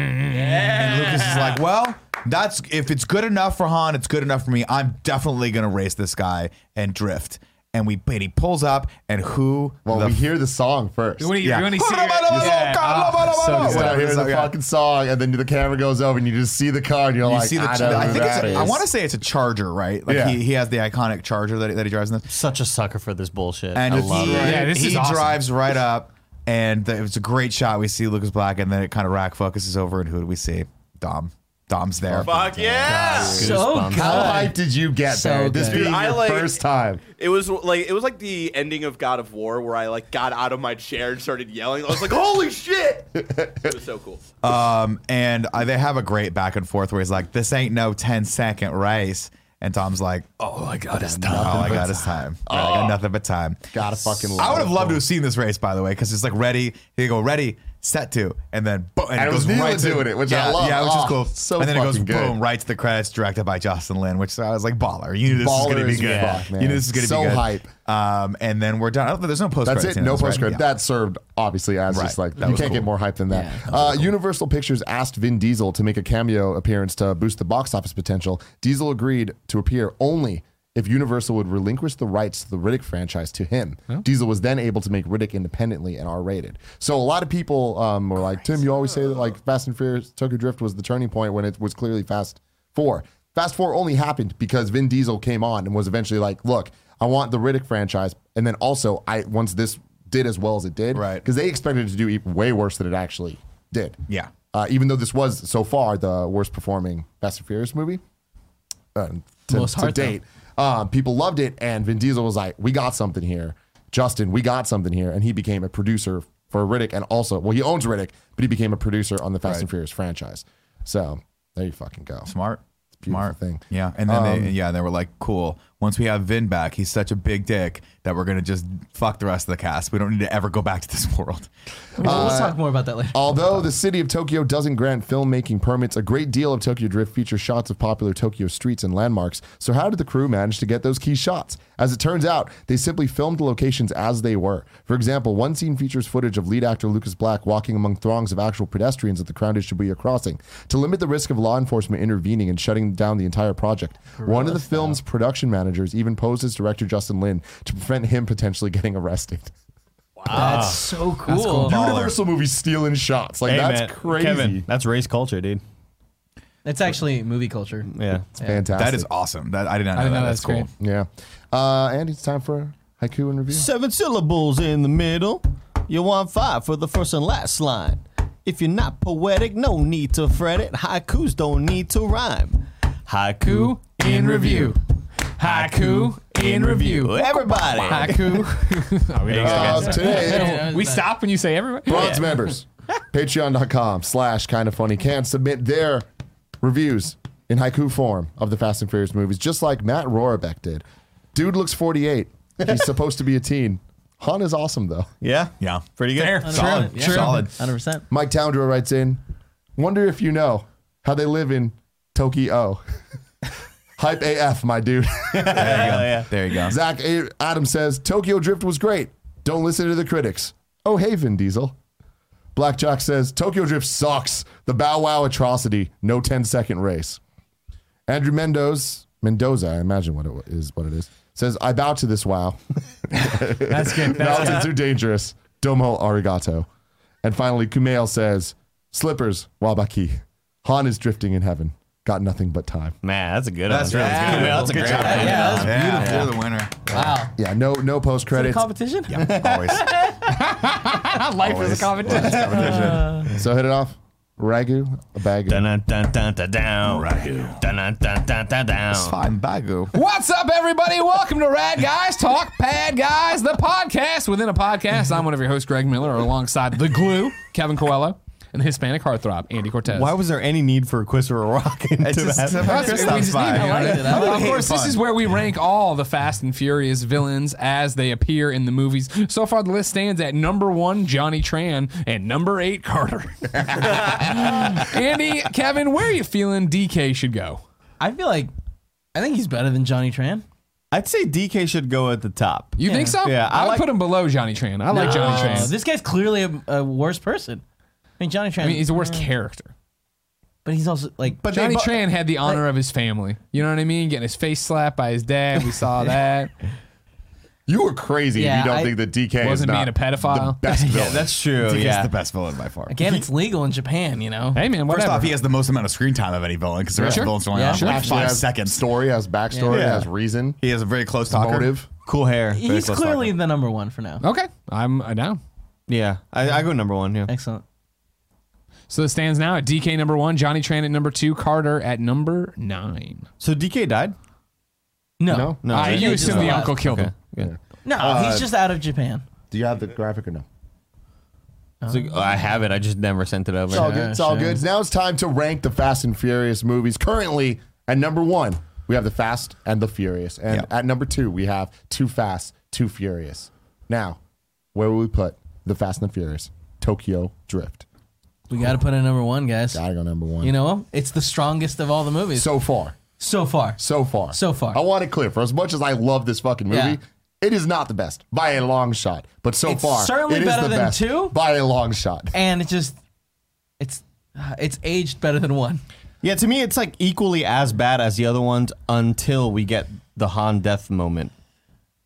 S3: And Lucas is like, "Well, that's if it's good enough for Han, it's good enough for me. I'm definitely gonna race this guy and drift." And we, and he pulls up, and who?
S1: well,
S3: the
S1: we hear the song first.
S5: When he,
S3: Yeah. Ah,
S5: when he see your, yeah.
S1: You
S3: Whatever,
S1: start hearing
S3: it's
S1: the
S3: okay.
S1: fucking song, and then the camera goes over, and you just see the car, and you're
S3: You
S1: like,
S3: see the
S1: I,
S3: I,
S1: know who
S3: think it's
S1: that
S3: a, I
S1: is."
S3: want to say it's a charger, right? Like
S1: Yeah.
S3: he, he has the iconic charger that, he- that he drives in this.
S6: Such a sucker for this bullshit.
S3: And
S6: I
S3: he,
S6: love it.
S5: Yeah, this
S3: he
S5: is awesome.
S3: drives right up and the, it's a great shot. We see Lucas Black and then it kind of rack focuses over and who do we see? Dom. Dom's there.
S7: Fuck yeah!
S2: So
S6: Goosebumps.
S1: How
S2: good.
S1: hyped did you get
S2: So
S1: there? This
S2: good.
S1: being
S7: Dude, I
S1: your
S7: like-
S1: first time.
S7: It was like it was like the ending of God of War where I like got out of my chair and started yelling. I was like, "Holy shit!" It was so cool.
S3: Um, and uh, they have a great back and forth where he's like, this ain't no 10 second race. And Tom's like,
S5: Oh my god, it's
S3: oh,
S5: tough.
S3: I got his time. Right, I
S5: Oh.
S3: got nothing but time.
S1: Gotta fucking love
S3: I would have
S1: it.
S3: loved to have seen this race, by the way, because it's like ready. They go ready, set to, and then boom, and,
S1: And it was
S3: goes
S1: Neela
S3: right to
S1: doing it, which I
S3: yeah,
S1: love.
S3: Yeah, which is
S1: Oh,
S3: cool.
S1: so
S3: and then it goes
S1: fucking good.
S3: boom right to the credits, directed by Jocelyn Lynn, which I was like baller. You knew this
S1: Baller
S3: is gonna be
S1: as
S3: good.
S1: fuck, man.
S3: You knew this is gonna
S1: So
S3: be good.
S1: hype.
S3: Um, and then we're done. I don't think there's no post.
S1: That's
S3: credits
S1: it.
S3: in
S1: No
S3: this, right?
S1: post credit.
S3: Yeah.
S1: That served obviously as
S3: Right.
S1: just like
S3: That
S1: you
S3: was
S1: can't get
S3: cool.
S1: more hype than that. uh, Universal Pictures asked Vin Diesel to make a cameo appearance to boost the box office potential. Diesel agreed to appear only if Universal would relinquish the rights to the Riddick franchise to him. Diesel was then able to make Riddick independently and R rated. So a lot of people um, were like, Tim, you always say that like Fast and Furious Tokyo Drift was the turning point when it was clearly Fast Four. Fast Four only happened because Vin Diesel came on and was eventually like, look. I want the Riddick franchise, and then also I once this did as well as it did.
S3: Right.
S1: Because they expected it to do e- way worse than it actually did.
S3: Yeah.
S1: Uh, even though this was so far the worst performing Fast and Furious movie uh, to,
S2: Most
S1: to
S2: heart,
S1: date, um, people loved it. And Vin Diesel was like, we got something here. Justin, we got something here. And he became a producer for Riddick and also, well, he owns Riddick, but he became a producer on the Fast and Furious franchise. So there you fucking go.
S3: Smart.
S1: beautiful
S3: Smart
S1: thing. Um,
S3: Yeah. And then they, yeah, they were like, cool. once we have Vin back, he's such a big dick that we're gonna just fuck the rest of the cast. We don't need to ever go back to this world.
S4: We'll we'll talk more about that later.
S1: Although the city of Tokyo doesn't grant filmmaking permits, a great deal of Tokyo Drift features shots of popular Tokyo streets and landmarks. So, how did the crew manage to get those key shots? As it turns out, they simply filmed the locations as they were. For example, one scene features footage of lead actor Lucas Black walking among throngs of actual pedestrians at the Crown Shibuya crossing to limit the risk of law enforcement intervening and shutting down the entire project. One of the film's production managers even posed as director Justin Lin to prevent him potentially getting arrested.
S4: That's so cool.
S1: Universal movies stealing shots. Like,
S6: Hey,
S1: that's
S6: man,
S1: crazy.
S6: Kevin, that's race culture, dude.
S4: It's actually movie culture.
S6: Yeah.
S1: Fantastic.
S3: That is awesome. That I did not know,
S5: I didn't
S3: that.
S5: know
S3: That's,
S5: that's
S3: cool.
S5: great.
S1: Yeah. Uh, and it's time for haiku and review.
S6: Seven syllables in the middle. You want five for the first and last line. If you're not poetic, no need to fret it. Haikus don't need to rhyme. Haiku
S5: in review. Haiku in review.
S6: Everybody.
S5: Haiku. oh, we, don't
S1: Uh,
S5: stop.
S1: today,
S5: we stop when you say everybody.
S1: bronze members, patreon.com slash kind of funny can submit their reviews in haiku form of the Fast and Furious movies, just like Matt Rohrbeck did. Dude looks 48. He's supposed to be a teen. Han is awesome, though.
S6: Yeah.
S3: Yeah.
S6: Pretty good.
S3: Solid.
S4: Yeah.
S3: Solid.
S4: 100%.
S1: Mike Towndra writes in, wonder if you know how they live in Tokyo. Hype AF, my dude.
S3: There you go.
S1: Zach A- Adam says Tokyo Drift was great. Don't listen to the critics. Oh, hey, Vin Diesel. Blackjack says Tokyo Drift sucks. The Bow Wow atrocity. No 10 second race. Andrew Mendoz Mendoza, I imagine what it wa- is, what it is, says I bow to this wow.
S5: That's good. That's
S1: Mountains are dangerous. Domo arigato. And finally, Kumail says slippers wabaki. Han is drifting in heaven. Got nothing but time.
S6: Man, that's a good
S3: That's
S6: one.
S3: really
S6: Yeah,
S3: good.
S6: that's a great
S3: job.
S6: one.
S4: Yeah, that's
S3: Yeah, you're the winner.
S4: Wow.
S1: Yeah, no, no post credits.
S4: Competition?
S3: Yeah, always.
S5: good. Life
S3: Always.
S5: is a competition.
S1: So hit it off. Ragu, a bag.
S6: Dun dun dun dun dun down.
S3: Right.
S6: Dun dun dun dun dun down.
S3: Fine bagu.
S5: What's up, everybody? Welcome to Rad Guys Talk Pad Guys, the podcast within a podcast. I'm one of your hosts, Greg Miller, alongside the glue, Kevin Coelho, and the Hispanic heartthrob, Andy Cortez.
S6: Why was there any need for a quiz or a rock into
S3: It's just-
S6: that?
S5: That's
S3: Chris
S5: what we
S3: stops
S5: just
S3: by,
S5: need.
S3: you know?
S5: I like it. I like it.
S3: Hey,
S5: Of course, this
S3: fun.
S5: is where we rank all the Fast and Furious villains as they appear in the movies. So far, the list stands at number one, Johnny Tran, and number eight, Carter. Andy, Kevin, where are you feeling DK should go?
S4: I feel like, I think he's better than Johnny Tran.
S6: I'd say DK should go at the top.
S5: You think so?
S6: Yeah, I
S5: I, would
S6: like-
S5: put him below Johnny Tran. I like Johnny
S4: Oh,
S5: Tran.
S4: This guy's clearly a, a worse person. I mean, Johnny Tran,
S5: I mean, he's the worst character.
S4: but he's also like,
S6: But
S5: Johnny
S6: they, bo-
S5: Tran had the honor of his family. You know what I mean? Getting his face slapped by his dad. We saw that.
S1: You were crazy
S4: Yeah,
S1: if you don't
S4: I-
S1: think that DK
S5: Wasn't
S1: is
S5: being
S1: not
S5: a pedophile.
S1: The best
S6: Yeah,
S1: villain.
S6: that's true.
S3: DK is
S6: yeah.
S3: the best villain by far.
S4: again, it's legal in Japan, you know?
S5: Hey man, whatever.
S3: First off, he has the most amount of screen time of any villain because the rest
S5: Sure.
S3: of the villains are only
S4: Yeah.
S3: on for
S4: Sure.
S3: like
S1: Actually
S3: five
S1: has
S3: seconds.
S1: Story has backstory,
S6: Yeah.
S1: has reason,
S3: He has a very close talker.
S1: motive.
S6: cool hair. Very
S4: he's
S6: close
S4: clearly
S6: talker.
S4: the number one for now.
S5: okay, I'm uh, down.
S6: Yeah, I, I go number one. Yeah.
S4: Excellent.
S5: So it stands now at DK number one, Johnny Tran at number two, Carter at number nine.
S6: So DK died.
S4: No.
S1: No?
S4: No,
S6: No,
S5: Ah,
S6: right?
S5: you
S4: Yeah,
S5: assume
S4: Oh, just
S5: the
S4: a lot.
S5: uncle killed him.
S4: he's just out of Japan.
S1: Do you have the graphic or no?
S6: It's like, oh, I have it. I just never sent it over.
S1: It's all good. It's all good. Now it's time to rank the Fast and Furious movies. Currently, at number one, we have the Fast and the Furious, and
S3: Yeah.
S1: at number two, we have Too Fast, Too Furious. Now, where will we put the Fast and the Furious? Tokyo Drift.
S4: We got to put in number one, guys.
S1: Gotta go number one.
S4: You know, it's the strongest of all the movies
S1: so
S4: so,
S1: far.
S4: far.
S1: So far.
S4: So far.
S1: I want it clear. For as much as I love this fucking movie,
S4: Yeah.
S1: it is not the best by a long shot. But so
S4: It's
S1: far,
S4: certainly
S1: it is
S4: better
S1: the
S4: than
S1: best
S4: two.
S1: by a long shot.
S4: and it just, it's, uh, it's aged better than one.
S6: Yeah, to me, it's like equally as bad as the other ones until we get the Han death moment.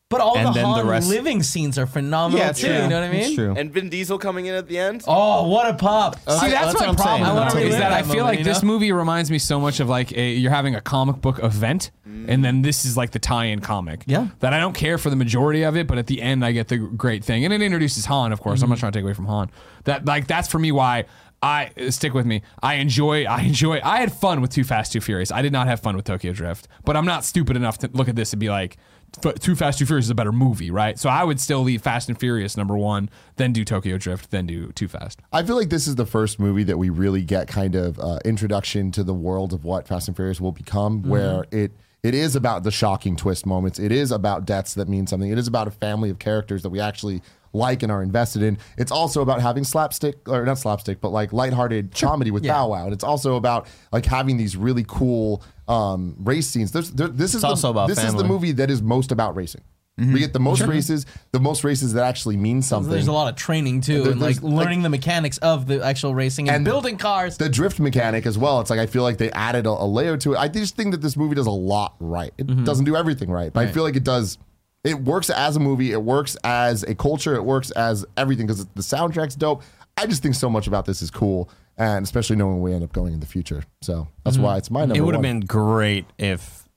S4: But all
S6: And
S4: the
S6: then the
S4: Han
S6: rest-
S4: living scenes are phenomenal
S6: Yeah,
S4: too.
S6: true.
S4: You know what I mean?
S6: It's true.
S7: And Vin Diesel coming in at the end.
S4: Oh, what a pop!
S5: See, Uh, that's,
S6: that's what
S5: my
S6: I'm saying. Uh, I
S5: problem
S6: wanna
S5: with it, is
S6: relive
S5: that
S4: that
S5: I feel
S4: moment,
S5: like
S4: you
S5: this
S4: know?
S5: movie reminds me so much of like a, you're having a comic book event, and then this is like the tie-in comic.
S4: Yeah.
S5: That I don't care for the majority of it, but at the end I get the great thing, and it introduces Han. Of course, I'm
S6: Mm-hmm.
S5: not trying to take away from Han. That like that's for me why. I uh, stick with me. I enjoy. I enjoy. I had fun with Too Fast, Too Furious. I did not have fun with Tokyo Drift, but I'm not stupid enough to look at this and be like, F- Too Fast, Too Furious is a better movie, right? So I would still leave Fast and Furious number one, then do Tokyo Drift, then do Too Fast.
S1: I feel like this is the first movie that
S6: Mm-hmm.
S1: we really get kind of uh, introduction to the world of what Fast and Furious will become, where it It is about the shocking twist moments. It is about deaths that mean something. It is about a family of characters that we actually like and are invested in. It's also about having slapstick or not slapstick, but like lighthearted comedy with Bow Wow. And it's also about like having these really cool um, race scenes. There's, there, this is the,
S6: also about
S1: this is the
S6: family. Mm-hmm.
S1: movie that is most about racing. We get the most races, the most races that actually mean something.
S4: There's a lot of training too,
S1: There-
S4: and like
S1: there's, like-
S4: learning the mechanics of the actual racing and,
S1: And
S4: building cars.
S1: the drift mechanic as well. It's like I feel like they added a, a layer to it. I just think that this movie does a lot right. It doesn't do everything right, but I feel like it does. It works as a movie. It works as a culture. It works as everything because the soundtrack's dope. I just think so much about this is cool, and especially knowing where we end up going in the future. So that's why it's my number.
S6: it would have
S1: one.
S6: been great if,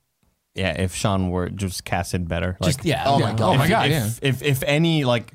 S6: yeah, if Sean were just casted better. Like,
S4: Just yeah.
S1: Oh my
S4: yeah.
S5: Oh
S1: god!
S5: my god,
S6: if,
S5: yeah.
S6: if if any like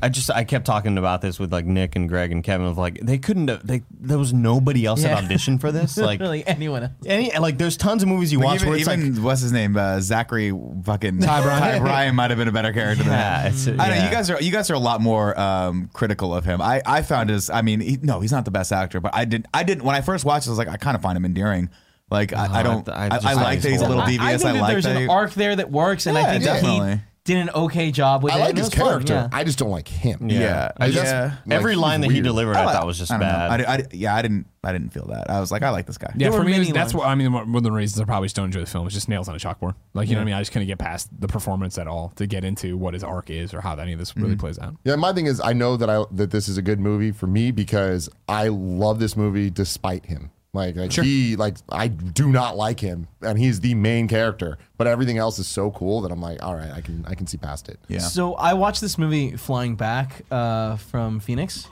S6: I just I kept talking about this with like Nick and Greg and Kevin of like they couldn't have- they there was nobody else
S4: Yeah.
S6: that auditioned for this like
S4: really anyone. else.
S6: any like there's tons of movies you
S3: Like,
S6: watch
S3: even,
S6: where it's
S3: even
S6: like
S3: what's his name? Uh, Zachary fucking Ty Bryan. might have been a better character than
S6: yeah,
S3: that.
S6: it's,
S3: I know
S6: yeah.
S3: you guys are you guys are a lot more um, critical of him. I, I found his I mean he, no he's not the best actor, but I didn't I didn't when I first watched it, I was like I kind of find him endearing. Like Oh, I, I don't
S6: I- I
S3: I, I,
S6: just- I
S3: like
S6: just
S3: that he's a
S6: don't.
S3: little
S4: I- I,
S3: devious.
S4: think
S3: I,
S4: that
S3: like
S4: there's
S3: that.
S4: an
S3: he-
S4: arc there that works, and I
S3: Yeah,
S4: think that
S3: definitely.
S4: he did an okay job with
S1: I
S4: it.
S1: like
S4: and it
S1: his
S4: was fun,
S1: character.
S4: yeah.
S1: I just don't like him.
S3: yeah.
S6: I
S1: Like,
S6: just-
S1: that's-
S6: every
S1: like,
S6: line that he
S1: weird.
S6: delivered I, thought was just
S3: I don't know.
S6: bad
S3: I, I- yeah, I didn't I didn't feel that. I was like I like this guy.
S5: Yeah,
S4: There
S5: for
S4: were
S5: me,
S4: many
S5: that's
S4: lines.
S5: what I mean. One of the reasons I probably still enjoy the film is just nails on a chalkboard. Like, you know what I mean? I just couldn't get past the performance at all to get into what his arc is or how any of this really plays out.
S1: Yeah, my thing is, I know that I that this is a good movie for me because I love this movie despite him. Like, like he, like I do not like him, and he's the main character. But everything else is so cool that I'm like, all right, I can I can see past it.
S3: Yeah.
S4: So I watched this movie flying back uh, from Phoenix,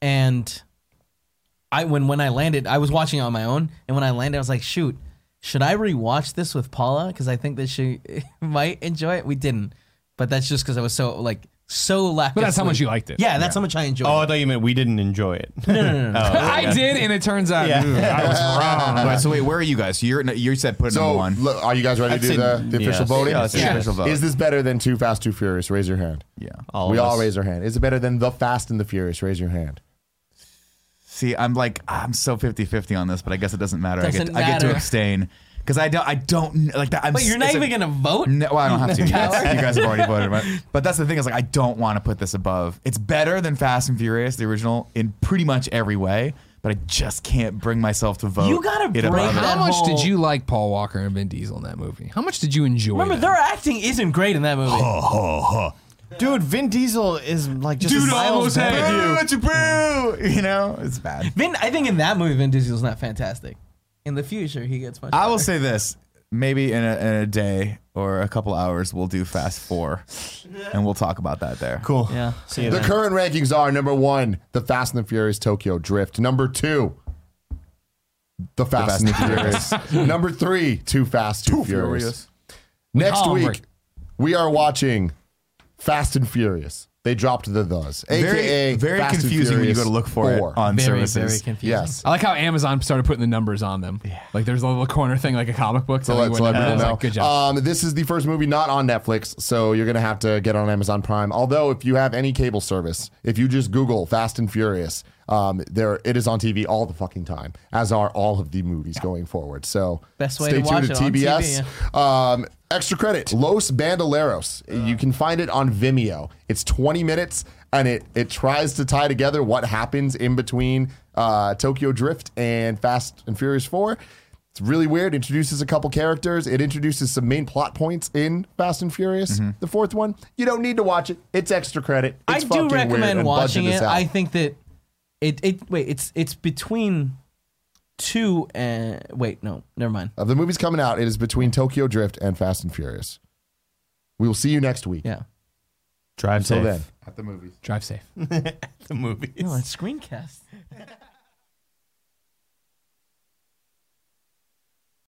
S4: and I when when I landed, I was watching it on my own, and when I landed, I was like, shoot, should I rewatch this with Paula? Because I think that she might enjoy it. We didn't, but that's just because I was so like so lack.
S5: But that's how much you liked it.
S4: Yeah, that's how much I enjoyed.
S6: oh I
S4: it.
S6: thought you meant we didn't enjoy it Oh,
S5: I did, and it turns out ooh, I was wrong.
S3: All right, so wait, where are you guys? You're you said put it number
S1: So,
S3: one.
S1: look, are you guys ready to do
S6: That's
S1: the,
S6: it.
S1: the official
S6: Yes.
S1: voting?
S3: Yeah, let's do the official vote.
S1: Is this better than Too Fast, Too Furious? Raise your hand.
S3: yeah.
S6: All
S1: we
S6: of
S1: all
S6: us.
S1: raise our hand. Is it better than The Fast and the Furious? Raise your hand.
S3: See, I'm like I'm so 50-50 on this, but I guess it doesn't matter. I
S4: Doesn't
S3: get I get to
S4: matter.
S3: abstain because I don't I don't like that. I'm,
S4: Wait, you're not
S3: it's a-
S4: even gonna vote?
S3: No, well, I don't have to. You guys, you guys have already voted. But, but that's the thing is like I don't want to put this above. It's better than Fast and Furious, the original, in pretty much every way. But I just can't bring myself to vote.
S4: You gotta
S3: it above
S4: break
S3: it.
S4: that
S5: How much did
S4: whole-
S5: you like Paul Walker and Vin Diesel in that movie? How much did you enjoy?
S4: Remember,
S5: that?
S4: their acting isn't great in that movie.
S6: dude Vin Diesel is like just
S5: Dude,
S6: miles
S5: almost had
S6: better.
S3: Boo, it's a boo. You know, it's bad.
S4: Vin, I think in that movie, Vin Diesel's not fantastic. In the future, he gets much.
S3: I
S4: better.
S3: will say this: maybe in a, in a day or a couple hours, we'll do Fast Four, and we'll talk about that there.
S6: cool
S4: Yeah.
S6: see you
S1: The
S6: then.
S1: current rankings are number one, The Fast and the Furious Tokyo Drift. Number two, The Fast,
S3: Fast
S1: and the Furious. number three, Too Fast, Too, Furious. Next
S5: Oh,
S1: week,
S5: right.
S1: we are watching Fast and Furious. They dropped the thes, aka
S3: Very, very
S1: Fast and
S3: confusing when you
S1: Furious
S3: go to look for
S1: four.
S3: it on
S4: very,
S3: services.
S4: very confusing.
S1: Yes.
S5: I like how Amazon started putting the numbers on them. Like there's a little corner thing, like a comic book.
S1: So
S5: telling you
S1: let's
S5: what
S1: let people
S5: number it is.
S1: know.
S5: Like, good job.
S1: Um, this is the first movie not on Netflix, so you're gonna have to get on Amazon Prime. Although, if you have any cable service, if you just Google Fast and Furious, um, there it is on TV all the fucking time, as are all of the movies going forward. So
S4: Best way
S1: stay
S4: to
S1: tuned
S4: watch
S1: to
S4: it on TV,
S1: TBS. Um, extra credit, Los Bandoleros. You can find it on Vimeo. It's 20 minutes, and it it tries to tie together what happens in between uh, Tokyo Drift and Fast and Furious 4. It's really weird. Introduces a couple characters. It introduces some main plot points in Fast and Furious, the fourth one. You don't need to watch it. It's extra credit.
S4: Mm-hmm. I
S1: It's fucking
S4: do
S1: weird
S4: recommend
S1: and
S4: watching
S1: budget as
S4: it.
S1: hell.
S4: I think that it it wait it's it's between two and wait no never mind.
S1: of the movies coming out, it is between Tokyo Drift and Fast and Furious. We will see you next week.
S4: Yeah.
S6: drive
S1: Until
S6: safe
S1: then.
S5: Drive safe.
S6: the movies
S4: No, it's screencast.